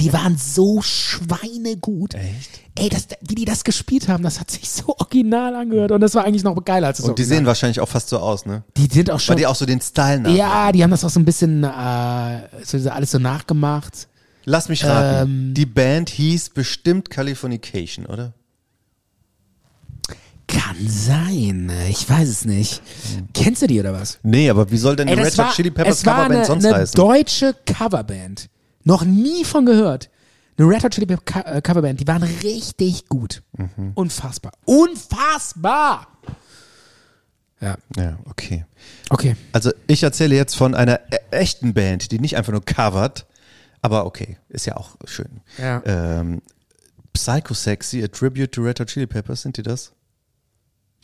C: Die waren so schweinegut.
B: Echt?
C: Ey, das, wie die das gespielt haben, das hat sich so original angehört. Und das war eigentlich noch geiler als das
B: und die sehen
C: Original.
B: wahrscheinlich auch fast so aus, ne?
C: Die sind auch
B: Weil
C: schon.
B: die auch so den Style nach.
C: ja, die haben das auch so ein bisschen äh, so alles so nachgemacht.
B: Lass mich raten.
C: ähm,
B: die Band hieß bestimmt Californication, oder?
C: Kann sein. Ich weiß es nicht.
B: Mhm.
C: Kennst du die oder was?
B: Nee, aber wie soll denn
C: Ey,
B: eine
C: das
B: Red
C: war,
B: Hot Chili Peppers
C: es war
B: Coverband
C: eine,
B: sonst
C: eine
B: heißen?
C: deutsche Coverband. Noch nie von gehört. Eine Red Hot Chili Pepper Co- äh, Coverband. Die waren richtig gut.
B: Mhm.
C: Unfassbar. Unfassbar! Ja.
B: Ja, okay.
C: Okay.
B: Also ich erzähle jetzt von einer e- echten Band, die nicht einfach nur covert, aber okay, ist ja auch schön.
C: Ja.
B: Ähm, Psycho Sexy, A Tribute to Red Hot Chili Peppers, sind die das?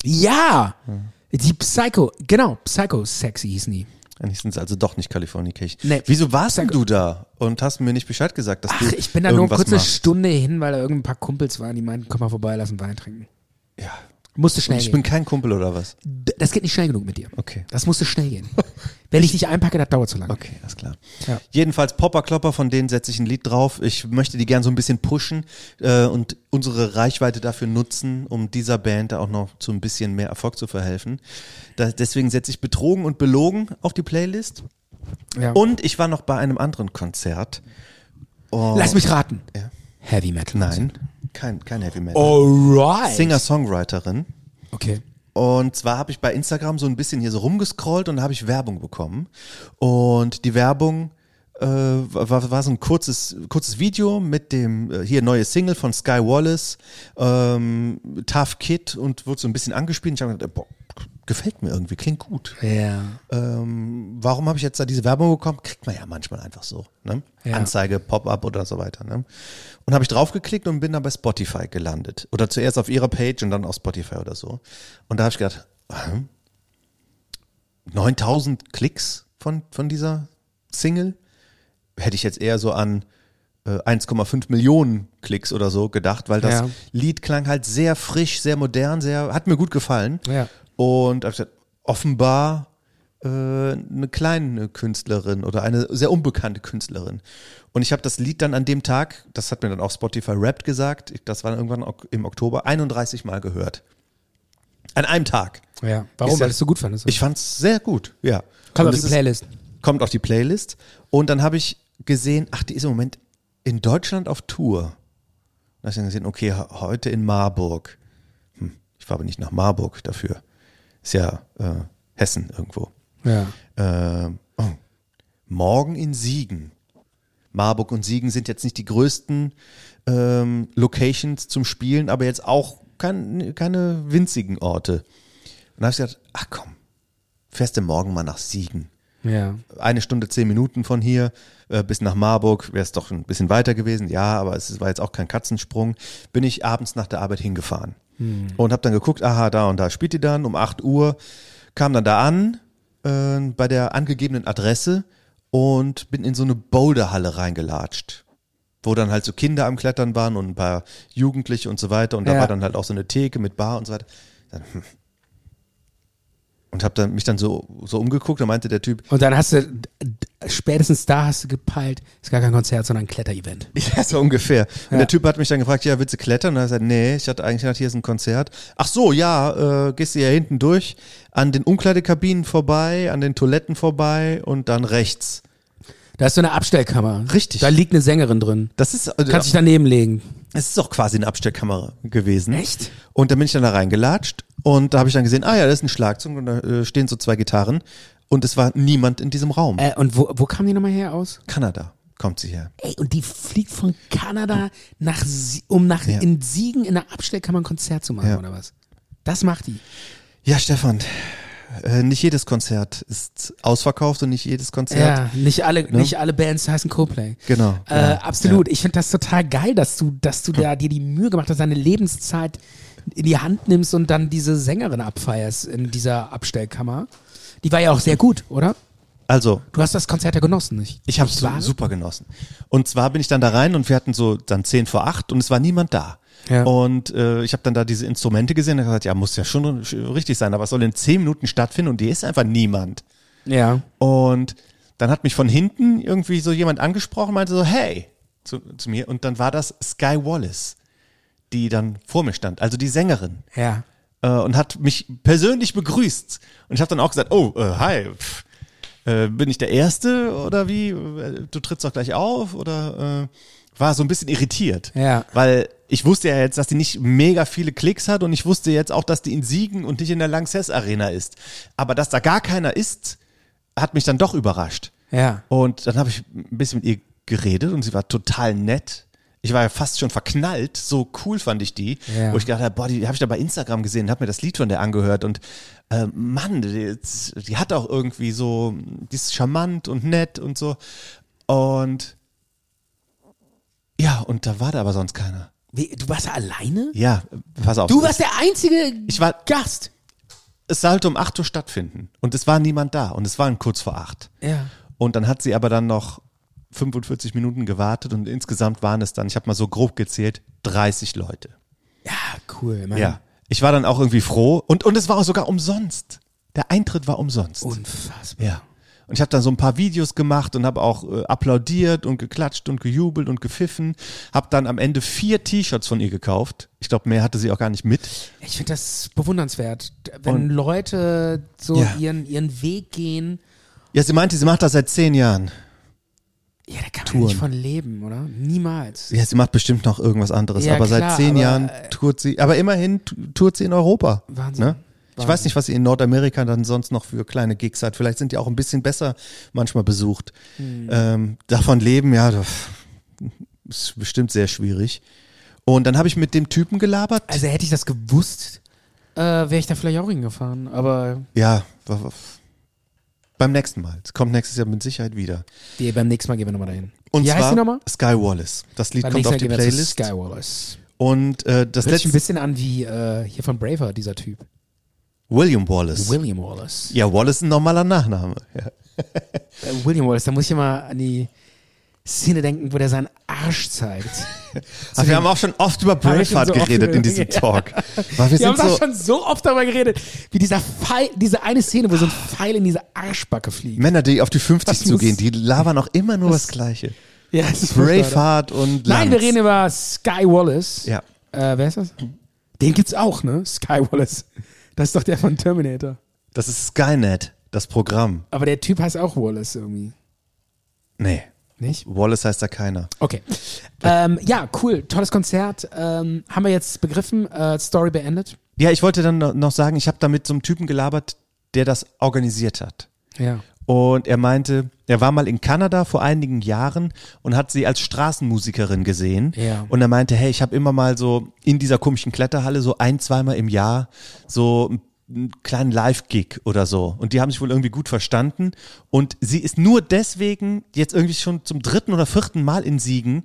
C: Ja! Die Psycho, genau, Psycho Sexy hießen die.
B: Dann hießen sie also doch nicht Californication.
C: Nee.
B: Wieso warst denn
C: Psycho-
B: du da und hast mir nicht Bescheid gesagt, dass
C: Ach,
B: du
C: ich bin da nur
B: irgendwas
C: kurz eine
B: machst?
C: Stunde hin, weil da irgendein paar Kumpels waren, die meinten, komm mal vorbei, lass einen Wein trinken.
B: Ja.
C: Musste schnell
B: Ich
C: gehen.
B: bin kein Kumpel oder was?
C: D- Das geht nicht schnell genug mit dir.
B: Okay.
C: Das musste schnell gehen. Wenn ich dich einpacke, das dauert zu lange.
B: Okay, alles klar.
C: Ja.
B: Jedenfalls Popper Klopper, von denen setze ich ein Lied drauf. Ich möchte die gern so ein bisschen pushen äh, und unsere Reichweite dafür nutzen, um dieser Band auch noch zu ein bisschen mehr Erfolg zu verhelfen. Da, deswegen setze ich Betrogen und Belogen auf die Playlist.
C: Ja.
B: Und ich war noch bei einem anderen Konzert. Oh,
C: Lass mich raten.
B: Ja.
C: Heavy Metal.
B: Nein, kein, kein Heavy Metal.
C: Oh. Alright.
B: Singer-Songwriterin.
C: Okay.
B: Und zwar habe ich bei Instagram so ein bisschen hier so rumgescrollt und da habe ich Werbung bekommen. Und die Werbung äh, war, war so ein kurzes, kurzes Video mit dem äh, hier neue Single von Sky Wallace, ähm, Tough Kid und wurde so ein bisschen angespielt. Ich habe gedacht, äh, boah, gefällt mir irgendwie, klingt gut.
C: Ja.
B: Warum habe ich jetzt da diese Werbung bekommen? Kriegt man ja manchmal einfach so. Ne?
C: Ja.
B: Anzeige, Pop-up oder so weiter. Ne? Und habe ich draufgeklickt und bin dann bei Spotify gelandet. Oder zuerst auf ihrer Page und dann auf Spotify oder so. Und da habe ich gedacht, hm, 9000 Klicks von, von dieser Single? Hätte ich jetzt eher so an äh, 1,5 Millionen Klicks oder so gedacht, weil das
C: Ja.
B: Lied klang halt sehr frisch, sehr modern, sehr, hat mir gut gefallen.
C: Ja.
B: Und hab gesagt, offenbar äh, eine kleine Künstlerin oder eine sehr unbekannte Künstlerin. Und ich habe das Lied dann an dem Tag, das hat mir dann auch Spotify Wrapped gesagt, das war irgendwann ok- im Oktober, 31 Mal gehört. An einem Tag.
C: ja. Warum?
B: Ist ja-
C: Weil du es so gut fandest.
B: Ich fand es sehr gut, ja. Und
C: Kommt auf die
B: es ist-
C: Playlist.
B: Kommt auf die Playlist. Und dann habe ich gesehen, ach, die ist im Moment in Deutschland auf Tour. Dann habe ich dann gesehen, okay, he- heute in Marburg. Hm, ich war aber nicht nach Marburg dafür. Ist ja äh, Hessen irgendwo.
C: Ja.
B: Äh, oh. Morgen in Siegen. Marburg und Siegen sind jetzt nicht die größten ähm, Locations zum Spielen, aber jetzt auch kein, keine winzigen Orte. Und da habe ich gesagt, ach komm, fährst du morgen mal nach Siegen.
C: Ja.
B: Eine Stunde, zehn Minuten von hier äh, bis nach Marburg wäre es doch ein bisschen weiter gewesen. Ja, aber es war jetzt auch kein Katzensprung. Bin ich abends nach der Arbeit hingefahren und habe dann geguckt, aha, da und da spielt die dann um 8 Uhr. Kam dann da an äh, bei der angegebenen Adresse und bin in so eine Boulderhalle reingelatscht wo dann halt so Kinder am Klettern waren und ein paar Jugendliche und so weiter. Und da
C: Ja.
B: war dann halt auch so eine Theke mit Bar und so weiter. Dann, hm. Und habe dann mich dann so, so umgeguckt, da meinte der Typ,
C: Und dann hast du, d- d- spätestens da hast du gepeilt, ist gar kein Konzert, sondern ein Kletterevent.
B: ja, so ungefähr. Und
C: Ja.
B: der Typ hat mich dann gefragt, ja, willst du klettern? Und er hat gesagt, nee, ich hatte eigentlich gedacht, hier ist ein Konzert. Ach so, ja, äh, gehst du hier hinten durch, an den Umkleidekabinen vorbei, an den Toiletten vorbei und dann rechts.
C: Da ist so eine Abstellkammer.
B: Richtig.
C: Da liegt eine Sängerin drin.
B: Das ist, also,
C: Kannst dich daneben legen.
B: es ist auch quasi eine Abstellkammer gewesen.
C: Echt?
B: Und dann bin ich dann da reingelatscht und da habe ich dann gesehen, ah ja, das ist ein Schlagzeug und da äh, stehen so zwei Gitarren und es war niemand in diesem Raum.
C: Äh, und wo, wo kam die nochmal her aus?
B: Kanada kommt sie her.
C: Ey, und die fliegt von Kanada nach, Sie- um nach,
B: Ja.
C: in Siegen in der Abstellkammer ein Konzert zu machen,
B: Ja.
C: oder was? Das macht die.
B: Ja, Stefan, äh, nicht jedes Konzert ist ausverkauft und nicht jedes Konzert. Ne?
C: Ja, nicht alle, nicht alle Bands heißen Coplay.
B: Genau,
C: Äh,
B: genau,
C: absolut. Ich finde das total geil, dass du, dass du da dir die Mühe gemacht hast, deine Lebenszeit in die Hand nimmst und dann diese Sängerin abfeierst in dieser Abstellkammer. Die war ja auch sehr gut, oder?
B: Also,
C: Du hast das Konzert ja genossen, nicht?
B: Ich habe
C: Nicht
B: es
C: wahr?
B: super genossen. Und zwar bin ich dann da rein und wir hatten so dann 10 vor 8 und es war niemand da.
C: Ja.
B: Und äh, ich habe dann da diese Instrumente gesehen und hab gesagt, ja, muss ja schon richtig sein, aber es soll in 10 Minuten stattfinden und hier ist einfach niemand.
C: Ja.
B: Und dann hat mich von hinten irgendwie so jemand angesprochen, meinte so, hey, zu, zu mir. Und dann war das Sky Wallace, die dann vor mir stand, also die Sängerin
C: Ja.
B: äh, und hat mich persönlich begrüßt. Und ich habe dann auch gesagt, oh, äh, hi, pf, äh, bin ich der Erste oder wie? Äh, Du trittst doch gleich auf oder äh, war so ein bisschen irritiert.
C: Ja.
B: Weil ich wusste ja jetzt, dass die nicht mega viele Klicks hat und ich wusste jetzt auch, dass die in Siegen und nicht in der Lanxess Arena ist. Aber dass da gar keiner ist, hat mich dann doch überrascht.
C: Ja.
B: Und dann habe ich ein bisschen mit ihr geredet und sie war total nett. Ich war ja fast schon verknallt, so cool fand ich die.
C: Ja.
B: Wo ich gedacht habe, boah, die habe ich da bei Instagram gesehen, habe mir das Lied von der angehört und äh, Mann, die, die hat auch irgendwie so, die ist charmant und nett und so. Und ja, und da war da aber sonst keiner.
C: Wie, du warst da alleine?
B: Ja, pass auf.
C: Du warst der einzige
B: Ich war-
C: Gast.
B: es sollte um 8 Uhr stattfinden und es war niemand da und es waren kurz vor 8.
C: Ja.
B: Und dann hat sie aber dann noch 45 Minuten gewartet und insgesamt waren es dann, ich habe mal so grob gezählt, 30 Leute.
C: Ja, cool, Mann.
B: Ja. Ich war dann auch irgendwie froh und, und es war auch sogar umsonst. Der Eintritt war umsonst.
C: Unfassbar.
B: Ja. Und ich habe dann so ein paar Videos gemacht und habe auch äh, applaudiert und geklatscht und gejubelt und gepfiffen. Habe dann am Ende vier T-Shirts von ihr gekauft. Ich glaube, mehr hatte sie auch gar nicht mit.
C: Ich finde das bewundernswert, wenn
B: Und-
C: Leute so
B: Ja.
C: ihren, ihren Weg gehen.
B: Ja, sie meinte, sie macht das seit zehn Jahren.
C: Ja, da kann man
B: Touren.
C: nicht von leben, oder? Niemals.
B: Ja, sie macht bestimmt noch irgendwas anderes,
C: Ja,
B: aber
C: klar,
B: seit zehn
C: aber,
B: Jahren
C: äh,
B: tourt sie, aber immerhin t- tourt sie in Europa.
C: Wahnsinn.
B: Ne? Ich weiß nicht, was sie in Nordamerika dann sonst noch für kleine Gigs hat. Vielleicht sind die auch ein bisschen besser manchmal besucht.
C: Hm.
B: Ähm, davon leben, ja, das ist bestimmt sehr schwierig. Und dann habe ich mit dem Typen gelabert.
C: Also hätte ich das gewusst, äh, wäre ich da vielleicht auch hingefahren. Aber
B: ja, wa- wa- beim nächsten Mal. Es kommt nächstes Jahr mit Sicherheit wieder.
C: die, beim nächsten Mal gehen wir nochmal dahin.
B: Und
C: Wie
B: zwar
C: heißt die nochmal?
B: Sky Wallace. Das Lied
C: Beim
B: kommt
C: nächsten
B: auf
C: Mal
B: die
C: gehen wir zu
B: Playlist.
C: Sky Wallace.
B: Und äh, das
C: Hört sich ein
B: letzte
C: bisschen an wie äh, hier von Braver, dieser Typ.
B: William Wallace.
C: William Wallace.
B: ja, Wallace ist ein normaler Nachname. Ja.
C: Äh, William Wallace, da muss ich mal an die Szene denken, wo der seinen Arsch zeigt.
B: Ach, Also wir haben auch schon oft über
C: wir schon
B: Braveheart
C: so oft
B: geredet
C: über-
B: in diesem
C: Ja.
B: Talk. Weil wir
C: Wir haben
B: sind
C: doch
B: so
C: schon so oft darüber geredet, wie dieser Pfeil, diese eine Szene, wo so ein Pfeil in diese Arschbacke fliegt.
B: Männer, die auf die 50
C: Das
B: zugehen,
C: muss-
B: die labern auch immer nur das Gleiche.
C: Ja, das ist furchtbar, oder?
B: Braveheart und Lanz.
C: Nein, wir reden über Sky Wallace.
B: Ja.
C: Äh, wer ist das? Den gibt's auch, ne? Sky Wallace. Das ist doch der von Terminator.
B: Das ist Skynet, das Programm.
C: Aber der Typ heißt auch Wallace irgendwie.
B: Nee,
C: Nicht?
B: Wallace heißt da keiner.
C: Okay. Ähm, ja, cool. Tolles Konzert. Ähm, haben wir jetzt begriffen. Äh, Story beendet.
B: Ja, ich wollte dann no- noch sagen, ich habe da mit so einem Typen gelabert, der das organisiert hat.
C: Ja.
B: Und er meinte, er war mal in Kanada vor einigen Jahren und hat sie als Straßenmusikerin gesehen.
C: Ja.
B: Und er meinte, hey, ich habe immer mal so in dieser komischen Kletterhalle so ein, zweimal im Jahr so einen- einen kleinen Live-Gig oder so. Und die haben sich wohl irgendwie gut verstanden. Und sie ist nur deswegen jetzt irgendwie schon zum dritten oder vierten Mal in Siegen,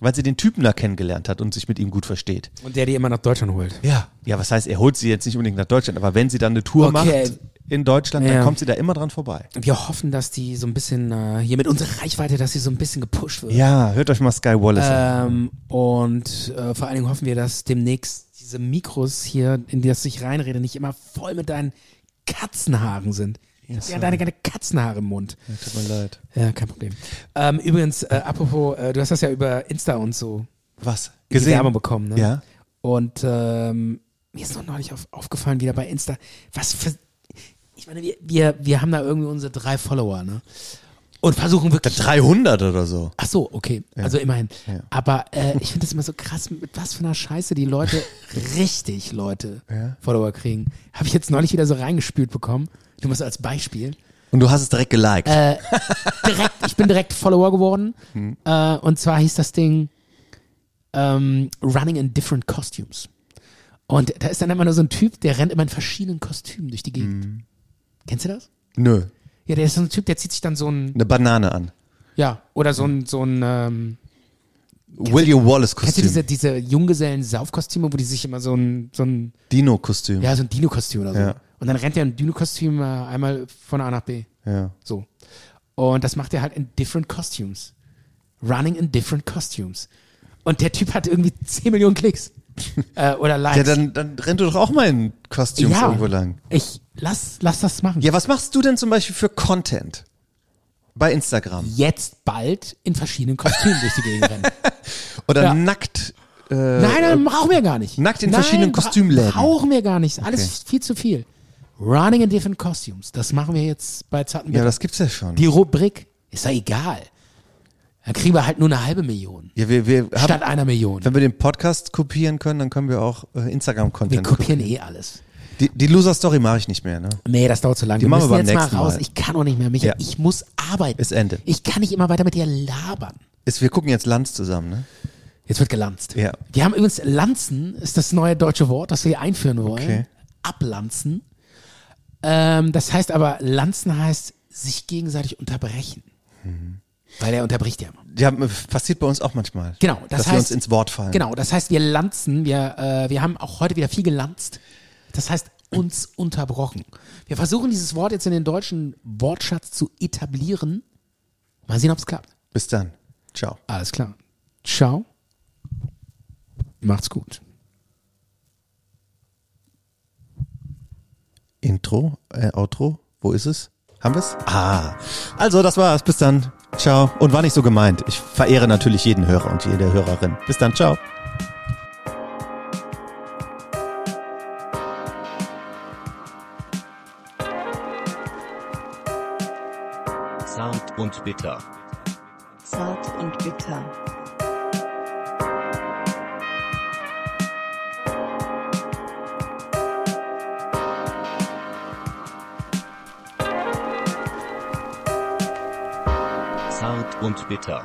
B: weil sie den Typen da kennengelernt hat und sich mit ihm gut versteht.
C: Und der die immer nach Deutschland holt.
B: Ja. Ja, was heißt, er holt sie jetzt nicht unbedingt nach Deutschland, aber wenn sie dann eine Tour
C: Okay.
B: macht in Deutschland,
C: Ja.
B: dann kommt sie da immer dran vorbei.
C: Wir hoffen, dass die so ein bisschen, äh, hier mit unserer Reichweite, dass sie so ein bisschen gepusht wird.
B: Ja, hört euch mal Sky Wallace an.
C: Ähm, und äh, vor allen Dingen hoffen wir, dass demnächst diese Mikros hier, in die das ich reinrede, nicht immer voll mit deinen Katzenhaaren sind. ja, deine, deine Katzenhaare im Mund.
B: Tut mir leid.
C: Ja, kein Problem. Ähm, übrigens, äh, apropos, äh, du hast das ja über Insta und so
B: Was?
C: die Werbung bekommen, ne?
B: Ja.
C: Und ähm, mir ist noch neulich auf, aufgefallen, wieder bei Insta, was für. Ich meine, wir, wir, wir haben da irgendwie unsere drei Follower, ne? Und versuchen wirklich.
B: 300 oder so.
C: Ach so, okay. Also immerhin.
B: Ja.
C: Aber äh, ich finde das immer so krass, mit was für einer Scheiße die Leute richtig Leute Follower kriegen. Habe ich jetzt neulich wieder so reingespült bekommen. Du musst als Beispiel.
B: Und du hast es direkt geliked.
C: Äh. direkt, ich bin direkt Follower geworden.
B: Hm.
C: Äh, und zwar hieß das Ding ähm, Running in Different Costumes. Und da ist dann immer nur so ein Typ, der rennt immer in verschiedenen Kostümen durch die Gegend.
B: Hm.
C: Kennst du das?
B: Nö.
C: Ja, der ist so ein Typ, der zieht sich dann so ein,
B: Eine Banane an.
C: ja, oder so ein, so ein, ähm,
B: William
C: kennst du diese,
B: Wallace-Kostüm.
C: diese Junggesellen-Saufkostüme, wo die sich immer so ein, so ein,
B: Dino-Kostüm.
C: ja, so ein Dino-Kostüm oder so.
B: Ja.
C: Und dann rennt er im Dino-Kostüm äh, einmal von A nach B.
B: Ja.
C: So. Und das macht er halt in different costumes. Running in different costumes. Und der Typ hat irgendwie 10 Millionen Klicks. äh, oder Likes.
B: Ja, dann, dann renn du doch auch mal in Kostüms
C: Ja.
B: irgendwo lang.
C: Ich lass, lass das machen.
B: Ja, was machst du denn zum Beispiel für Content? Bei Instagram.
C: Jetzt bald in verschiedenen Kostümen durch die Gegend rennen.
B: Oder
C: Ja.
B: nackt. Äh,
C: Nein, nein, brauchen wir gar nicht.
B: Nackt in
C: nein,
B: verschiedenen
C: bra-
B: Kostümläden.
C: Brauchen wir gar nicht. Alles viel zu viel. Running in different costumes. Das machen wir jetzt bei Zartenbild.
B: ja, das gibt's ja schon.
C: die Rubrik ist ja egal. Da kriegen wir halt nur eine halbe Million.
B: ja, wir, wir
C: statt
B: haben,
C: einer Million.
B: wenn wir den Podcast kopieren können, dann können wir auch äh,
C: Wir
B: Instagram-Content
C: kopieren eh alles.
B: Die, die Loser-Story mache ich nicht mehr, ne?
C: Nee, das dauert zu lange.
B: Die machen wir beim
C: müssen jetzt
B: nächsten
C: mal raus.
B: Mal.
C: Ich kann auch nicht mehr, Michael.
B: Ja.
C: Ich muss arbeiten.
B: Es endet.
C: Ich kann nicht immer weiter mit dir labern.
B: Ist, wir gucken jetzt Lanz zusammen, ne?
C: Jetzt wird gelanzt.
B: Ja.
C: Wir haben übrigens, Lanzen ist das neue deutsche Wort, das wir hier einführen wollen.
B: Okay.
C: Ablanzen. Ähm, das heißt aber, Lanzen heißt sich gegenseitig unterbrechen.
B: Mhm.
C: Weil er unterbricht ja immer.
B: Ja, passiert bei uns auch manchmal.
C: Genau, das
B: dass
C: heißt,
B: wir uns ins Wort fallen.
C: Genau, das heißt, wir lanzen, wir, äh, wir haben auch heute wieder viel gelanzt. Das heißt, uns unterbrochen. Wir versuchen dieses Wort jetzt in den deutschen Wortschatz zu etablieren. Mal sehen, ob es klappt.
B: Bis dann. Ciao.
C: Alles klar. Ciao. Macht's gut.
B: Intro, äh, Outro, wo ist es? Haben wir's? Ah. Also, das war's. Bis dann. Ciao. Und war nicht so gemeint. Ich verehre natürlich jeden Hörer und jede Hörerin. Bis dann. Ciao.
I: Zart und bitter.
J: Zart und bitter.
I: Zart und bitter.